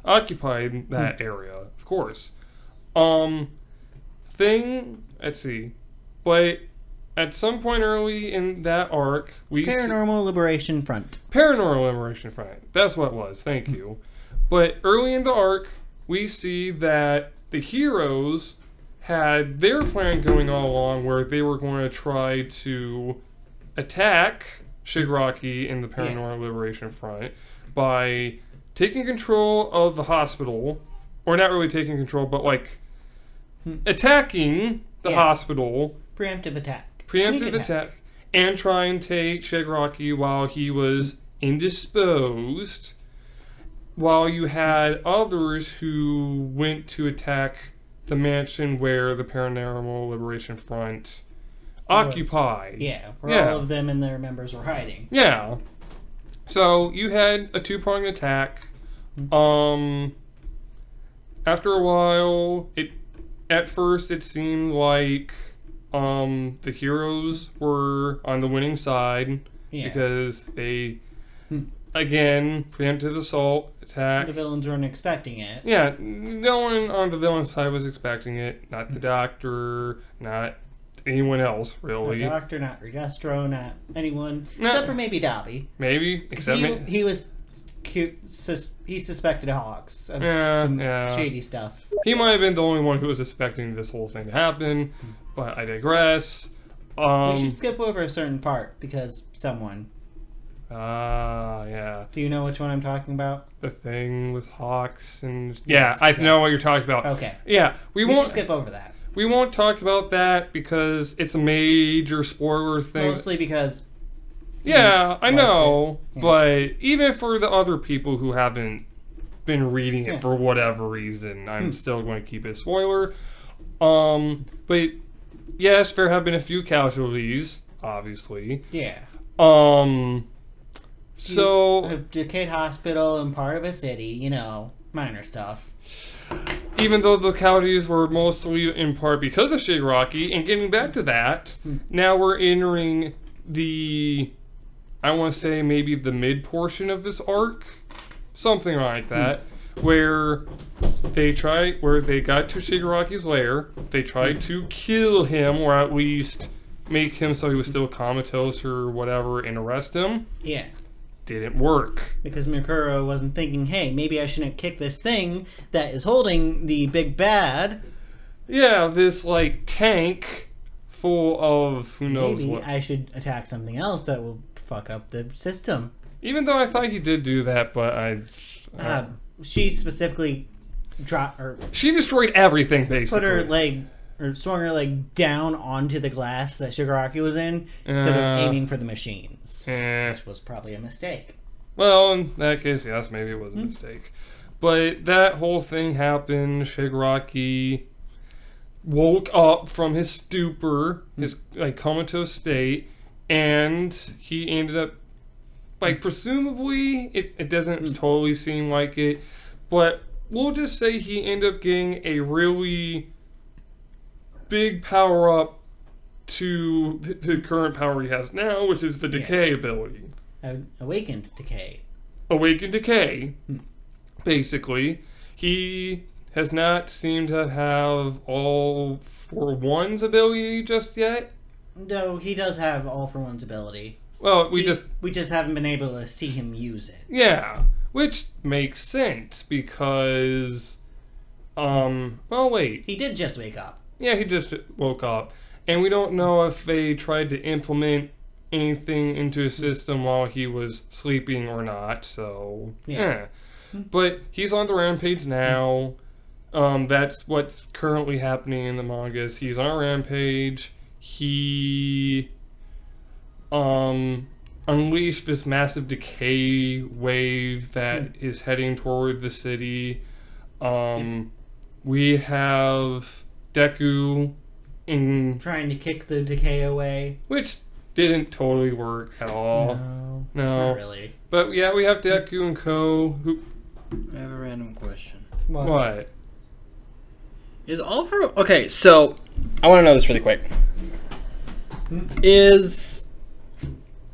[SPEAKER 2] occupied that area. Of course. Um, thing. Let's see. But at some point early in that arc, we see-
[SPEAKER 3] Paranormal Liberation Front.
[SPEAKER 2] Paranormal Liberation Front. That's what it was. Thank you. But early in the arc, we see that the heroes had their plan going all along where they were going to try to attack Shigaraki and the Paranormal Liberation Front by taking control of the hospital, or not really taking control, but like attacking the
[SPEAKER 3] Yeah.
[SPEAKER 2] hospital
[SPEAKER 3] Preemptive attack.
[SPEAKER 2] preemptive
[SPEAKER 3] Sneak
[SPEAKER 2] attack. and try and take Shigaraki while he was indisposed. While you had others who went to attack the mansion where the Paranormal Liberation Front occupied.
[SPEAKER 3] Yeah, where
[SPEAKER 2] Yeah.
[SPEAKER 3] all of them and their members were hiding.
[SPEAKER 2] Yeah. So you had a two pronged attack. Um after a while it at first it seemed like um the heroes were on the winning side
[SPEAKER 3] Yeah. Hmm.
[SPEAKER 2] because they again preemptive assault attack
[SPEAKER 3] the villains weren't expecting it.
[SPEAKER 2] yeah, no one on the villain side was expecting it. Not
[SPEAKER 3] Hmm.
[SPEAKER 2] the doctor, not anyone else,
[SPEAKER 3] Not
[SPEAKER 2] really.
[SPEAKER 3] Doctor, not Registro, not anyone.
[SPEAKER 2] No.
[SPEAKER 3] Except for maybe Dobby.
[SPEAKER 2] Maybe,
[SPEAKER 3] 'Cause
[SPEAKER 2] except
[SPEAKER 3] He,
[SPEAKER 2] ma-
[SPEAKER 3] he was cu- sus- he suspected hawks of s-
[SPEAKER 2] Yeah,
[SPEAKER 3] some
[SPEAKER 2] yeah.
[SPEAKER 3] shady stuff.
[SPEAKER 2] He might have been the only one who was expecting this whole thing to happen, but I digress.
[SPEAKER 3] we should
[SPEAKER 2] Um,
[SPEAKER 3] skip over a certain part because someone.
[SPEAKER 2] ah, yeah,
[SPEAKER 3] Do you know which one I'm talking about?
[SPEAKER 2] the thing with Hawks and yeah,
[SPEAKER 3] Yes,
[SPEAKER 2] I know
[SPEAKER 3] yes.
[SPEAKER 2] what you're talking about.
[SPEAKER 3] Okay.
[SPEAKER 2] Yeah, we,
[SPEAKER 3] We should
[SPEAKER 2] won't
[SPEAKER 3] skip over that.
[SPEAKER 2] we won't talk about that because it's a major spoiler thing.
[SPEAKER 3] Mostly because
[SPEAKER 2] yeah, I
[SPEAKER 3] likes
[SPEAKER 2] know,
[SPEAKER 3] it. Yeah.
[SPEAKER 2] but even for the other people who haven't been reading it
[SPEAKER 3] Yeah.
[SPEAKER 2] for whatever reason, I'm still going to keep it a spoiler. Um, but yes, there have been a few casualties, obviously.
[SPEAKER 3] yeah.
[SPEAKER 2] Um. So
[SPEAKER 3] Of Decade Hospital and part of a city, you know, minor stuff.
[SPEAKER 2] even though the casualties were mostly in part because of Shade Rocky, and getting back to that, now we're entering the, I want to say maybe the mid portion of this arc, something like that, where they try where they got to Shigaraki's lair. They tried to kill him, or at least make him so he was still comatose or whatever, and arrest him.
[SPEAKER 3] Yeah.
[SPEAKER 2] Didn't work.
[SPEAKER 3] Because Mikuro wasn't thinking, hey, maybe I shouldn't kick this thing that is holding the big bad.
[SPEAKER 2] Yeah, this like tank full of who knows
[SPEAKER 3] Maybe
[SPEAKER 2] what.
[SPEAKER 3] I should attack something else that will fuck up the system.
[SPEAKER 2] Even though I thought he did do that, but I.
[SPEAKER 3] Uh, she specifically dropped or
[SPEAKER 2] she destroyed everything basically.
[SPEAKER 3] put her leg or swung her leg down onto the glass that Shigaraki was in instead
[SPEAKER 2] Uh.
[SPEAKER 3] of aiming for the machines,
[SPEAKER 2] Eh,
[SPEAKER 3] which was probably a mistake.
[SPEAKER 2] well, in that case, yes, maybe it was a mistake. But that whole thing happened. Shigaraki woke up from his stupor, his like comatose state, and he ended up like presumably it, it doesn't totally seem like it, but we'll just say he ended up getting a really big power up to the- the current power he has now, which is the decay ability.
[SPEAKER 3] I awakened decay.
[SPEAKER 2] Awaken Decay, basically. He has not seemed to have all for one's ability just yet.
[SPEAKER 3] No, he does have all for one's ability.
[SPEAKER 2] Well, we
[SPEAKER 3] He-
[SPEAKER 2] just
[SPEAKER 3] we just haven't been able to see him use it.
[SPEAKER 2] yeah, which makes sense because um well wait.
[SPEAKER 3] He did just wake up.
[SPEAKER 2] Yeah, he just woke up and we don't know if they tried to implement anything into his system while he was sleeping or not. So,
[SPEAKER 3] Yeah.
[SPEAKER 2] yeah. But he's on the rampage now. Um, that's what's currently happening in the manga. Is he's on a rampage. He um unleashed this massive decay wave that is heading toward the city. Um, we have Deku in
[SPEAKER 3] Trying to kick the decay away.
[SPEAKER 2] which didn't totally work at all.
[SPEAKER 3] No,
[SPEAKER 2] No.
[SPEAKER 3] not really.
[SPEAKER 2] But yeah, we have Deku and Co. Who
[SPEAKER 1] I have a random question.
[SPEAKER 3] What?
[SPEAKER 2] what?
[SPEAKER 1] Is all for okay? So I want to know this really quick. Is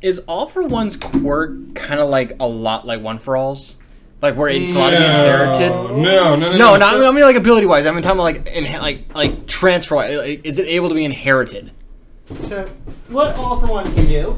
[SPEAKER 1] is all for one's quirk kind of like a lot like one for all's? Like where it's a lot of
[SPEAKER 3] Oh.
[SPEAKER 1] inherited.
[SPEAKER 2] No, no, no.
[SPEAKER 1] No, not I mean like ability wise. I mean talking about like inhe- like like transfer. Like, is it able to be inherited?
[SPEAKER 3] So, what all for one can do?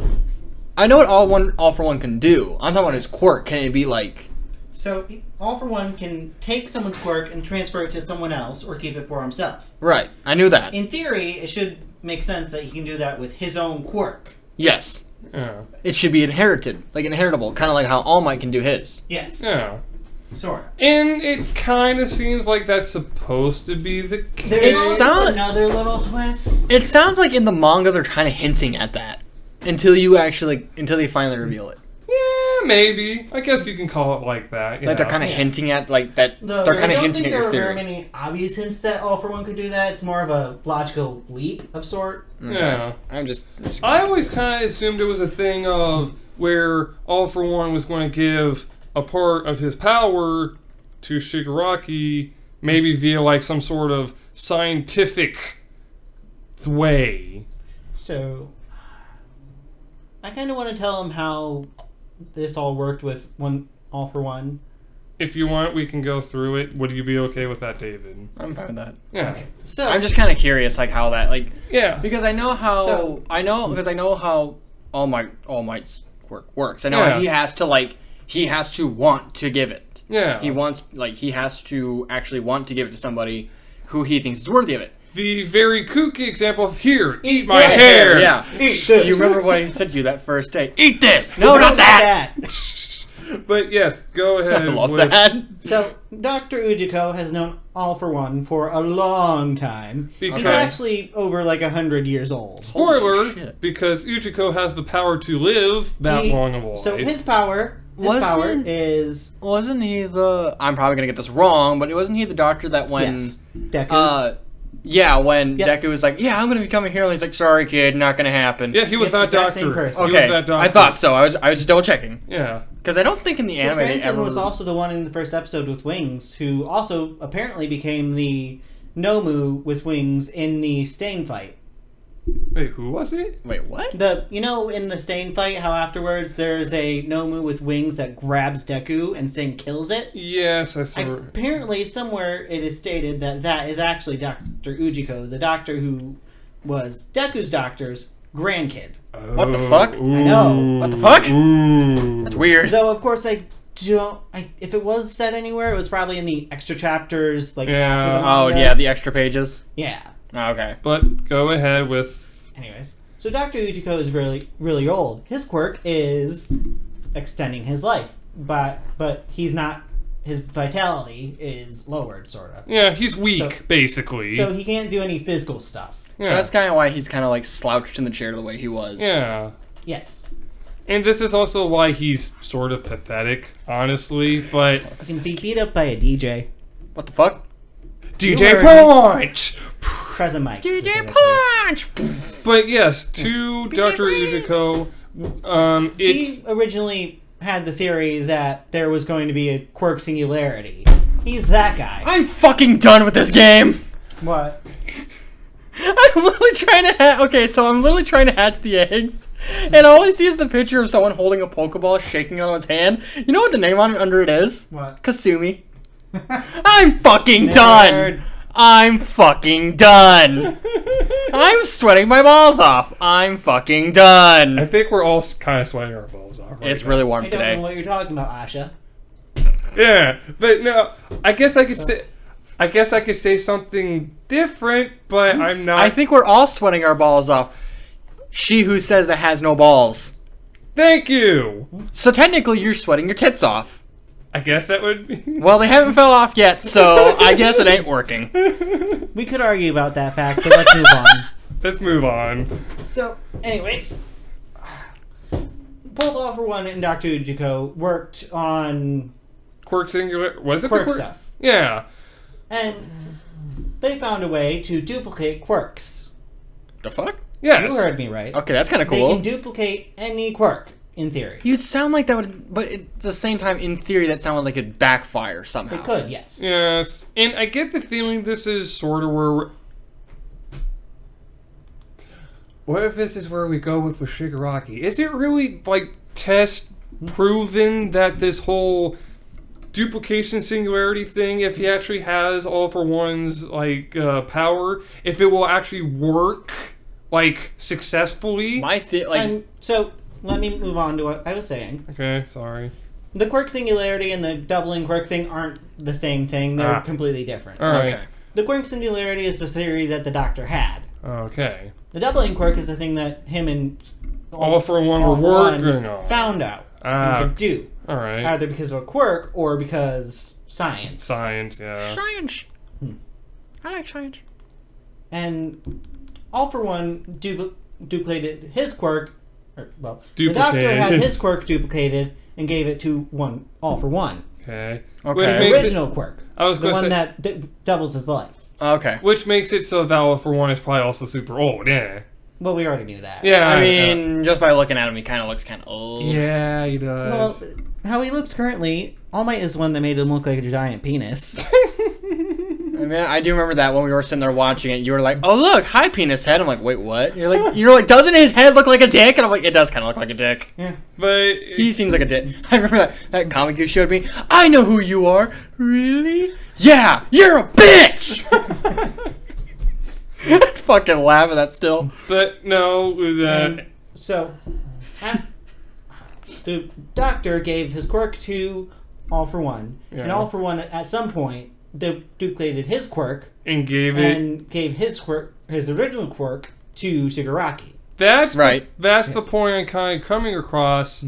[SPEAKER 1] I know what all one all for one can do. I'm talking about his quirk. Can it be like
[SPEAKER 3] So, all for one can take someone's quirk and transfer it to someone else or keep it for himself.
[SPEAKER 1] right? I knew that.
[SPEAKER 3] In theory, it should make sense that he can do that with his own quirk.
[SPEAKER 1] yes,
[SPEAKER 2] Yeah.
[SPEAKER 1] it should be inherited, like inheritable, kind of like how All Might can do his.
[SPEAKER 3] Yes.
[SPEAKER 2] yeah.
[SPEAKER 3] Sora.
[SPEAKER 2] And it kind of seems like that's supposed to be the case.
[SPEAKER 3] There
[SPEAKER 1] It
[SPEAKER 3] is
[SPEAKER 1] sound-
[SPEAKER 3] another little twist.
[SPEAKER 1] It sounds like in the manga they're kind of hinting at that until you actually until they finally reveal it.
[SPEAKER 2] yeah, maybe. I guess you can call it like that. Yeah.
[SPEAKER 1] Like they're kind of hinting at like that.
[SPEAKER 3] Though
[SPEAKER 1] they're
[SPEAKER 3] I
[SPEAKER 1] kind of
[SPEAKER 3] don't
[SPEAKER 1] hinting at
[SPEAKER 3] think
[SPEAKER 1] your
[SPEAKER 3] there
[SPEAKER 1] theory.
[SPEAKER 3] were very many obvious hints that all for one could do that. It's more of a logical leap of sort.
[SPEAKER 2] Yeah.
[SPEAKER 1] I'm just. just-
[SPEAKER 2] I always kind of assumed it was a thing of where All for One was going to give a part of his power to Shigaraki, maybe via like some sort of scientific way.
[SPEAKER 3] So, I kind of want to tell him how this all worked with one all for one.
[SPEAKER 2] If you want, we can go through it. Would you be okay with that, David?
[SPEAKER 1] I'm fine with that.
[SPEAKER 2] Yeah.
[SPEAKER 3] So
[SPEAKER 1] I'm just kind of curious, like how that, like
[SPEAKER 2] Yeah.
[SPEAKER 1] because I know how
[SPEAKER 3] So-
[SPEAKER 1] I know because I know how All Might All Might's work works. I know
[SPEAKER 2] Yeah.
[SPEAKER 1] how he has to like he has to want to give it.
[SPEAKER 2] Yeah.
[SPEAKER 1] He wants like he has to actually want to give it to somebody who he thinks is worthy of it.
[SPEAKER 2] the very kooky example of here, eat my
[SPEAKER 3] my
[SPEAKER 2] hair.
[SPEAKER 1] Yeah.
[SPEAKER 3] Eat
[SPEAKER 1] Do you remember what he said to you that first day? Eat this.
[SPEAKER 3] Oh,
[SPEAKER 1] No, not that.
[SPEAKER 2] But yes, go ahead.
[SPEAKER 1] I love
[SPEAKER 2] with,
[SPEAKER 1] that.
[SPEAKER 3] So, Dr. Ujiko has known All for One for a long time. He's
[SPEAKER 2] Because-
[SPEAKER 3] actually over like a hundred years old.
[SPEAKER 1] Holy
[SPEAKER 2] Spoiler,
[SPEAKER 1] Oh, shit.
[SPEAKER 2] because Uchiko has the power to live that
[SPEAKER 3] He-
[SPEAKER 2] long of a life.
[SPEAKER 3] So his power, his
[SPEAKER 1] Wasn't-
[SPEAKER 3] power is
[SPEAKER 1] Wasn't he the? I'm probably gonna get this wrong, but it wasn't he the doctor that when?
[SPEAKER 3] yes, Deku's.
[SPEAKER 1] Uh, yeah, when
[SPEAKER 3] Yep.
[SPEAKER 1] Deku was like, "Yeah, I'm gonna become a hero," he's like, "Sorry, kid, not gonna happen."
[SPEAKER 2] yeah, he was
[SPEAKER 3] Yeah,
[SPEAKER 2] that
[SPEAKER 3] exact same
[SPEAKER 2] doctor.
[SPEAKER 3] person.
[SPEAKER 2] He
[SPEAKER 1] Okay,
[SPEAKER 2] was that doctor.
[SPEAKER 1] I thought so. I was, I was just double checking
[SPEAKER 2] Yeah.
[SPEAKER 1] because I don't think in the
[SPEAKER 3] his
[SPEAKER 1] anime they
[SPEAKER 3] grandson
[SPEAKER 1] ever.
[SPEAKER 3] was also the one in the first episode with wings, who also apparently became the Nomu with wings in the Stain fight.
[SPEAKER 2] Wait, who was he?
[SPEAKER 1] Wait, what?
[SPEAKER 3] The you know in the Stain fight, how afterwards there's a Nomu with wings that grabs Deku and Stain kills it.
[SPEAKER 2] Yes, I saw.
[SPEAKER 3] Apparently, somewhere it is stated that that is actually Dr. Ujiko, the doctor who was Deku's doctor's grandkid.
[SPEAKER 1] What the fuck?
[SPEAKER 2] Ooh.
[SPEAKER 3] know.
[SPEAKER 1] What the fuck?
[SPEAKER 2] Ooh.
[SPEAKER 1] That's weird.
[SPEAKER 3] Though, of course, I don't. I, if it was said anywhere, it was probably in the extra chapters, like
[SPEAKER 2] Yeah.
[SPEAKER 3] after the
[SPEAKER 1] oh
[SPEAKER 3] manga.
[SPEAKER 1] yeah, the extra pages.
[SPEAKER 3] yeah.
[SPEAKER 1] Oh, okay.
[SPEAKER 2] But go ahead with.
[SPEAKER 3] Anyways, so Dr. Ujiko is really, really old. His quirk is extending his life, but but he's not. His vitality is lowered, sort of.
[SPEAKER 2] Yeah, he's weak,
[SPEAKER 3] So-
[SPEAKER 2] basically.
[SPEAKER 3] So he can't do any physical stuff.
[SPEAKER 2] yeah.
[SPEAKER 1] So that's kind of why he's kind of like slouched in the chair the way he was.
[SPEAKER 2] yeah.
[SPEAKER 3] Yes.
[SPEAKER 2] And this is also why he's sort of pathetic, honestly. But
[SPEAKER 3] He can be beat up by a DJ.
[SPEAKER 1] What the fuck?
[SPEAKER 2] DJ
[SPEAKER 3] were-
[SPEAKER 2] Punch.
[SPEAKER 3] Press a mic.
[SPEAKER 1] DJ Punch.
[SPEAKER 2] But yes, to Doctor Ujiko, um, it's
[SPEAKER 3] He originally had the theory that there was going to be a quirk singularity. He's that guy.
[SPEAKER 1] I'm fucking done with this game.
[SPEAKER 3] What?
[SPEAKER 1] I'm literally trying to hatch. Okay, so I'm literally trying to hatch the eggs, and all I see is the picture of someone holding a Pokeball, shaking it on its hand. You know what the name on it under it is?
[SPEAKER 3] What?
[SPEAKER 1] Kasumi. I'm fucking
[SPEAKER 3] Nerd.
[SPEAKER 1] done. I'm fucking done. I'm sweating my balls off. I'm fucking
[SPEAKER 2] I
[SPEAKER 1] done.
[SPEAKER 2] think we're all kind of sweating our balls off. Right
[SPEAKER 1] It's
[SPEAKER 2] now.
[SPEAKER 1] really warm
[SPEAKER 3] I don't know
[SPEAKER 1] today.
[SPEAKER 3] what you're talking about, Asha.
[SPEAKER 2] yeah. But no, I guess I could say, I guess I could say something different, but I'm not.
[SPEAKER 1] I think we're all sweating our balls off. She who says that has no balls.
[SPEAKER 2] Thank you.
[SPEAKER 1] So technically, you're sweating your tits off.
[SPEAKER 2] I guess that would be.
[SPEAKER 1] Well, they haven't fell off yet, so I guess it ain't working.
[SPEAKER 3] We could argue about that fact, but let's move on.
[SPEAKER 2] Let's move on.
[SPEAKER 3] So, anyways. Both All for One and Dr. Ujiko worked on
[SPEAKER 2] Quirk singular. Was it
[SPEAKER 3] quirk
[SPEAKER 2] the quirk?
[SPEAKER 3] stuff.
[SPEAKER 2] Yeah.
[SPEAKER 3] And they found a way to duplicate quirks.
[SPEAKER 1] The fuck?
[SPEAKER 2] Yes.
[SPEAKER 3] You heard me right.
[SPEAKER 1] Okay, that's kind of
[SPEAKER 3] They
[SPEAKER 1] cool.
[SPEAKER 3] can duplicate any quirk, in theory.
[SPEAKER 1] you sound like that would, but at the same time, in theory, that sounded like it'd backfire somehow.
[SPEAKER 3] It could, yes.
[SPEAKER 2] Yes, and I get the feeling this is sort of where. We're... What if this is where we go with with Shigaraki? Is it really like test proven that this whole duplication singularity thing, if he actually has all for one's like uh, power, if it will actually work like successfully?
[SPEAKER 1] My the- like,
[SPEAKER 3] And Um, so let me move on to what I was saying.
[SPEAKER 2] okay, sorry.
[SPEAKER 3] The quirk singularity and the doubling quirk thing aren't the same thing. They're
[SPEAKER 2] Ah.
[SPEAKER 3] completely different.
[SPEAKER 2] All right.
[SPEAKER 1] okay.
[SPEAKER 3] The quirk singularity is the theory that the doctor had.
[SPEAKER 2] Okay.
[SPEAKER 3] The doubling quirk is the thing that him and
[SPEAKER 2] All for one
[SPEAKER 3] All
[SPEAKER 2] we're
[SPEAKER 3] for One
[SPEAKER 2] working on.
[SPEAKER 3] found out
[SPEAKER 2] Ah,
[SPEAKER 3] and could do
[SPEAKER 2] all right.
[SPEAKER 3] either because of a quirk or because science.
[SPEAKER 2] Science, yeah.
[SPEAKER 1] Science. I like science.
[SPEAKER 3] And all for one du- duplicated his quirk. Or, well, the doctor
[SPEAKER 2] Duplicated.
[SPEAKER 3] had his quirk duplicated and gave it to one all for one.
[SPEAKER 2] Okay.
[SPEAKER 1] Okay.
[SPEAKER 2] Which
[SPEAKER 3] The
[SPEAKER 2] makes it,
[SPEAKER 3] original quirk.
[SPEAKER 2] I was
[SPEAKER 3] The
[SPEAKER 2] going to
[SPEAKER 3] one
[SPEAKER 2] say,
[SPEAKER 3] that d- doubles his life.
[SPEAKER 1] Okay.
[SPEAKER 2] which makes it so Vala for one is probably also super old. Yeah.
[SPEAKER 3] Well, we already knew that.
[SPEAKER 2] Yeah.
[SPEAKER 1] I mean, just by looking at him, he kind of looks kind of old.
[SPEAKER 2] yeah, he does.
[SPEAKER 3] Well, how he looks currently, All Might is the one that made him look like a giant penis.
[SPEAKER 1] And then I do remember that when we were sitting there watching it, you were like, "Oh look, hi penis head." I'm like, "Wait, what?" You're like, "You're like, doesn't his head look like a dick?" And I'm like, "It does kind of look like a dick."
[SPEAKER 3] yeah.
[SPEAKER 2] but
[SPEAKER 1] He seems like a dick. I remember that, that comic you showed me. I know who you are. Really? Yeah, you're a bitch. I fucking laugh at that still.
[SPEAKER 2] but no, with that
[SPEAKER 3] And so, af- the doctor gave his quirk to All for One, and
[SPEAKER 2] Yeah.
[SPEAKER 3] All for One at some point du- duplicated his quirk
[SPEAKER 2] and gave it.
[SPEAKER 3] and gave his quirk, his original quirk, to Shigaraki.
[SPEAKER 2] That's
[SPEAKER 1] Right.
[SPEAKER 2] That's the point I'm kind of coming across.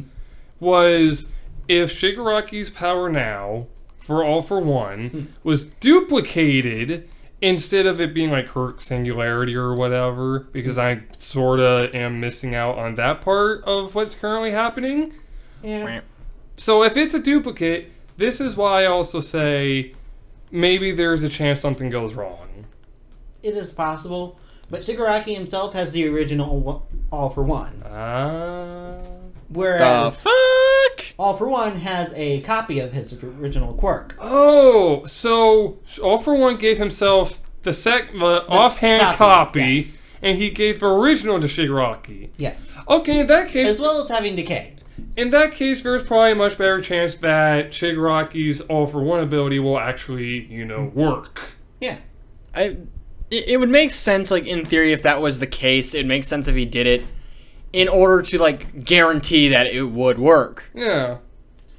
[SPEAKER 2] Was if Shigaraki's power now, for all for one, was duplicated instead of it being like her singularity or whatever, because I sorta am missing out on that part of what's currently happening.
[SPEAKER 3] Yeah,
[SPEAKER 2] So if it's a duplicate, this is why I also say maybe there's a chance something goes wrong.
[SPEAKER 3] it is possible, but Shigaraki himself has the original one- All for One,
[SPEAKER 2] Ah.
[SPEAKER 1] The
[SPEAKER 3] whereas
[SPEAKER 1] fuck?
[SPEAKER 3] All for One has a copy of his original quirk.
[SPEAKER 2] Oh, so All for One gave himself the sec the, offhand
[SPEAKER 3] copy,
[SPEAKER 2] copy,
[SPEAKER 3] yes.
[SPEAKER 2] and he gave the original to Shigaraki.
[SPEAKER 3] Yes,
[SPEAKER 2] Okay, in that case,
[SPEAKER 3] as well as having decay.
[SPEAKER 2] in that case, there's probably a much better chance that Shigaraki's All for One ability will actually, you know, work.
[SPEAKER 3] Yeah.
[SPEAKER 1] I, it it would make sense, like in theory, if that was the case, it makes sense if he did it in order to like guarantee that it would work.
[SPEAKER 2] Yeah,
[SPEAKER 1] Then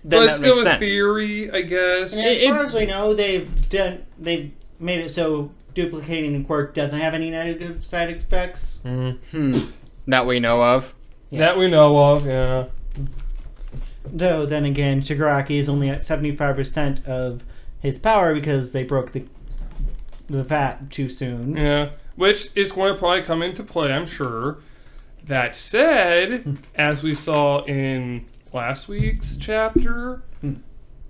[SPEAKER 2] but
[SPEAKER 1] that
[SPEAKER 2] it's still
[SPEAKER 1] makes
[SPEAKER 2] in
[SPEAKER 1] sense.
[SPEAKER 2] theory, I guess.
[SPEAKER 3] And as
[SPEAKER 1] It-
[SPEAKER 3] far
[SPEAKER 1] it-
[SPEAKER 3] as we know, they've done they've made it so duplicating the quirk doesn't have any negative side effects.
[SPEAKER 1] Hmm. That we know of.
[SPEAKER 2] That we know of. Yeah.
[SPEAKER 3] Though then again, Shigaraki is only at seventy five percent of his power because they broke the the vat too soon.
[SPEAKER 2] Yeah, which is going to probably come into play, I'm sure. That said, as we saw in last week's chapter,
[SPEAKER 1] Hmm.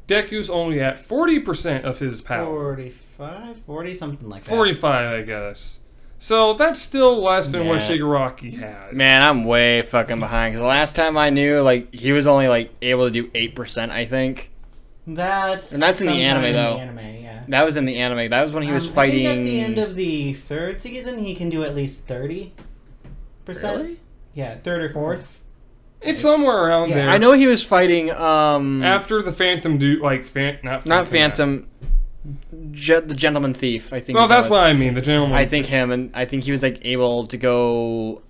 [SPEAKER 2] Deku's only at 40% of his power.
[SPEAKER 3] 45, 40, something like that.
[SPEAKER 2] 45, I guess. So that's still less than what
[SPEAKER 1] Yeah.
[SPEAKER 2] Shigaraki had.
[SPEAKER 1] Man, I'm way fucking behind. Cause the last time I knew, like he was only like able to do eight percent. I think
[SPEAKER 3] That's
[SPEAKER 1] And that's in the
[SPEAKER 3] sometime
[SPEAKER 1] anime, though.
[SPEAKER 3] In the anime, yeah.
[SPEAKER 1] that was in the anime. That was when he was
[SPEAKER 3] Um, I think
[SPEAKER 1] fighting.
[SPEAKER 3] at the end of the third season, he can do at least thirty percent.
[SPEAKER 1] Really?
[SPEAKER 3] Yeah, third or fourth.
[SPEAKER 2] It's somewhere around
[SPEAKER 3] Yeah.
[SPEAKER 2] there.
[SPEAKER 1] I know he was fighting. Um,
[SPEAKER 2] After the Phantom Dude, like, fan- not Phantom.
[SPEAKER 1] not Phantom. Je- the gentleman thief. I think.
[SPEAKER 2] No,
[SPEAKER 1] his name
[SPEAKER 2] that's
[SPEAKER 1] was.
[SPEAKER 2] what I mean. The gentleman.
[SPEAKER 1] I think him, and I think he was like able to go.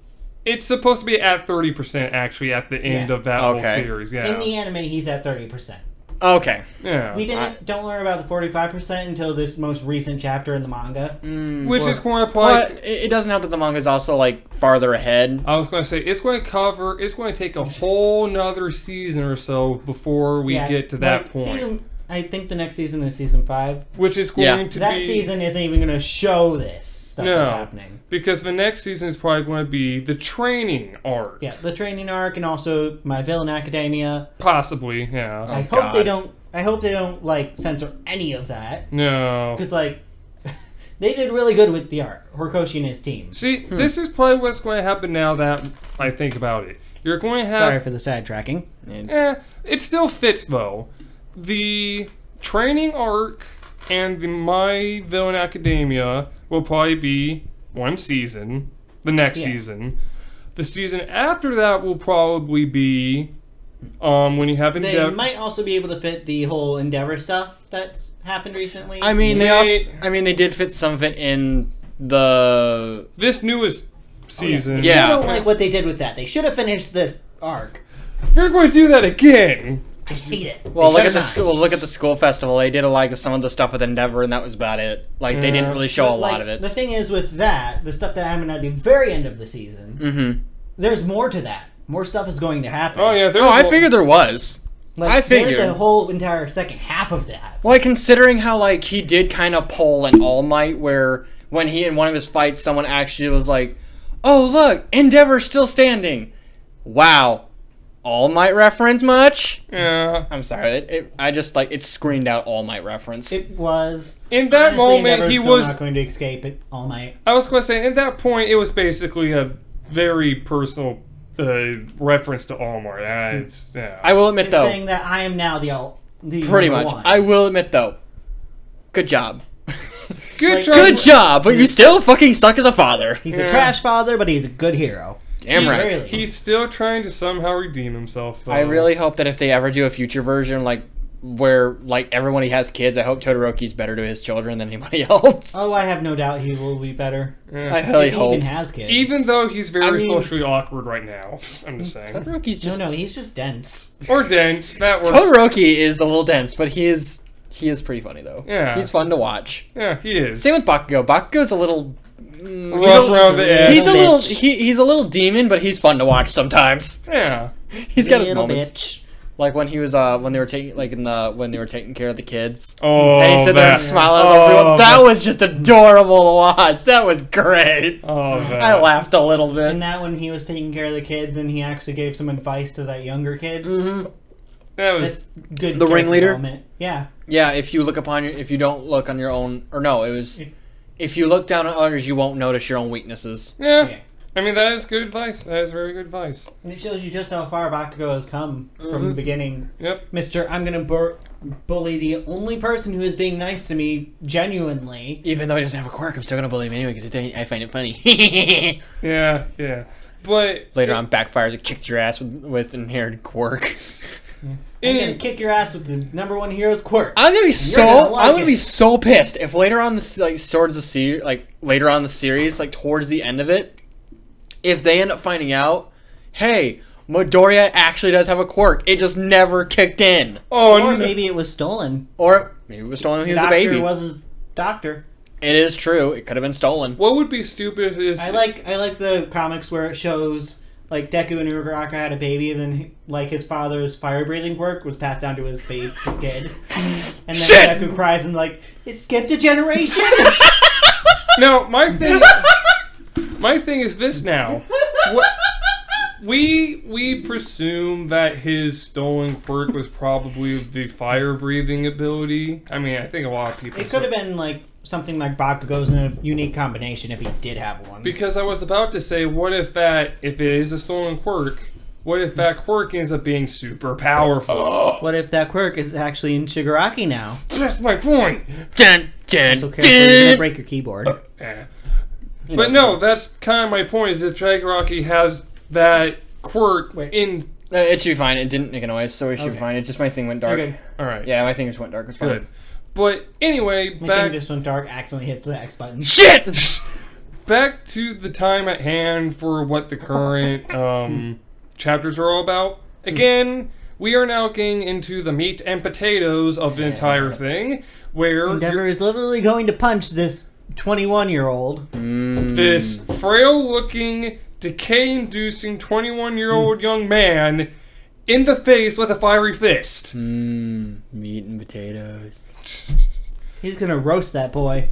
[SPEAKER 2] it's supposed to be at thirty percent actually at the end
[SPEAKER 3] Yeah.
[SPEAKER 2] of that
[SPEAKER 1] Okay.
[SPEAKER 2] whole series. Yeah,
[SPEAKER 3] In the anime, he's at thirty percent.
[SPEAKER 1] Okay.
[SPEAKER 2] yeah.
[SPEAKER 3] We didn't don't learn about the forty five percent until this most recent chapter in the manga.
[SPEAKER 1] Mm.
[SPEAKER 2] Which is going to apply.
[SPEAKER 1] But it it doesn't help that the manga is also like farther ahead.
[SPEAKER 2] I was going to say it's going to cover. It's going to take a whole nother season or so before we
[SPEAKER 3] Yeah,
[SPEAKER 2] get to that
[SPEAKER 3] like,
[SPEAKER 2] point,
[SPEAKER 3] season- I think the next season is season five.
[SPEAKER 2] which is going
[SPEAKER 1] Yeah.
[SPEAKER 2] to
[SPEAKER 3] that
[SPEAKER 2] be
[SPEAKER 3] season isn't even going to show this stuff
[SPEAKER 2] No.
[SPEAKER 3] that's happening.
[SPEAKER 2] because the next season is probably going to be the training arc.
[SPEAKER 3] Yeah, the training arc and also My Villain Academia.
[SPEAKER 2] possibly. Yeah.
[SPEAKER 3] I hope
[SPEAKER 1] God.
[SPEAKER 3] they don't. I hope they don't like censor any of that
[SPEAKER 2] no.
[SPEAKER 3] because like they did really good with the art. Horikoshi and his team.
[SPEAKER 2] See, this is probably what's going to happen now that I think about it. You're going to have
[SPEAKER 3] Sorry for the sidetracking.
[SPEAKER 2] Eh, it still fits though. The training arc and the My Villain Academia will probably be one season. The next
[SPEAKER 3] Yeah.
[SPEAKER 2] season, the season after that will probably be um when you have
[SPEAKER 3] They
[SPEAKER 2] Endeavor.
[SPEAKER 3] might also be able to fit the whole Endeavor stuff that's happened recently.
[SPEAKER 1] I mean, they
[SPEAKER 2] They-
[SPEAKER 1] also. I mean, they did fit some of it in the.
[SPEAKER 2] this newest season.
[SPEAKER 1] Yeah.
[SPEAKER 3] I don't like what they did with that. They should have finished this arc.
[SPEAKER 2] we're going to do that again.
[SPEAKER 3] I hate it.
[SPEAKER 1] Well, look at the
[SPEAKER 3] not.
[SPEAKER 1] school. Look at the school festival. They did a, like some of the stuff with Endeavor, and that was about it. Like they didn't
[SPEAKER 2] Yeah.
[SPEAKER 1] really show a
[SPEAKER 3] But,
[SPEAKER 1] lot
[SPEAKER 3] like,
[SPEAKER 1] of it.
[SPEAKER 3] The thing is with that, the stuff that happened at the very end of the season,
[SPEAKER 1] Mhm.
[SPEAKER 3] there's more to that. More stuff is going to happen.
[SPEAKER 2] Oh yeah.
[SPEAKER 1] No, I figured there was.
[SPEAKER 3] like,
[SPEAKER 1] I
[SPEAKER 3] There's a
[SPEAKER 1] figured.
[SPEAKER 3] whole entire second half of that.
[SPEAKER 1] Well, like, considering how like he did kind of pull an All Might, where when he in one of his fights, someone actually was like, "Oh look, Endeavor's still standing." Wow, All Might reference much?
[SPEAKER 2] Yeah.
[SPEAKER 1] I'm sorry, it, it, I just like it screamed out All Might reference.
[SPEAKER 3] It was.
[SPEAKER 2] In that
[SPEAKER 3] honestly,
[SPEAKER 2] moment,
[SPEAKER 3] Endeavor's
[SPEAKER 2] he
[SPEAKER 3] still
[SPEAKER 2] was
[SPEAKER 3] not going to escape it all night.
[SPEAKER 2] I was going to say, at that point, it was basically a very personal uh, reference to Allmar. Uh, it's, yeah.
[SPEAKER 1] I will admit
[SPEAKER 3] It's
[SPEAKER 1] though,
[SPEAKER 3] saying that I am now the all. The
[SPEAKER 1] pretty
[SPEAKER 3] number
[SPEAKER 1] much.
[SPEAKER 3] one.
[SPEAKER 1] I will admit though, good job,
[SPEAKER 2] good
[SPEAKER 3] like-
[SPEAKER 2] job.
[SPEAKER 1] good job, but you still fucking suck as a father.
[SPEAKER 3] He's
[SPEAKER 2] Yeah.
[SPEAKER 3] a trash father, but he's a good hero.
[SPEAKER 1] Damn right.
[SPEAKER 3] Really.
[SPEAKER 2] He's still trying to somehow redeem himself. Though.
[SPEAKER 1] I really hope that if they ever do a future version, like where like everyone he has kids. I hope Todoroki's better to his children than anybody else.
[SPEAKER 3] Oh, I have no doubt he will be better.
[SPEAKER 1] I
[SPEAKER 2] Yeah.
[SPEAKER 1] really
[SPEAKER 3] if he
[SPEAKER 1] hope.
[SPEAKER 3] even has kids.
[SPEAKER 2] Even though he's very
[SPEAKER 1] I mean-
[SPEAKER 2] socially awkward right now, I'm just saying.
[SPEAKER 1] Todoroki's
[SPEAKER 3] no,
[SPEAKER 1] just
[SPEAKER 3] no, he's just dense.
[SPEAKER 2] or dense, that works.
[SPEAKER 1] Todoroki is a little dense, but he is he is pretty funny though.
[SPEAKER 2] Yeah.
[SPEAKER 1] he's fun to watch.
[SPEAKER 2] Yeah, he is.
[SPEAKER 1] Same with Bakugo. Bakugo's a little mm, he's
[SPEAKER 2] Rough
[SPEAKER 1] a-
[SPEAKER 2] around the edge.
[SPEAKER 1] He's a little
[SPEAKER 3] bitch.
[SPEAKER 1] he, he's a little demon, but he's fun to watch sometimes.
[SPEAKER 2] Yeah.
[SPEAKER 1] He's got his
[SPEAKER 3] Little
[SPEAKER 1] moments.
[SPEAKER 3] bitch.
[SPEAKER 1] Like when he was uh when they were taking like in the when they were taking care of the kids.
[SPEAKER 2] Oh,
[SPEAKER 1] and he said there
[SPEAKER 2] that.
[SPEAKER 1] and smiled at
[SPEAKER 2] oh,
[SPEAKER 1] everyone. That
[SPEAKER 2] that-
[SPEAKER 1] was just adorable to watch. That was great.
[SPEAKER 2] Oh, that.
[SPEAKER 1] I laughed a little
[SPEAKER 3] And
[SPEAKER 1] bit.
[SPEAKER 3] that when he was taking care of the kids and he actually gave some advice to that younger kid.
[SPEAKER 1] mm-hmm.
[SPEAKER 2] That was.
[SPEAKER 3] That's good.
[SPEAKER 1] Mm. The
[SPEAKER 3] character
[SPEAKER 1] ringleader?
[SPEAKER 3] development. Yeah.
[SPEAKER 1] Yeah, if you look upon your if you don't look on your own or no, it was if you look down on others, you won't notice your own weaknesses.
[SPEAKER 2] yeah.
[SPEAKER 3] Okay.
[SPEAKER 2] I mean, that is good advice. That is very good advice.
[SPEAKER 3] And it shows you just how far Bakugo has come
[SPEAKER 1] Mm-hmm.
[SPEAKER 3] from the beginning.
[SPEAKER 2] Yep.
[SPEAKER 3] Mister, I'm gonna bur- bully the only person who is being nice to me genuinely.
[SPEAKER 1] Even though he doesn't have a quirk, I'm still gonna believe him anyway because I find it funny.
[SPEAKER 2] Yeah, yeah. But
[SPEAKER 1] Later on, backfires and kicked your ass with, with inherited quirk.
[SPEAKER 3] I'm
[SPEAKER 2] Any-
[SPEAKER 3] gonna kick your ass with the number one hero's quirk.
[SPEAKER 1] I'm gonna be so
[SPEAKER 3] gonna like
[SPEAKER 1] I'm gonna
[SPEAKER 3] it.
[SPEAKER 1] be so pissed if later on this like towards the series like later on in the series like towards the end of it, if they end up finding out, hey, Midoriya actually does have a quirk. It just never kicked in,
[SPEAKER 2] oh,
[SPEAKER 3] or
[SPEAKER 2] no.
[SPEAKER 3] maybe it was stolen.
[SPEAKER 1] or maybe it was stolen when he was a
[SPEAKER 3] doctor
[SPEAKER 1] baby.
[SPEAKER 3] was his doctor.
[SPEAKER 1] It is true. It could have been stolen.
[SPEAKER 2] what would be stupid is
[SPEAKER 3] I like I like the comics where it shows like Deku and Uraraka had a baby, and then he- like his father's fire breathing quirk was passed down to his baby, his kid, and then
[SPEAKER 1] Shit!
[SPEAKER 3] Deku cries and like it skipped a generation.
[SPEAKER 2] No, my thing. my thing is this now. What, we we presume that his stolen quirk was probably the fire breathing ability. I mean, I think a lot of people.
[SPEAKER 3] it could have been like something like Bakugo's in a unique combination if he did have one.
[SPEAKER 2] Because I was about to say, what if that if it is a stolen quirk? What if that quirk ends up being super powerful?
[SPEAKER 3] what if that quirk is actually in Shigaraki now?
[SPEAKER 2] That's my point.
[SPEAKER 1] Dun, dun,
[SPEAKER 3] So careful, you're gonna
[SPEAKER 1] dun.
[SPEAKER 3] break your keyboard.
[SPEAKER 2] Eh. But no, that's kind of my point. Is if Jaggeraki has that quirk
[SPEAKER 3] Wait.
[SPEAKER 2] in?
[SPEAKER 1] Uh, it should be fine. It didn't make a noise, so it should be
[SPEAKER 3] Okay.
[SPEAKER 1] fine. It just my thing went dark.
[SPEAKER 3] Okay,
[SPEAKER 2] All right.
[SPEAKER 1] Yeah, my thing just went dark. It's fine.
[SPEAKER 2] Good. But anyway,
[SPEAKER 3] my
[SPEAKER 2] back
[SPEAKER 3] thing just went dark. Accidentally hits the X button.
[SPEAKER 1] Shit.
[SPEAKER 2] back to the time at hand for what the current um, chapters are all about. Again, we are now getting into the meat and potatoes of the entire thing, where
[SPEAKER 3] Endeavor is literally going to punch this 21 year old.
[SPEAKER 1] Mm,
[SPEAKER 2] this frail-looking, decay-inducing 21-year-old young man in the face with a fiery fist.
[SPEAKER 3] Hmm.
[SPEAKER 1] Mmm, meat and potatoes.
[SPEAKER 3] He's gonna roast that boy.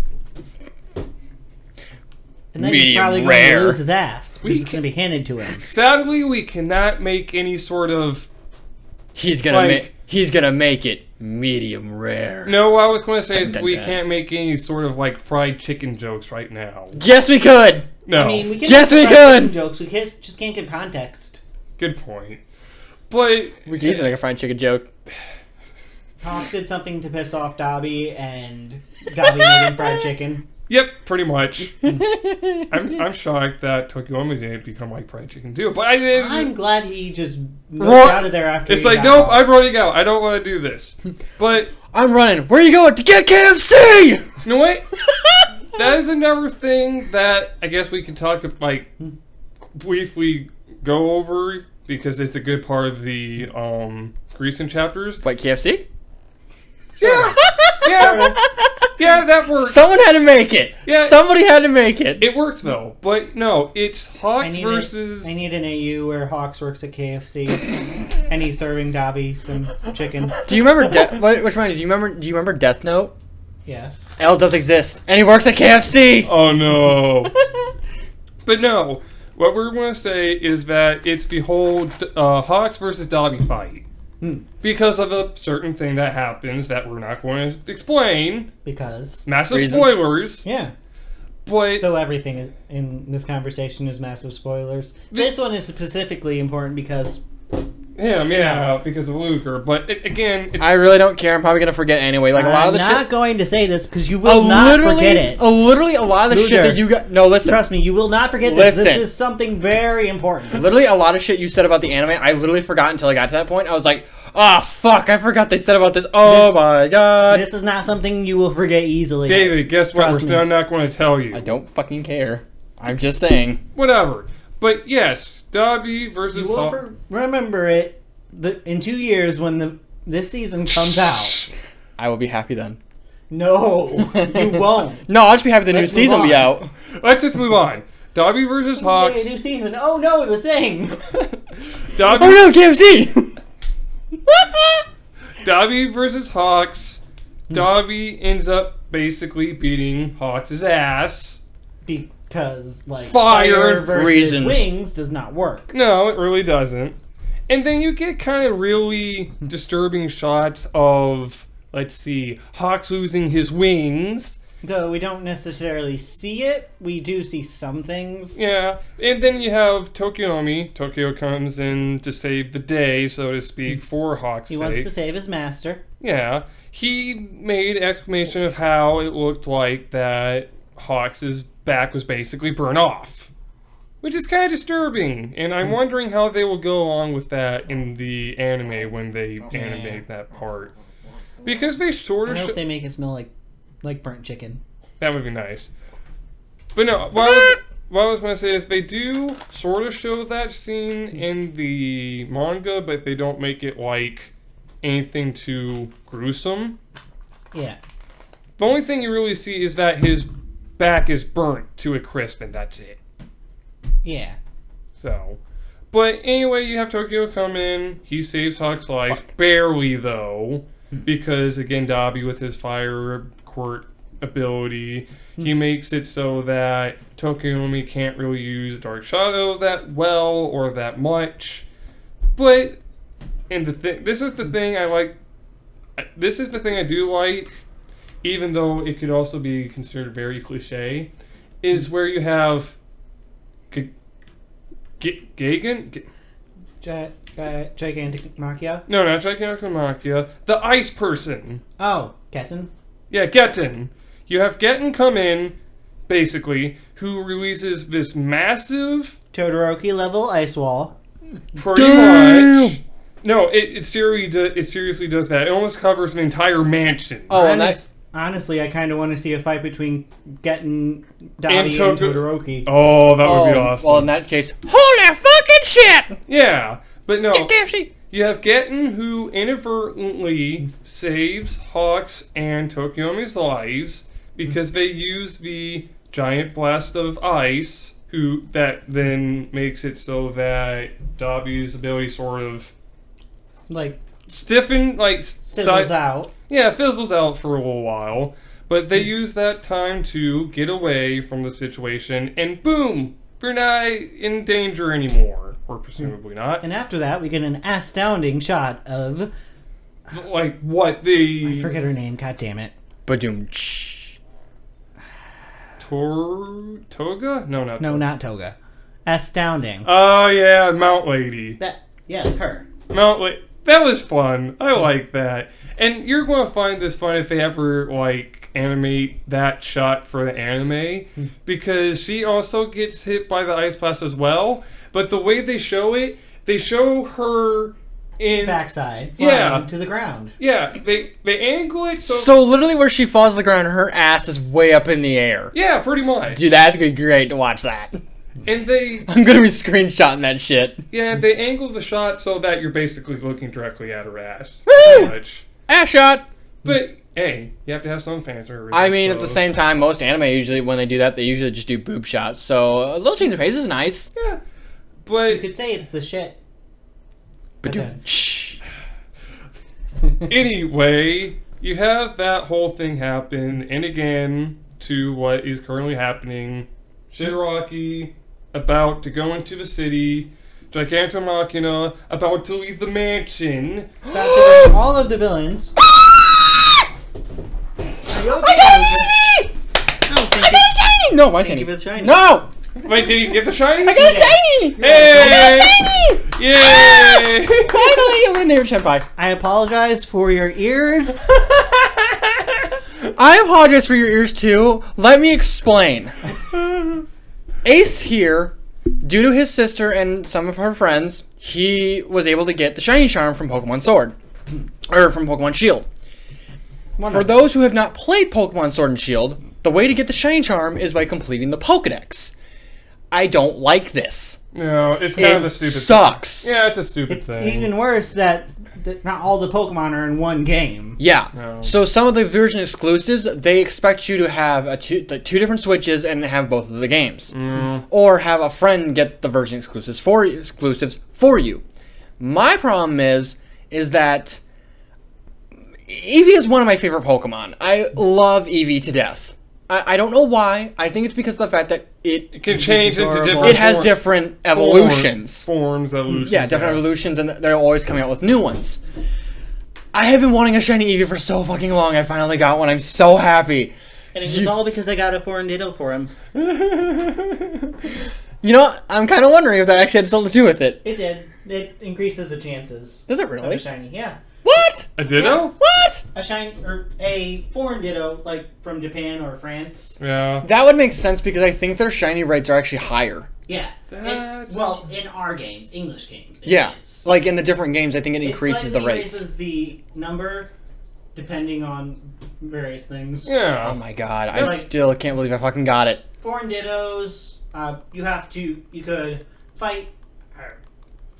[SPEAKER 3] And then he's
[SPEAKER 1] Medium
[SPEAKER 3] probably
[SPEAKER 1] rare.
[SPEAKER 3] gonna lose his ass. because
[SPEAKER 2] We
[SPEAKER 3] It's gonna be handed to him.
[SPEAKER 2] Sadly, we cannot make any sort of.
[SPEAKER 1] He's gonna
[SPEAKER 2] Like-
[SPEAKER 1] make he's gonna make it medium rare.
[SPEAKER 2] No, what I was going to say is
[SPEAKER 1] dun,
[SPEAKER 2] we
[SPEAKER 1] dun.
[SPEAKER 2] can't make any sort of like fried chicken jokes right now.
[SPEAKER 1] Yes, we could.
[SPEAKER 2] No.
[SPEAKER 3] I mean, we can
[SPEAKER 1] Yes, we
[SPEAKER 3] make
[SPEAKER 1] could!
[SPEAKER 3] some jokes. We can't, just can't get context.
[SPEAKER 2] Good point. But
[SPEAKER 1] We could easily make a fried chicken joke.
[SPEAKER 3] Honk did something to piss off Dobby, and Dobby made him fried chicken.
[SPEAKER 2] yep, pretty much. I'm, I'm shocked that Tokyomi didn't become like fried chicken too. But I didn't.
[SPEAKER 3] I'm glad he just moved
[SPEAKER 2] Roar-
[SPEAKER 3] out of there after.
[SPEAKER 2] it's
[SPEAKER 3] he
[SPEAKER 2] like
[SPEAKER 3] got
[SPEAKER 2] nope,
[SPEAKER 3] off.
[SPEAKER 2] I'm running out. I don't want to do this. But
[SPEAKER 1] I'm running. Where are you going to get KFC?
[SPEAKER 2] you know what? that is another thing that I guess we can talk ab- like briefly go over because it's a good part of the um recent chapters.
[SPEAKER 1] What KFC?
[SPEAKER 2] Yeah, yeah, yeah. That works.
[SPEAKER 1] Someone had to make it.
[SPEAKER 2] Yeah.
[SPEAKER 1] Somebody had to make it.
[SPEAKER 2] it works though. But no, it's
[SPEAKER 3] I
[SPEAKER 2] Hawks
[SPEAKER 3] need, a-
[SPEAKER 2] versus.
[SPEAKER 3] I need an AU where Hawks works at KFC, and he's serving Dobby some chicken.
[SPEAKER 1] do you remember? De- what, which one? Do you remember? Do you remember Death Note?
[SPEAKER 3] Yes.
[SPEAKER 1] L does exist, and he works at KFC.
[SPEAKER 2] Oh no. But no, what we're going to say is that it's the whole uh, Hawks versus Dobby fight
[SPEAKER 1] Hmm.
[SPEAKER 2] because of a certain thing that happens that we're not going to explain.
[SPEAKER 3] Because
[SPEAKER 2] Massive
[SPEAKER 1] Reasons.
[SPEAKER 2] spoilers,
[SPEAKER 3] yeah.
[SPEAKER 2] but
[SPEAKER 3] though everything is, in this conversation is massive spoilers. This one is specifically important because
[SPEAKER 2] him, yeah, because of Luger. But it, again, it's
[SPEAKER 1] I really don't care. I'm probably gonna forget anyway. Like a lot
[SPEAKER 3] I'm
[SPEAKER 1] of the
[SPEAKER 3] not
[SPEAKER 1] shit.
[SPEAKER 3] going to say this because you
[SPEAKER 1] a
[SPEAKER 3] will not
[SPEAKER 1] literally,
[SPEAKER 3] forget it.
[SPEAKER 1] a literally a lot of the shit
[SPEAKER 3] Luther.
[SPEAKER 1] that you got. No, listen.
[SPEAKER 3] Trust me, you will not forget this.
[SPEAKER 1] Listen.
[SPEAKER 3] This is something very important.
[SPEAKER 1] Literally a lot of shit you said about the anime. I literally forgot until I got to that point. I was like, ah, fuck, I forgot they said about this. Oh
[SPEAKER 3] This-
[SPEAKER 1] my god.
[SPEAKER 3] This is not something you will forget easily.
[SPEAKER 2] David. Guess what? We're
[SPEAKER 3] Trust
[SPEAKER 2] still
[SPEAKER 3] me.
[SPEAKER 2] not going to tell you.
[SPEAKER 1] I don't fucking care. I'm just saying.
[SPEAKER 2] Whatever. But yes, Dobby versus
[SPEAKER 3] you will
[SPEAKER 2] Hall-
[SPEAKER 3] for- remember it the, in two years when the this season comes out.
[SPEAKER 1] I will be happy then.
[SPEAKER 3] No, you won't.
[SPEAKER 1] No, I'll just be happy the new
[SPEAKER 3] Let's move
[SPEAKER 1] season will be
[SPEAKER 3] on.
[SPEAKER 1] out.
[SPEAKER 2] Let's just move on. Dobby versus
[SPEAKER 3] Yay,
[SPEAKER 2] Hawks.
[SPEAKER 3] new season. Oh no, the thing.
[SPEAKER 1] Oh
[SPEAKER 2] Dobby,
[SPEAKER 1] no, KFC!
[SPEAKER 2] Dobby versus Hawks. Dobby ends up basically beating Hawks' ass.
[SPEAKER 3] Because like
[SPEAKER 2] Fire
[SPEAKER 3] versus
[SPEAKER 1] reasons.
[SPEAKER 3] wings does not work.
[SPEAKER 2] No, it really doesn't. And then you get kind of really disturbing shots of, let's see, Hawks losing his wings.
[SPEAKER 3] So we don't necessarily see it. We do see some things.
[SPEAKER 2] Yeah. And then you have Tokyomi. Tokyo comes in to save the day, so to speak, for Hawks'
[SPEAKER 3] He
[SPEAKER 2] sake.
[SPEAKER 3] wants to save his master.
[SPEAKER 2] Yeah, he made exclamation of how it looked like that Hawks's back was basically burnt off, which is kind of disturbing. And
[SPEAKER 3] Hmm.
[SPEAKER 2] I'm wondering how they will go along with that in the anime when they animate that part, because they sort
[SPEAKER 3] Oh, I
[SPEAKER 2] of
[SPEAKER 3] hope
[SPEAKER 2] sho-
[SPEAKER 3] they make it smell like like burnt chicken.
[SPEAKER 2] that would be nice. But no, what I was, what I was gonna say is they do sort of show that scene in the manga, but they don't make it like anything too gruesome.
[SPEAKER 3] Yeah.
[SPEAKER 2] The only thing you really see is that his back is burnt to a crisp, and that's it.
[SPEAKER 3] Yeah.
[SPEAKER 2] So, but anyway, you have Tokyo come in. He saves Hawk's life barely, though, because again, Dobby with his fire quirk ability, he makes it so that Tokyomi can't really use Dark Shadow that well or that much. But, and the thing, this is the thing I like. I- This is the thing I do like, even though it could also be considered very cliche, is where you have G- G- Gagan? G-
[SPEAKER 3] Gi- gi- gigantic Machia.
[SPEAKER 2] no, not Gigantomachia. The ice person.
[SPEAKER 3] Oh, Kessen.
[SPEAKER 2] Yeah, Getten. You have Getten come in, basically, who releases this massive,
[SPEAKER 3] Todoroki level ice wall.
[SPEAKER 2] pretty much. No, it, it, seriously do, it seriously does that. It almost covers an entire mansion.
[SPEAKER 1] Oh, and that,
[SPEAKER 3] Honest- honestly, I kind of want to see a fight between Getten, Dobby, and,
[SPEAKER 2] Toto-
[SPEAKER 3] Todoroki.
[SPEAKER 2] Oh, that would be
[SPEAKER 1] oh
[SPEAKER 2] awesome.
[SPEAKER 1] well, in that case, holy fucking shit!
[SPEAKER 2] yeah, but no.
[SPEAKER 1] KFC!
[SPEAKER 2] You have Getten, who inadvertently saves Hawks and Tokyomi's lives because they use the giant blast of ice, who that then makes it so that Dobby's ability sort of
[SPEAKER 3] Like,
[SPEAKER 2] stiffen, like s-
[SPEAKER 3] fizzles
[SPEAKER 2] si-
[SPEAKER 3] out.
[SPEAKER 2] yeah, fizzles out for a little while. But
[SPEAKER 3] Hmm.
[SPEAKER 2] they use that time to get away from the situation, and boom, they're not in danger anymore, or presumably not.
[SPEAKER 3] Hmm. And after that, we get an astounding shot of.
[SPEAKER 2] Like what the
[SPEAKER 3] I forget her name, god damn it.
[SPEAKER 1] Badoom.
[SPEAKER 2] Tor- Toga? No, not
[SPEAKER 3] No,
[SPEAKER 2] Toga.
[SPEAKER 3] not Toga. Astounding.
[SPEAKER 2] Oh yeah, Mount Lady.
[SPEAKER 3] that, yes, her.
[SPEAKER 2] Mount La- That was fun. I like that. And you're going to find this fun if they ever like animate that shot for the anime, because she also gets hit by the ice blast as well. But the way they show it, they show her in
[SPEAKER 3] Backside.
[SPEAKER 2] Yeah.
[SPEAKER 3] flying To the ground.
[SPEAKER 2] yeah. They they angle it so,
[SPEAKER 1] So literally, where she falls to the ground, her ass is way up in the air.
[SPEAKER 2] yeah, pretty much.
[SPEAKER 1] Dude, that's gonna be great to watch that.
[SPEAKER 2] And they
[SPEAKER 1] I'm gonna be screenshotting that shit.
[SPEAKER 2] yeah they angle the shot so that you're basically looking directly at her ass. pretty much.
[SPEAKER 1] Ass shot.
[SPEAKER 2] But hey, you have to have some fan service.
[SPEAKER 1] I mean, at the
[SPEAKER 2] suppose.
[SPEAKER 1] same time, most anime usually when they do that, they usually just do boob shots. So a little change of pace is nice.
[SPEAKER 2] Yeah, but
[SPEAKER 3] You could say it's the shit.
[SPEAKER 1] But
[SPEAKER 3] Okay.
[SPEAKER 1] dude, shh.
[SPEAKER 2] anyway, you have that whole thing happen, and again to what is currently happening. Shigaraki about to go into the city. Gigantomachina about to leave the mansion.
[SPEAKER 3] Back to the- all of the villains. Are you okay? I don't think it's-
[SPEAKER 1] No, my
[SPEAKER 3] Thank
[SPEAKER 1] shiny.
[SPEAKER 3] you for the shiny.
[SPEAKER 1] No,
[SPEAKER 2] Wait, did you get the shiny?
[SPEAKER 1] I got a shiny.
[SPEAKER 2] Hey!
[SPEAKER 1] Shiny.
[SPEAKER 2] Yay!
[SPEAKER 1] Finally, it went near Chenpai.
[SPEAKER 3] I apologize for your ears.
[SPEAKER 1] I apologize for your ears too. Let me explain. Ace here, due to his sister and some of her friends, he was able to get the shiny charm from Pokemon Sword or from Pokemon Shield. For
[SPEAKER 3] Wonderful.
[SPEAKER 1] those who have not played Pokemon Sword and Shield, the way to get the shiny charm is by completing the Pokedex. I don't like this.
[SPEAKER 2] no, it's kind of a
[SPEAKER 1] It
[SPEAKER 2] stupid. thing.
[SPEAKER 1] sucks.
[SPEAKER 2] Yeah, it's a stupid thing.
[SPEAKER 3] Even worse that that not all the Pokemon are in one game.
[SPEAKER 1] Yeah.
[SPEAKER 2] No.
[SPEAKER 1] So some of the version exclusives, they expect you to have a two, the two different Switches and have both of the games, or have a friend get the version exclusives for you- exclusives for you. My problem is is that Eevee is one of my favorite Pokemon. I love Eevee to death. I, I don't know why. I think it's because of the fact that
[SPEAKER 2] it
[SPEAKER 1] it
[SPEAKER 2] can change into
[SPEAKER 3] adorable.
[SPEAKER 2] different.
[SPEAKER 1] it has
[SPEAKER 2] form-
[SPEAKER 1] different
[SPEAKER 2] form-
[SPEAKER 1] evolutions.
[SPEAKER 2] forms, evolutions.
[SPEAKER 1] Yeah, different evolutions, and they're always coming out with new ones. I have been wanting a shiny Eevee for so fucking long. I finally got one. I'm so happy.
[SPEAKER 7] And it was all because I got a foreign needle for him.
[SPEAKER 1] You know, I'm kind of wondering if that actually had something to do with it.
[SPEAKER 3] It did. It increases the chances.
[SPEAKER 1] Does it
[SPEAKER 3] Of a
[SPEAKER 1] really?
[SPEAKER 3] shiny, yeah.
[SPEAKER 1] What?
[SPEAKER 2] A ditto?
[SPEAKER 1] What?
[SPEAKER 3] A shiny or a foreign ditto, like from Japan or France.
[SPEAKER 2] Yeah.
[SPEAKER 1] That would make sense because I think their shiny rates are actually higher.
[SPEAKER 3] Yeah. It-
[SPEAKER 2] That's-
[SPEAKER 3] well, in our games, English games. it
[SPEAKER 1] Yeah,
[SPEAKER 3] is.
[SPEAKER 1] like in the different games, I think it
[SPEAKER 3] It
[SPEAKER 1] increases the
[SPEAKER 3] slightly
[SPEAKER 1] rates.
[SPEAKER 3] Increases the number, depending on various things.
[SPEAKER 2] Yeah.
[SPEAKER 1] Oh my god, I
[SPEAKER 3] like-
[SPEAKER 1] still can't believe I fucking got it.
[SPEAKER 3] Foreign dittos. Uh, you have to. You could fight. Or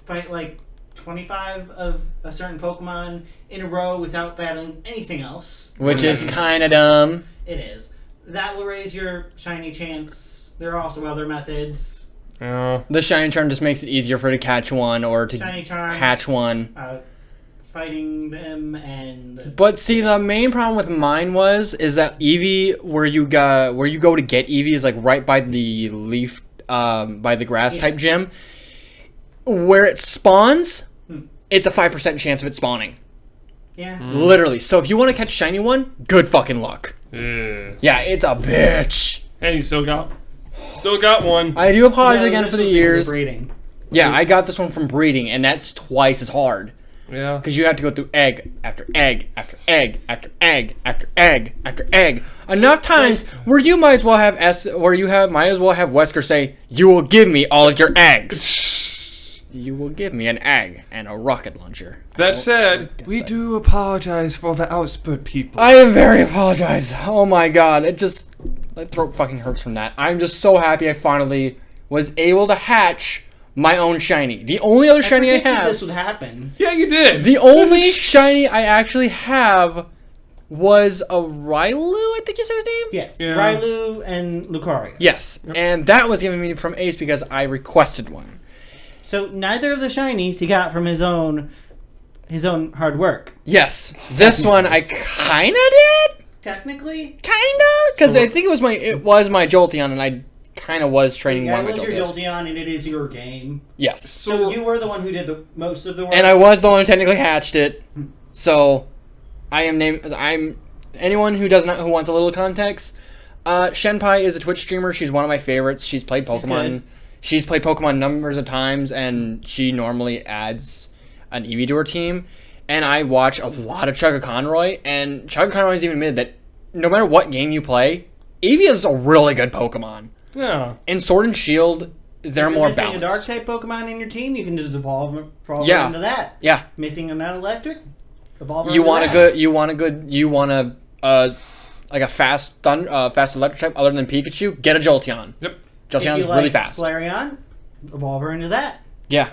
[SPEAKER 3] fight like twenty-five of a certain Pokemon in a row without battling anything else.
[SPEAKER 1] Which is kind of dumb.
[SPEAKER 3] It is. That will raise your shiny chance. There are also other methods.
[SPEAKER 2] yeah.
[SPEAKER 1] The shiny charm just makes it easier for it to catch one or to
[SPEAKER 3] Shiny charm.
[SPEAKER 1] hatch one.
[SPEAKER 3] Uh, fighting them and
[SPEAKER 1] But see, the main problem with mine was is that Eevee, where you go, where you go to get Eevee is like right by the leaf, um, by the grass type gym, where it spawns.
[SPEAKER 3] Hmm.
[SPEAKER 1] It's a five percent chance of it spawning,
[SPEAKER 3] yeah.
[SPEAKER 1] Hmm. literally. So if you want to catch shiny one, good fucking luck.
[SPEAKER 2] Yeah.
[SPEAKER 1] Yeah, it's a bitch.
[SPEAKER 2] Hey, you still got, still got one.
[SPEAKER 1] I do apologize
[SPEAKER 3] That was
[SPEAKER 1] again for the
[SPEAKER 3] actually because of
[SPEAKER 1] ears.
[SPEAKER 3] Breeding.
[SPEAKER 1] Yeah, I got this one from breeding, and that's twice as hard
[SPEAKER 2] yeah.
[SPEAKER 1] because you have to go through egg after egg after egg after egg after egg after egg enough times where you might as well have s where you have might as well have Wesker say you will give me all of your eggs. You will give me an egg and a rocket launcher.
[SPEAKER 2] That said, we do apologize for the output, people.
[SPEAKER 1] I am very apologize. Oh my god, it just my throat fucking hurts from that. I'm just so happy I finally was able to hatch my own shiny. The only other shiny I
[SPEAKER 3] Predicted
[SPEAKER 1] have
[SPEAKER 3] This would happen.
[SPEAKER 2] yeah, you did.
[SPEAKER 1] The only shiny I actually have was a Rylu, I think you said his name?
[SPEAKER 3] Yes.
[SPEAKER 2] Yeah.
[SPEAKER 3] Rylou and Lucario.
[SPEAKER 1] Yes. And that was given me from Ace because I requested one.
[SPEAKER 3] So neither of the shinies he got from his own his own hard work.
[SPEAKER 1] Yes. This one I kinda did?
[SPEAKER 3] Technically,
[SPEAKER 1] Kinda? Because I think it was my it was my Jolteon and I kinda was training
[SPEAKER 3] yeah,
[SPEAKER 1] one
[SPEAKER 3] it
[SPEAKER 1] of
[SPEAKER 3] was
[SPEAKER 1] my
[SPEAKER 3] your
[SPEAKER 1] Jolteons.
[SPEAKER 3] Jolteon and it is your game.
[SPEAKER 1] yes.
[SPEAKER 3] So
[SPEAKER 2] So-
[SPEAKER 3] you were the one who did the most of the work.
[SPEAKER 1] And I was the one who technically hatched it. So I am named I'm anyone who does not who wants a little context, uh Shenpai is a Twitch streamer. She's one of my favorites. She's played Pokemon.
[SPEAKER 3] good.
[SPEAKER 1] She's, played Pokemon numbers of times and she normally adds an Eevee to her team. And I watch a lot of Chugga Conroy and Chugga Conroy's even admitted that no matter what game you play, Eevee is a really good Pokemon.
[SPEAKER 2] yeah.
[SPEAKER 1] In Sword and Shield, they're
[SPEAKER 3] If
[SPEAKER 1] more
[SPEAKER 3] you're missing
[SPEAKER 1] balanced.
[SPEAKER 3] a dark type Pokemon in your team, you can just evolve, evolve
[SPEAKER 1] Yeah.
[SPEAKER 3] into that.
[SPEAKER 1] yeah.
[SPEAKER 3] Missing an electric, evolve.
[SPEAKER 1] You
[SPEAKER 3] into
[SPEAKER 1] want a
[SPEAKER 3] that.
[SPEAKER 1] good. You want a good. You want a uh, like a fast thunder, uh, fast electric type other than Pikachu. Get a Jolteon.
[SPEAKER 2] Yep.
[SPEAKER 3] If you
[SPEAKER 1] Jolteon's
[SPEAKER 3] like
[SPEAKER 1] really fast.
[SPEAKER 3] Flareon, evolve her into that
[SPEAKER 1] Yeah.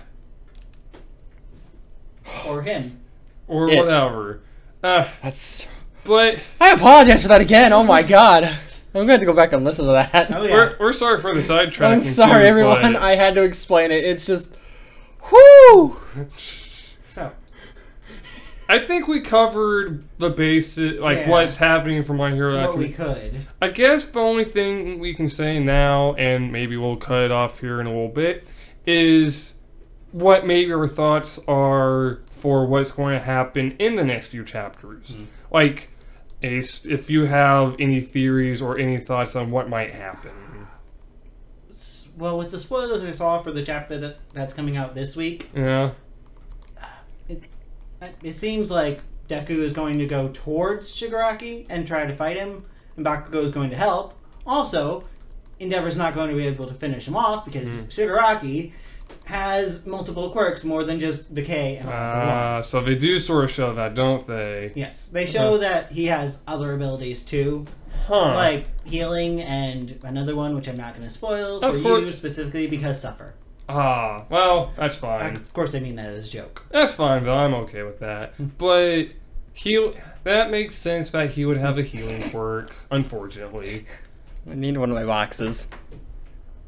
[SPEAKER 3] or him.
[SPEAKER 2] Or
[SPEAKER 1] It.
[SPEAKER 2] whatever. Uh,
[SPEAKER 1] That's.
[SPEAKER 2] but
[SPEAKER 1] I apologize for that again. Oh my god. I'm going to have to go back and listen to that.
[SPEAKER 3] Oh yeah.
[SPEAKER 2] we're, we're sorry for the sidetracking.
[SPEAKER 1] I'm sorry,
[SPEAKER 2] too,
[SPEAKER 1] everyone.
[SPEAKER 2] but-
[SPEAKER 1] I had to explain it. It's just. Whoo!
[SPEAKER 3] so
[SPEAKER 2] I think we covered the basic, like
[SPEAKER 3] Yeah.
[SPEAKER 2] what's happening for My Hero
[SPEAKER 3] what we
[SPEAKER 2] Academia.
[SPEAKER 3] could.
[SPEAKER 2] I guess the only thing we can say now, and maybe we'll cut it off here in a little bit, is what maybe our thoughts are for what's going to happen in the next few chapters.
[SPEAKER 3] Hmm.
[SPEAKER 2] Like, Ace,
[SPEAKER 3] Hmm.
[SPEAKER 2] if you have any theories or any thoughts on what might happen.
[SPEAKER 3] S- well, with the spoilers I saw for the chapter that, that's coming out this week,
[SPEAKER 2] Yeah.
[SPEAKER 3] it seems like Deku is going to go towards Shigaraki and try to fight him, and Bakugo is going to help. Also, Endeavor's not going to be able to finish him off because
[SPEAKER 2] Hmm.
[SPEAKER 3] Shigaraki has multiple quirks more than just decay and all for one.
[SPEAKER 2] Uh, so they do sort of show that, don't they?
[SPEAKER 3] Yes, they
[SPEAKER 1] Uh-huh.
[SPEAKER 3] show that he has other abilities too,
[SPEAKER 2] Huh.
[SPEAKER 3] like healing and another one, which I'm not going to spoil
[SPEAKER 2] Of
[SPEAKER 3] for
[SPEAKER 2] course.
[SPEAKER 3] you specifically because suffer.
[SPEAKER 2] ah, well, that's fine.
[SPEAKER 3] Of course, I mean that as a joke.
[SPEAKER 2] That's fine though. I'm okay with
[SPEAKER 3] Hmm.
[SPEAKER 2] that. But he that makes sense that he would have a healing quirk. Unfortunately,
[SPEAKER 1] I need one of my boxes.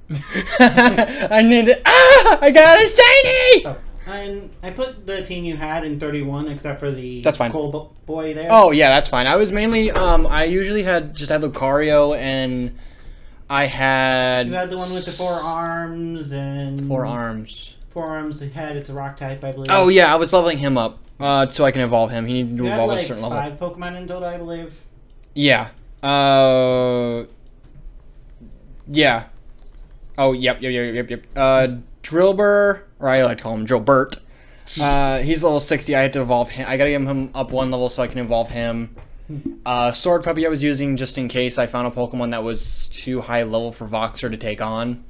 [SPEAKER 1] I need it. Ah! I got a shiny!
[SPEAKER 3] Oh, and I put the team you had in 31, except for the
[SPEAKER 1] That's fine.
[SPEAKER 3] Cole bo- boy there.
[SPEAKER 1] Oh yeah, that's fine. I was mainly um I usually had just had Lucario and I had
[SPEAKER 3] You had the one with the four arms and
[SPEAKER 1] four arms.
[SPEAKER 3] Four arms. It had it's a rock type, I believe.
[SPEAKER 1] Oh yeah, I was leveling him up. Uh, so I can evolve him. He needed to
[SPEAKER 3] You had
[SPEAKER 1] evolve
[SPEAKER 3] like
[SPEAKER 1] at a certain level.
[SPEAKER 3] five Pokemon in total, I believe.
[SPEAKER 1] Yeah. Uh. Yeah. Oh yep yep yep yep yep. Uh, Drillbur, or I like to call him Drillbert. Uh, he's level sixty. I had to evolve him. I gotta get him up one level so I can evolve him. Uh, Sword Puppy I was using just in case I found a Pokemon that was too high level for Voxer to take on.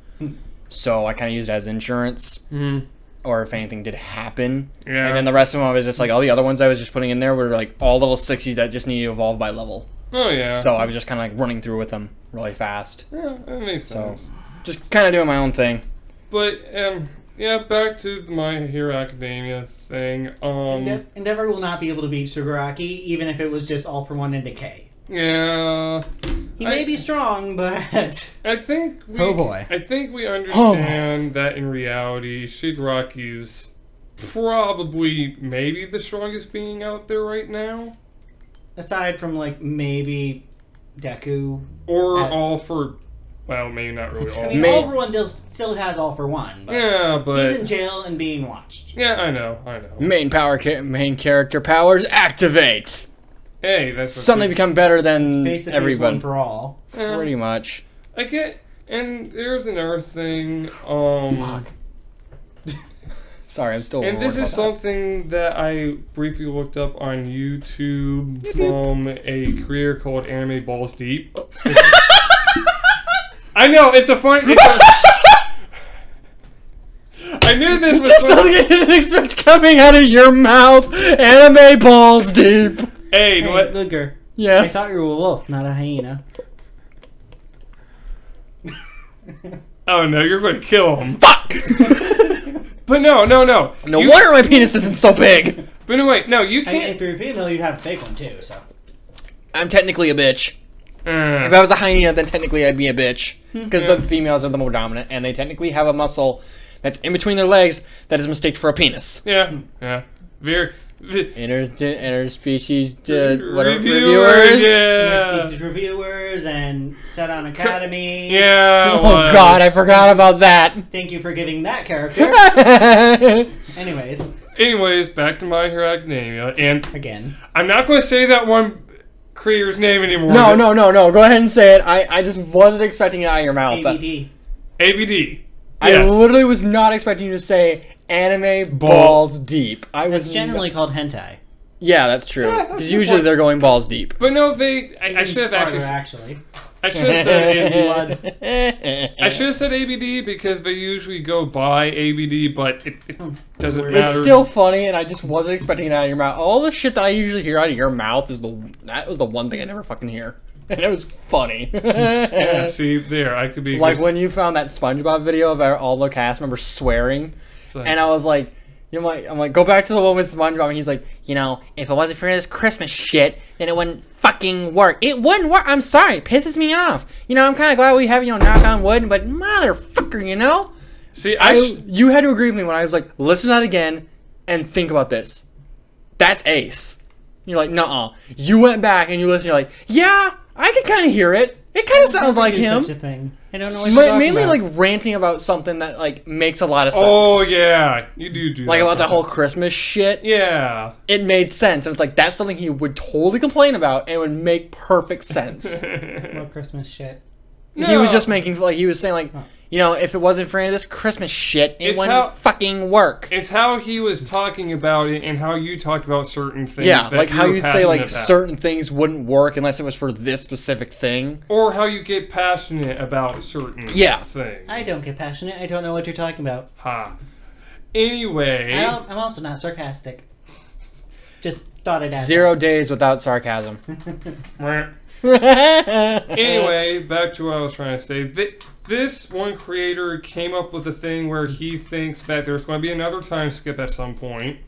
[SPEAKER 1] So I kind of used it as insurance, or if anything did happen.
[SPEAKER 2] Yeah.
[SPEAKER 1] And then the rest of them I was just like all the other ones I was just putting in there were like all level sixties that just needed to evolve by level.
[SPEAKER 2] oh yeah.
[SPEAKER 1] So I was just kind of like running through with them really fast.
[SPEAKER 2] yeah, that makes sense.
[SPEAKER 1] Just kind of doing my own thing.
[SPEAKER 2] But um, yeah, back to my Hero Academia thing. Um,
[SPEAKER 3] Ende- Endeavor will not be able to beat Shigaraki, even if it was just all for one and decay.
[SPEAKER 2] yeah,
[SPEAKER 3] He
[SPEAKER 2] I-
[SPEAKER 3] may be strong, but
[SPEAKER 2] I think we.
[SPEAKER 3] Oh, boy.
[SPEAKER 2] I think we understand that in reality, Shigaraki's probably maybe the strongest being out there right now,
[SPEAKER 3] aside from like maybe Deku,
[SPEAKER 2] or
[SPEAKER 3] Uh,
[SPEAKER 2] all for. Well, maybe not really all.
[SPEAKER 3] I mean,
[SPEAKER 1] May-
[SPEAKER 3] all for one still, still has all for one. But
[SPEAKER 2] yeah, but
[SPEAKER 3] He's in jail and being watched.
[SPEAKER 2] Yeah, I know, I know.
[SPEAKER 1] Main power, ca- main character powers activate.
[SPEAKER 2] Hey, that's what
[SPEAKER 1] Suddenly
[SPEAKER 2] they-
[SPEAKER 1] become better than
[SPEAKER 3] Basically, it's one
[SPEAKER 1] Mm, everyone.
[SPEAKER 3] for all.
[SPEAKER 2] Yeah,
[SPEAKER 1] Pretty much.
[SPEAKER 2] Uh, I get. And there's another thing. Um,
[SPEAKER 1] Sorry, I'm still.
[SPEAKER 2] and this
[SPEAKER 1] worried
[SPEAKER 2] is
[SPEAKER 1] about
[SPEAKER 2] something that I briefly looked up on YouTube from a creator called Anime Balls Deep. I know it's a fun. It's a- I knew this was.
[SPEAKER 1] Just
[SPEAKER 2] fun-
[SPEAKER 1] something I didn't expect coming out of your mouth. Anime balls deep.
[SPEAKER 2] Hey,
[SPEAKER 3] Hey,
[SPEAKER 2] what?
[SPEAKER 3] Ludger, I
[SPEAKER 1] Yes.
[SPEAKER 3] thought you were a wolf, not a hyena.
[SPEAKER 2] Oh no, you're going to kill him.
[SPEAKER 1] Fuck.
[SPEAKER 2] But no, no, no.
[SPEAKER 1] no
[SPEAKER 2] You-
[SPEAKER 1] wonder my penis isn't so big.
[SPEAKER 2] But no, wait, no, you
[SPEAKER 3] I mean, if
[SPEAKER 2] can't.
[SPEAKER 3] you're female, you'd have to take one too. So
[SPEAKER 1] I'm technically a bitch.
[SPEAKER 2] Uh,
[SPEAKER 1] If I was a hyena, then technically I'd be a bitch.
[SPEAKER 2] Hmm.
[SPEAKER 1] Because the females are the more dominant, and they technically have a muscle that's in between their legs that is mistaken for a penis.
[SPEAKER 2] yeah, yeah. Very.
[SPEAKER 1] Inter- interspecies, uh, whatever,
[SPEAKER 2] Reviewer,
[SPEAKER 1] reviewers.
[SPEAKER 2] Yeah.
[SPEAKER 3] Interspecies reviewers and set on academy.
[SPEAKER 2] Yeah.
[SPEAKER 1] Oh
[SPEAKER 2] well,
[SPEAKER 1] god, I forgot about that.
[SPEAKER 3] Thank you for giving that character. Anyways,
[SPEAKER 2] Anyways, back to My Hero Academia, and
[SPEAKER 3] again,
[SPEAKER 2] I'm not going to say that one creator's name anymore.
[SPEAKER 1] no,
[SPEAKER 2] but-
[SPEAKER 1] no, no, no. Go ahead and say it. I, I just wasn't expecting it out of your mouth.
[SPEAKER 3] ABD.
[SPEAKER 2] ABD.
[SPEAKER 1] I
[SPEAKER 2] Yes.
[SPEAKER 1] literally was not expecting you to say anime balls deep. I was
[SPEAKER 3] It's generally called hentai.
[SPEAKER 1] yeah, that's true.
[SPEAKER 2] that's
[SPEAKER 1] Because
[SPEAKER 2] a good
[SPEAKER 1] usually
[SPEAKER 2] point.
[SPEAKER 1] they're going balls deep.
[SPEAKER 2] But no, they. I, I should have
[SPEAKER 3] Farther,
[SPEAKER 2] actually.
[SPEAKER 3] actually.
[SPEAKER 2] I should have said ABD.
[SPEAKER 3] Blood.
[SPEAKER 2] I should have said ABD because they usually go by ABD, but it, it doesn't matter.
[SPEAKER 1] Oh, It's still funny, and I just wasn't expecting it out of your mouth. All the shit that I usually hear out of your mouth is the that was the one thing I never fucking hear, and it was funny.
[SPEAKER 2] Yeah, see there, I could be
[SPEAKER 1] like when you found that SpongeBob video of our- all the cast members swearing, and I was like, "You're like, I'm like, go back to the one with SpongeBob," and he's like, "You know, if it wasn't for this Christmas shit, then it wouldn't fucking work. It wouldn't work. I'm sorry, it pisses me off. You know, I'm kind of glad we have you know knock on wood, but motherfucker, you know."
[SPEAKER 2] see,
[SPEAKER 1] I,
[SPEAKER 2] I, sh-
[SPEAKER 1] you had to agree with me when I was like, listen to that again and think about this. That's Ace. You're like, nuh uh. You went back and you listened, you're like, yeah, I can kind of hear it. It kind of sounds like
[SPEAKER 3] Do
[SPEAKER 1] him.
[SPEAKER 3] Such a thing. I don't know what
[SPEAKER 1] Ma-
[SPEAKER 3] you're talking
[SPEAKER 1] mainly
[SPEAKER 3] about.
[SPEAKER 1] like ranting about something that like makes a lot of sense.
[SPEAKER 2] oh yeah, you do do
[SPEAKER 1] like
[SPEAKER 2] that
[SPEAKER 1] about the
[SPEAKER 2] sometimes.
[SPEAKER 1] whole Christmas shit.
[SPEAKER 2] yeah.
[SPEAKER 1] It made sense. And it's like, that's something he would totally complain about and it would make perfect sense.
[SPEAKER 3] What Christmas shit.
[SPEAKER 1] He was just making like he was saying like You know, if it wasn't for any of this Christmas shit, it
[SPEAKER 2] It's
[SPEAKER 1] wouldn't
[SPEAKER 2] how-
[SPEAKER 1] fucking work.
[SPEAKER 2] It's how he was talking about it and how you talked about certain things.
[SPEAKER 1] yeah,
[SPEAKER 2] that
[SPEAKER 1] like how
[SPEAKER 2] were
[SPEAKER 1] you say like
[SPEAKER 2] passionate about.
[SPEAKER 1] certain things wouldn't work unless it was for this specific thing.
[SPEAKER 2] or how you get passionate about certain
[SPEAKER 1] Yeah.
[SPEAKER 2] things.
[SPEAKER 3] I don't get passionate. I don't know what you're talking about.
[SPEAKER 2] ha. Anyway,
[SPEAKER 3] I don't- I'm also not sarcastic. Just thought I'd add
[SPEAKER 1] Zero days without sarcasm.
[SPEAKER 2] anyway, back to what I was trying to say. Th- This one creator came up with a thing where he thinks that there's going to be another time skip at some point,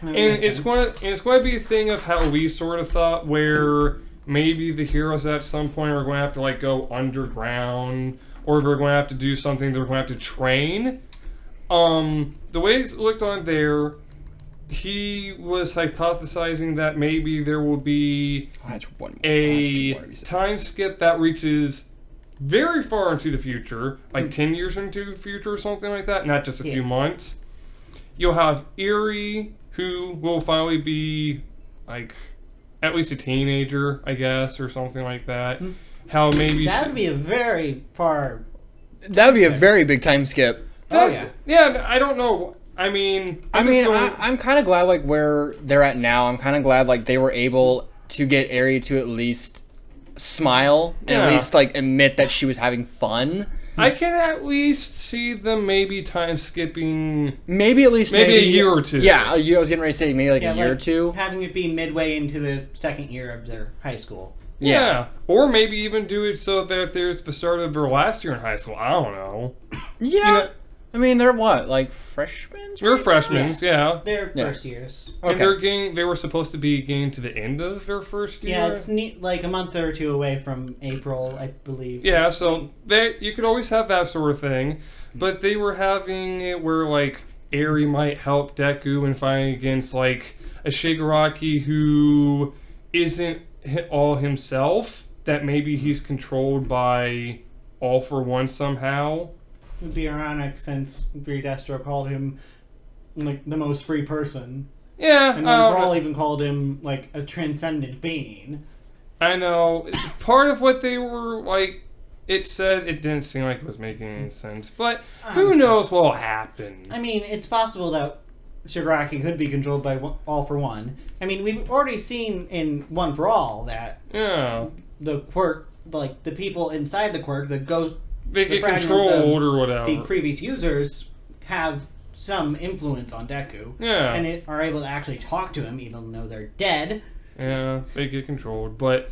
[SPEAKER 3] that.
[SPEAKER 2] and it's going to it's going to be a thing of how we sort of thought where maybe the heroes at some point are going to have to like go underground or they're going to have to do something. They're going to have to train. Um, the way it's looked on there, he was hypothesizing that maybe there will be
[SPEAKER 1] Watch one-
[SPEAKER 2] a
[SPEAKER 1] watch two more episodes.
[SPEAKER 2] time skip that reaches very far into the future, like 10 years into the future or something like that, not just a few
[SPEAKER 3] Yeah.
[SPEAKER 2] months. You'll have Eerie, who will finally be like at least a teenager, I guess, or something like that. How maybe
[SPEAKER 3] That would be a very far.
[SPEAKER 1] That would be a very big time skip.
[SPEAKER 2] That's-
[SPEAKER 3] oh,
[SPEAKER 2] yeah. I don't know. I mean,
[SPEAKER 1] I
[SPEAKER 2] I'm just
[SPEAKER 1] mean,
[SPEAKER 2] going-
[SPEAKER 1] I, I'm kind of glad like where they're at now. I'm kind of glad like they were able to get Ari to at least smile and at
[SPEAKER 2] Yeah.
[SPEAKER 1] least like admit that she was having fun.
[SPEAKER 2] I can at least see them maybe time skipping.
[SPEAKER 1] Maybe at least
[SPEAKER 2] Maybe a year or two.
[SPEAKER 1] Yeah, a year, I was getting ready to say maybe like
[SPEAKER 3] Yeah,
[SPEAKER 1] a year
[SPEAKER 3] like
[SPEAKER 1] or two.
[SPEAKER 3] Having it be midway into the second year of their high school.
[SPEAKER 2] Yeah. Or maybe even do it so that there's the start of their last year in high school. I don't know.
[SPEAKER 1] Yeah.
[SPEAKER 2] You know,
[SPEAKER 1] I mean, they're what like freshmen.
[SPEAKER 2] we are freshmen, yeah.
[SPEAKER 3] Their
[SPEAKER 1] Yeah.
[SPEAKER 3] first years.
[SPEAKER 2] And they're getting, they were supposed to be getting to the end of their first year.
[SPEAKER 3] Yeah, it's neat, like a month or two away from April, I believe.
[SPEAKER 2] Yeah, so they, you could always have that sort of thing. But they were having it where, like, Eri might help Deku in fighting against, like, a Shigaraki who isn't hi- all himself. That maybe he's controlled by All For One somehow.
[SPEAKER 3] would be ironic since Destro called him like the most free person,
[SPEAKER 2] Yeah. I
[SPEAKER 3] and
[SPEAKER 2] don't
[SPEAKER 3] then
[SPEAKER 2] know.
[SPEAKER 3] Brawl even called him like a transcendent being.
[SPEAKER 2] I know. Part of what they were like, it said it didn't seem like it was making any sense, but who
[SPEAKER 3] understand.
[SPEAKER 2] knows what'll happen?
[SPEAKER 3] I mean, it's possible that Shigaraki could be controlled by one, All for One. I mean, we've already seen in One for All that
[SPEAKER 2] Yeah,
[SPEAKER 3] the quirk, like the people inside the quirk, the go
[SPEAKER 2] they
[SPEAKER 3] The
[SPEAKER 2] get
[SPEAKER 3] fragments
[SPEAKER 2] controlled
[SPEAKER 3] of
[SPEAKER 2] or whatever.
[SPEAKER 3] the previous users have some influence on Deku.
[SPEAKER 2] yeah,
[SPEAKER 3] And it, are able to actually talk to him, even though they're dead.
[SPEAKER 2] yeah, they get controlled, but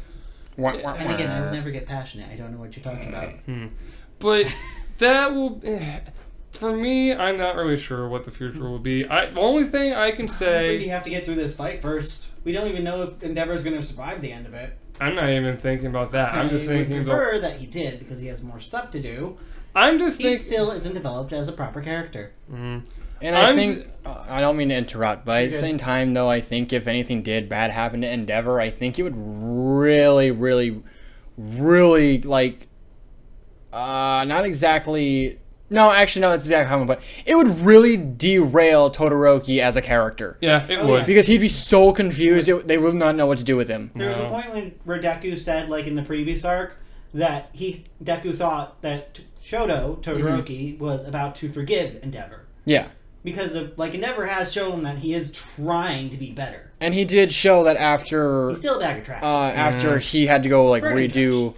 [SPEAKER 3] And again, I would never get passionate. I don't know what you're talking about.
[SPEAKER 2] Hmm. but that will. For me, I'm not really sure what the future will be. I, the only thing I can
[SPEAKER 3] Honestly, we
[SPEAKER 2] say,
[SPEAKER 3] have to get through this fight first. We don't even know if Endeavor's going to survive the end of it.
[SPEAKER 2] I'm not even thinking about that. I'm just
[SPEAKER 3] I
[SPEAKER 2] thinking.
[SPEAKER 3] would
[SPEAKER 2] The,
[SPEAKER 3] prefer that he did because he has more stuff to do.
[SPEAKER 2] I'm just
[SPEAKER 3] He
[SPEAKER 2] thinking.
[SPEAKER 3] still isn't developed as a proper character.
[SPEAKER 1] And I
[SPEAKER 2] I'm-
[SPEAKER 1] think uh, I don't mean to interrupt, but at the same time, though, I think if anything did bad happen to Endeavor, I think it would really, really, really like, uh, not exactly. No, actually, no, that's exactly how. I'm- But it would really derail Todoroki as a character
[SPEAKER 2] Yeah,
[SPEAKER 3] Oh,
[SPEAKER 2] it would.
[SPEAKER 1] because he'd be so confused; it, they would not know what to do with him.
[SPEAKER 3] There was a
[SPEAKER 2] No.
[SPEAKER 3] point when where Deku said, like in the previous arc, that he Deku thought that Shoto
[SPEAKER 2] Mm-hmm.
[SPEAKER 3] Todoroki was about to forgive Endeavor
[SPEAKER 1] Yeah,
[SPEAKER 3] because of like Endeavor has shown that he is trying to be better.
[SPEAKER 1] and he did show that after
[SPEAKER 3] He's still a bag of trash.
[SPEAKER 1] uh, after he had to go like
[SPEAKER 3] Pretty
[SPEAKER 1] redo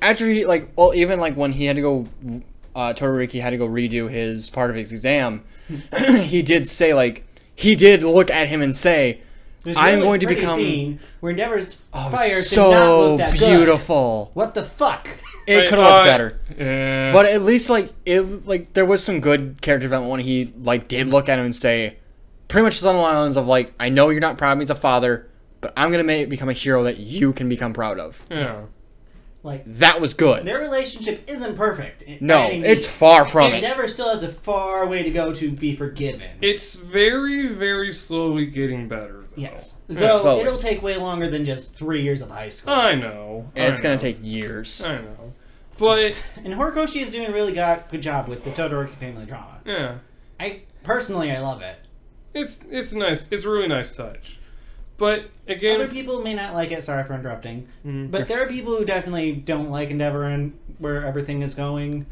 [SPEAKER 1] after he like well even like when he had to go uh Todoroki had to go redo his part of his exam he did say like he did look at him and say
[SPEAKER 3] There's
[SPEAKER 1] I'm
[SPEAKER 3] really
[SPEAKER 1] going to
[SPEAKER 3] pretty
[SPEAKER 1] become-
[SPEAKER 3] scene where Endeavor's
[SPEAKER 1] oh
[SPEAKER 3] fire did not
[SPEAKER 1] so
[SPEAKER 3] look that good.
[SPEAKER 1] beautiful
[SPEAKER 3] What the fuck?
[SPEAKER 1] it could have looked
[SPEAKER 2] Uh,
[SPEAKER 1] better
[SPEAKER 2] Yeah.
[SPEAKER 1] but at least like it like there was some good character development when he like did look at him and say pretty much along the lines of like I know you're not proud of me as a father but I'm gonna make become a hero that you can become proud of
[SPEAKER 2] yeah.
[SPEAKER 3] Like
[SPEAKER 1] that was good
[SPEAKER 3] their relationship isn't perfect. in- by
[SPEAKER 1] No,
[SPEAKER 3] any
[SPEAKER 1] it's
[SPEAKER 3] means.
[SPEAKER 1] far from it.
[SPEAKER 3] Endeavor still has a far way to go to be forgiven.
[SPEAKER 2] It's very, very slowly getting better. though.
[SPEAKER 3] yes. Though
[SPEAKER 1] Slowly.
[SPEAKER 3] it'll take way longer than just three years of high school.
[SPEAKER 2] I know.
[SPEAKER 1] And it's
[SPEAKER 2] I
[SPEAKER 1] gonna
[SPEAKER 2] know.
[SPEAKER 1] take years.
[SPEAKER 2] I know. But
[SPEAKER 3] and Horikoshi is doing a really got, good job with the Todoroki family drama.
[SPEAKER 2] yeah,
[SPEAKER 3] I personally I love it.
[SPEAKER 2] it's it's nice. It's a really nice touch. But
[SPEAKER 3] Other
[SPEAKER 2] again,
[SPEAKER 3] people may not like it, sorry for interrupting.
[SPEAKER 2] Mm-hmm.
[SPEAKER 3] But there are people who definitely don't like Endeavor and where everything is going.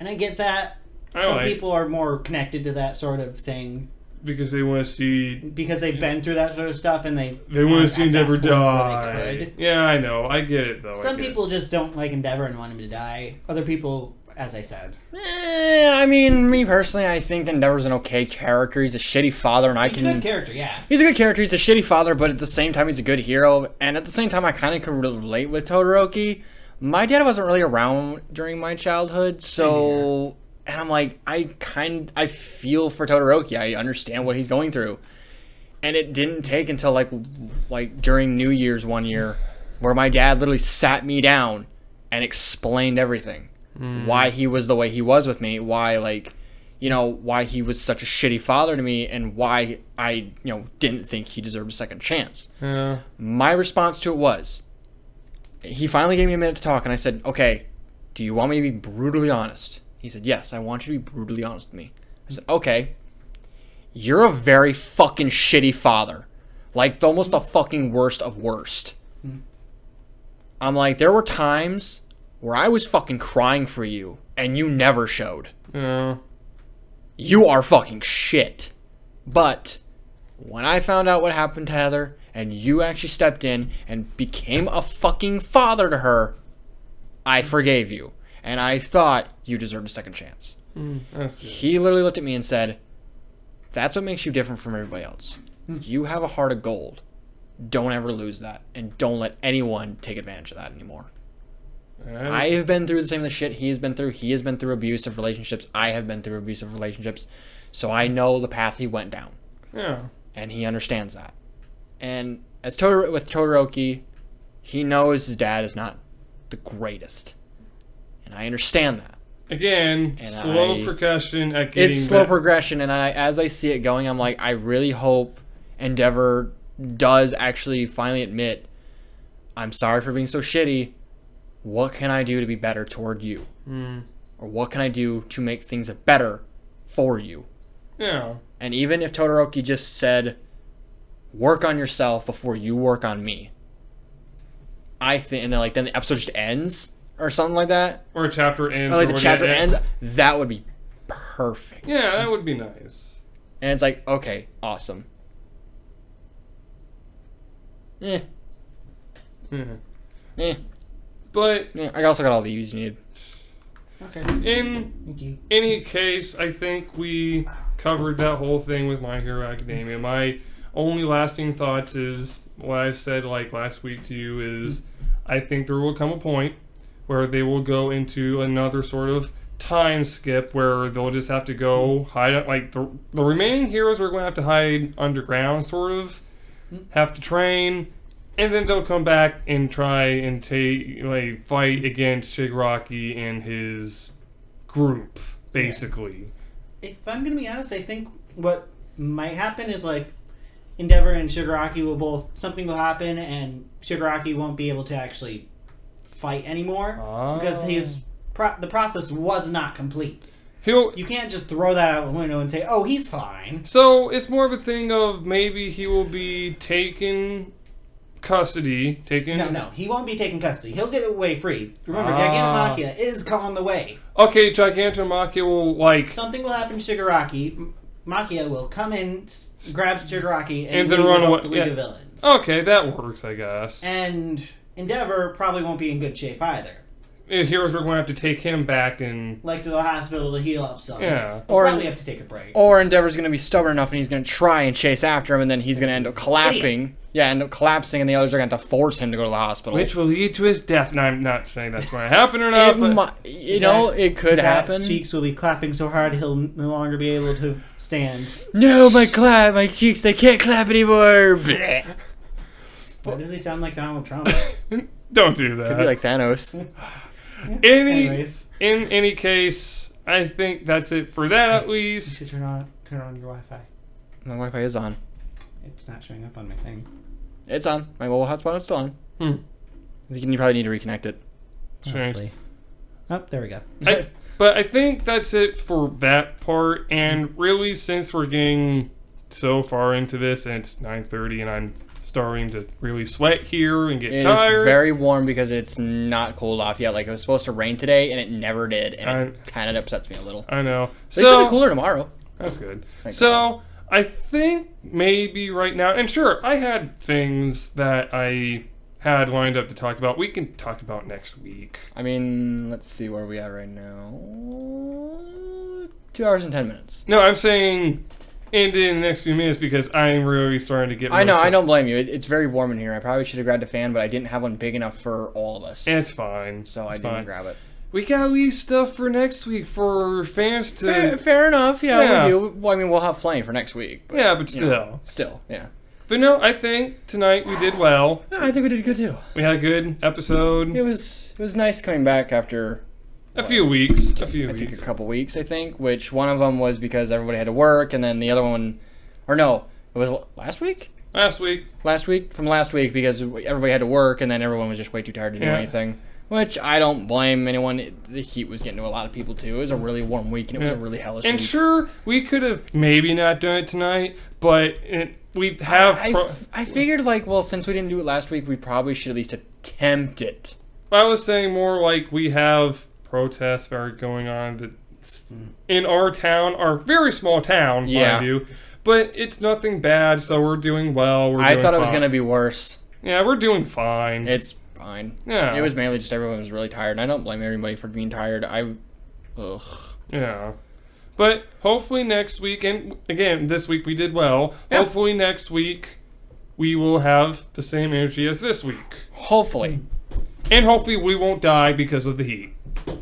[SPEAKER 3] and I get that.
[SPEAKER 2] Oh, I
[SPEAKER 3] Some
[SPEAKER 2] like
[SPEAKER 3] people are more connected to that sort of thing
[SPEAKER 2] because they want to see
[SPEAKER 3] because they've been through that sort of stuff and they
[SPEAKER 2] they want to see
[SPEAKER 3] at that
[SPEAKER 2] Endeavor
[SPEAKER 3] point where they
[SPEAKER 2] die.
[SPEAKER 3] could.
[SPEAKER 2] Yeah, I know. I get it though. I
[SPEAKER 3] Some
[SPEAKER 2] get it.
[SPEAKER 3] people just don't like Endeavor and want him to die. Other people, as I said,
[SPEAKER 1] Eh, I mean, me personally, I think Endeavor's an okay character. He's a shitty father, and I
[SPEAKER 3] he's a
[SPEAKER 1] can.
[SPEAKER 3] good character. Yeah,
[SPEAKER 1] He's a good character. He's a shitty father, but at the same time, he's a good hero. And at the same time, I kind of can relate with Todoroki. My dad wasn't really around during my childhood, so and I'm like, I kind, I feel for Todoroki. I understand what he's going through, and it didn't take until like, like during New Year's one year, where my dad literally sat me down and explained everything, why he was the way he was with me, why like you know why he was such a shitty father to me and why I you know didn't think he deserved a second chance.
[SPEAKER 2] Yeah.
[SPEAKER 1] My response to it was he finally gave me a minute to talk and I said, "Okay, do you want me to be brutally honest?" He said, "Yes, I want you to be brutally honest with me." I said, "Okay. You're a very fucking shitty father. Like the- almost the fucking worst of worst." I'm like, "There were times where I was fucking crying for you and you never showed."
[SPEAKER 2] Yeah.
[SPEAKER 1] you are fucking shit. But when I found out what happened to Heather and you actually stepped in and became a fucking father to her, I forgave you. And I thought you deserved a second chance.
[SPEAKER 2] Mm, That's good.
[SPEAKER 1] He literally looked at me and said, That's what makes you different from everybody else.
[SPEAKER 2] Hmm.
[SPEAKER 1] You have a heart of gold. Don't ever lose that. And don't let anyone take advantage of that anymore. I have been through the same shit he has been through. He has been through abusive relationships. I have been through abusive relationships. So I know the path he went down.
[SPEAKER 2] yeah.
[SPEAKER 1] And he understands that. And as Todor- with Todoroki, he knows his dad is not the greatest. And I understand that.
[SPEAKER 2] Again,
[SPEAKER 1] And
[SPEAKER 2] slow
[SPEAKER 1] I-
[SPEAKER 2] progression at getting
[SPEAKER 1] It's slow
[SPEAKER 2] back-
[SPEAKER 1] progression. And I, as I see it going, I'm like, I really hope Endeavor does actually finally admit, I'm sorry for being so shitty. What can I do to be better toward you? Or what can I do to make things better for you?
[SPEAKER 2] Yeah.
[SPEAKER 1] And even if Todoroki just said, "Work on yourself before you work on me," I think, and then like then the episode just ends or something like that,
[SPEAKER 2] Or a chapter ends.
[SPEAKER 1] or Oh, like
[SPEAKER 2] or
[SPEAKER 1] the
[SPEAKER 2] what-
[SPEAKER 1] chapter
[SPEAKER 2] yeah,
[SPEAKER 1] ends, that would be perfect.
[SPEAKER 2] Yeah, that would be nice.
[SPEAKER 1] And it's like, okay, awesome. Eh,
[SPEAKER 2] Yeah.
[SPEAKER 1] eh,
[SPEAKER 2] But
[SPEAKER 1] eh. I also got all the U's you need.
[SPEAKER 2] in
[SPEAKER 3] thank you.
[SPEAKER 2] any case, I think we covered that whole thing with My Hero Academia. My only lasting thoughts is what I said like last week to you is I think there will come a point where they will go into another sort of time skip where they'll just have to go hide out- like the, the remaining heroes are going to have to hide underground sort of have to train and then they'll come back and try and take like fight against Shigaraki and his group basically.
[SPEAKER 3] If I'm gonna be honest, I think what might happen is like Endeavor and Shigaraki will both something will happen, and Shigaraki won't be able to actually fight anymore because
[SPEAKER 2] Oh.
[SPEAKER 3] his pro- the process was not complete.
[SPEAKER 2] He'll
[SPEAKER 3] You can't just throw that out the window and say, "Oh, he's fine."
[SPEAKER 2] So it's more of a thing of maybe he will be taken custody, taken.
[SPEAKER 3] No, no, he won't be taken custody. He'll get away free. Remember,
[SPEAKER 2] Ah.
[SPEAKER 3] Gigantomachia is on the way.
[SPEAKER 2] Okay, Gigantomachia will like
[SPEAKER 3] Something will happen to Shigaraki. M- Machia will come in, s- grab Shigaraki, and,
[SPEAKER 2] And then
[SPEAKER 3] leave
[SPEAKER 2] run
[SPEAKER 3] without
[SPEAKER 2] away-
[SPEAKER 3] The League
[SPEAKER 2] yeah. Oh,
[SPEAKER 3] of Villains.
[SPEAKER 2] Okay, that works, I guess.
[SPEAKER 3] And Endeavor probably won't be in good shape either.
[SPEAKER 2] Yeah, heroes are going to have to take him back and
[SPEAKER 3] Like to the hospital to heal up some.
[SPEAKER 2] yeah.
[SPEAKER 3] He'll
[SPEAKER 1] Or-
[SPEAKER 3] probably have to take a break.
[SPEAKER 1] Or Endeavor's gonna be stubborn enough, and he's gonna try and chase after him, and then he's gonna end up collapsing. Yeah, end up collapsing, and the others are gonna have to force him to go to the hospital.
[SPEAKER 2] Which will lead to his death. And I'm not saying that's going to happen or
[SPEAKER 1] it
[SPEAKER 2] not, but
[SPEAKER 1] mi- you know, it could
[SPEAKER 3] Zach's
[SPEAKER 1] happen.
[SPEAKER 3] cheeks will be clapping so hard he'll no longer be able to stand.
[SPEAKER 1] No, my clap, my cheeks, they can't clap anymore. Bleh.
[SPEAKER 3] Why does he sound like Donald Trump?
[SPEAKER 2] don't do that.
[SPEAKER 1] Could be like Thanos.
[SPEAKER 2] any,
[SPEAKER 3] Anyways,
[SPEAKER 2] in any case, I think that's it for that at
[SPEAKER 3] you should
[SPEAKER 2] least.
[SPEAKER 3] turn on turn on your Wi-Fi.
[SPEAKER 1] My Wi-Fi is on.
[SPEAKER 3] It's not showing up on my thing.
[SPEAKER 1] It's on. My mobile hotspot is still on.
[SPEAKER 2] Hmm.
[SPEAKER 1] I think you probably need to reconnect it.
[SPEAKER 2] Strange.
[SPEAKER 3] Oh, there we go.
[SPEAKER 2] I, but I think that's it for that part. And really, since we're getting so far into this, and it's nine thirty, and I'm starting to really sweat here and get
[SPEAKER 1] It is
[SPEAKER 2] tired.
[SPEAKER 1] very warm because it's not cooled off yet. Like it was supposed to rain today, and it never did, and it
[SPEAKER 2] I-
[SPEAKER 1] kind of upsets me a little.
[SPEAKER 2] I know.
[SPEAKER 1] They said
[SPEAKER 2] So
[SPEAKER 1] it's cooler tomorrow.
[SPEAKER 2] that's good.
[SPEAKER 1] Thank
[SPEAKER 2] So I think maybe right now, and sure, I had things that I had lined up to talk about. We can talk about next week.
[SPEAKER 1] I mean, let's see where we at right now. Two hours and ten minutes.
[SPEAKER 2] No, I'm saying end in the next few minutes because I'm really starting to get.
[SPEAKER 1] I know.
[SPEAKER 2] most-
[SPEAKER 1] I don't blame you. It, it's very warm in here. I probably should have grabbed a fan, but I didn't have one big enough for all of us.
[SPEAKER 2] It's fine.
[SPEAKER 1] so I
[SPEAKER 2] It's
[SPEAKER 1] didn't
[SPEAKER 2] fine.
[SPEAKER 1] grab it.
[SPEAKER 2] We got to leave stuff for next week for fans to.
[SPEAKER 1] Fair, fair enough. Yeah,
[SPEAKER 2] Yeah.
[SPEAKER 1] we do. Well, I mean, we'll have plenty for next week. But
[SPEAKER 2] yeah, but still.
[SPEAKER 1] Still, yeah.
[SPEAKER 2] But no, I think tonight we did well.
[SPEAKER 1] I think we did good too.
[SPEAKER 2] We had a good episode.
[SPEAKER 1] It was it was nice coming back after
[SPEAKER 2] A few weeks. A few
[SPEAKER 1] I think a
[SPEAKER 2] weeks.
[SPEAKER 1] couple weeks, I think, which one of them was because everybody had to work, and then the other one, or no, it was l- last week?
[SPEAKER 2] Last week.
[SPEAKER 1] Last week? From last week, because everybody had to work, and then everyone was just way too tired to do
[SPEAKER 2] Yeah.
[SPEAKER 1] anything. Which I don't blame anyone. It- the heat was getting to a lot of people, too. It was a really warm week, and it was a
[SPEAKER 2] Yeah.
[SPEAKER 1] really hellish
[SPEAKER 2] And
[SPEAKER 1] week.
[SPEAKER 2] sure, we could have maybe not done it tonight, but it, we have.
[SPEAKER 1] I,
[SPEAKER 2] pro-
[SPEAKER 1] f- I figured, like, well, since we didn't do it last week, we probably should at least attempt it.
[SPEAKER 2] I was saying more like we have protests that are going on that s- in our town, our very small town,
[SPEAKER 1] Yeah.
[SPEAKER 2] mind you. But it's nothing bad, so we're doing well. We're
[SPEAKER 1] I
[SPEAKER 2] doing
[SPEAKER 1] thought it was
[SPEAKER 2] fine.
[SPEAKER 1] going to be worse.
[SPEAKER 2] Yeah, we're doing fine.
[SPEAKER 1] It's fine.
[SPEAKER 2] yeah.
[SPEAKER 1] It was mainly just everyone was really tired, and I don't blame everybody for being tired. I. Ugh.
[SPEAKER 2] Yeah. But hopefully next week, and again, this week we did well.
[SPEAKER 1] Yeah.
[SPEAKER 2] Hopefully next week we will have the same energy as this week.
[SPEAKER 1] Hopefully.
[SPEAKER 2] And hopefully we won't die because of the heat.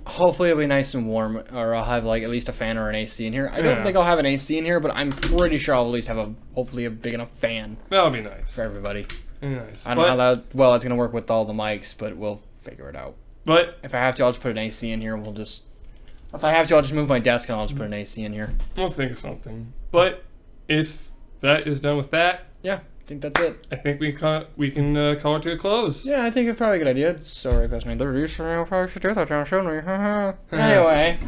[SPEAKER 1] hopefully it'll be nice and warm or i'll have like at least a fan or an ac in here i don't
[SPEAKER 2] Yeah.
[SPEAKER 1] think i'll have an ac in here but i'm pretty sure i'll at least have a hopefully a big enough fan
[SPEAKER 2] That'll be nice.
[SPEAKER 1] for everybody
[SPEAKER 2] Very nice.
[SPEAKER 1] i don't
[SPEAKER 2] but,
[SPEAKER 1] know how that well that's gonna work with all the mics but we'll figure it out
[SPEAKER 2] but
[SPEAKER 1] if i have to i'll just put an ac in here and we'll just if i have to i'll just move my desk and i'll just put an ac in here
[SPEAKER 2] we'll think of something. But if that is done with that,
[SPEAKER 1] yeah i think that's it
[SPEAKER 2] I think we can we can uh, call it to a close.
[SPEAKER 1] yeah i think it's probably a good idea it's so right past my liberties so i probably should do that John, shouldn't we? anyway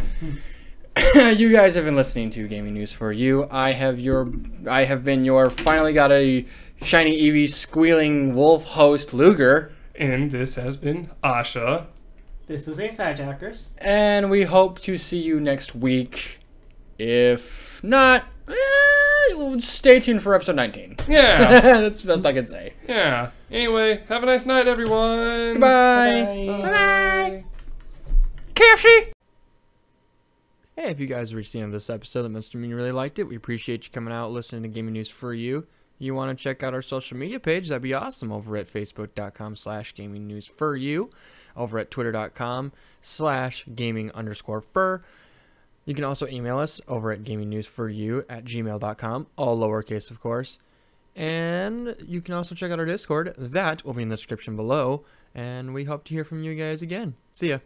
[SPEAKER 1] you guys have been listening to Gaming News for You. I have your, I have been your finally got a shiny Eevee squealing wolf host Luger,
[SPEAKER 2] And this has been Asha.
[SPEAKER 3] This was Ace Hijackers.
[SPEAKER 1] and we hope to see you next week. If not, eh, well, stay tuned for episode 19.
[SPEAKER 2] Yeah.
[SPEAKER 1] That's the best I can say.
[SPEAKER 2] yeah. Anyway, have a nice night, everyone.
[SPEAKER 1] Bye. Bye. KFC. Hey, if you guys reached the end of this episode, that must mean you really liked it. We appreciate you coming out, listening to Gaming News for you. You want to check out our social media page? That'd be awesome. Over at facebook.com slash gaming news for you. Over at twitter.com slash gaming underscore fur. You can also email us over at gaming news for you at gmail.com. All lowercase, of course. And you can also check out our Discord. That will be in the description below. And we hope to hear from you guys again. See ya.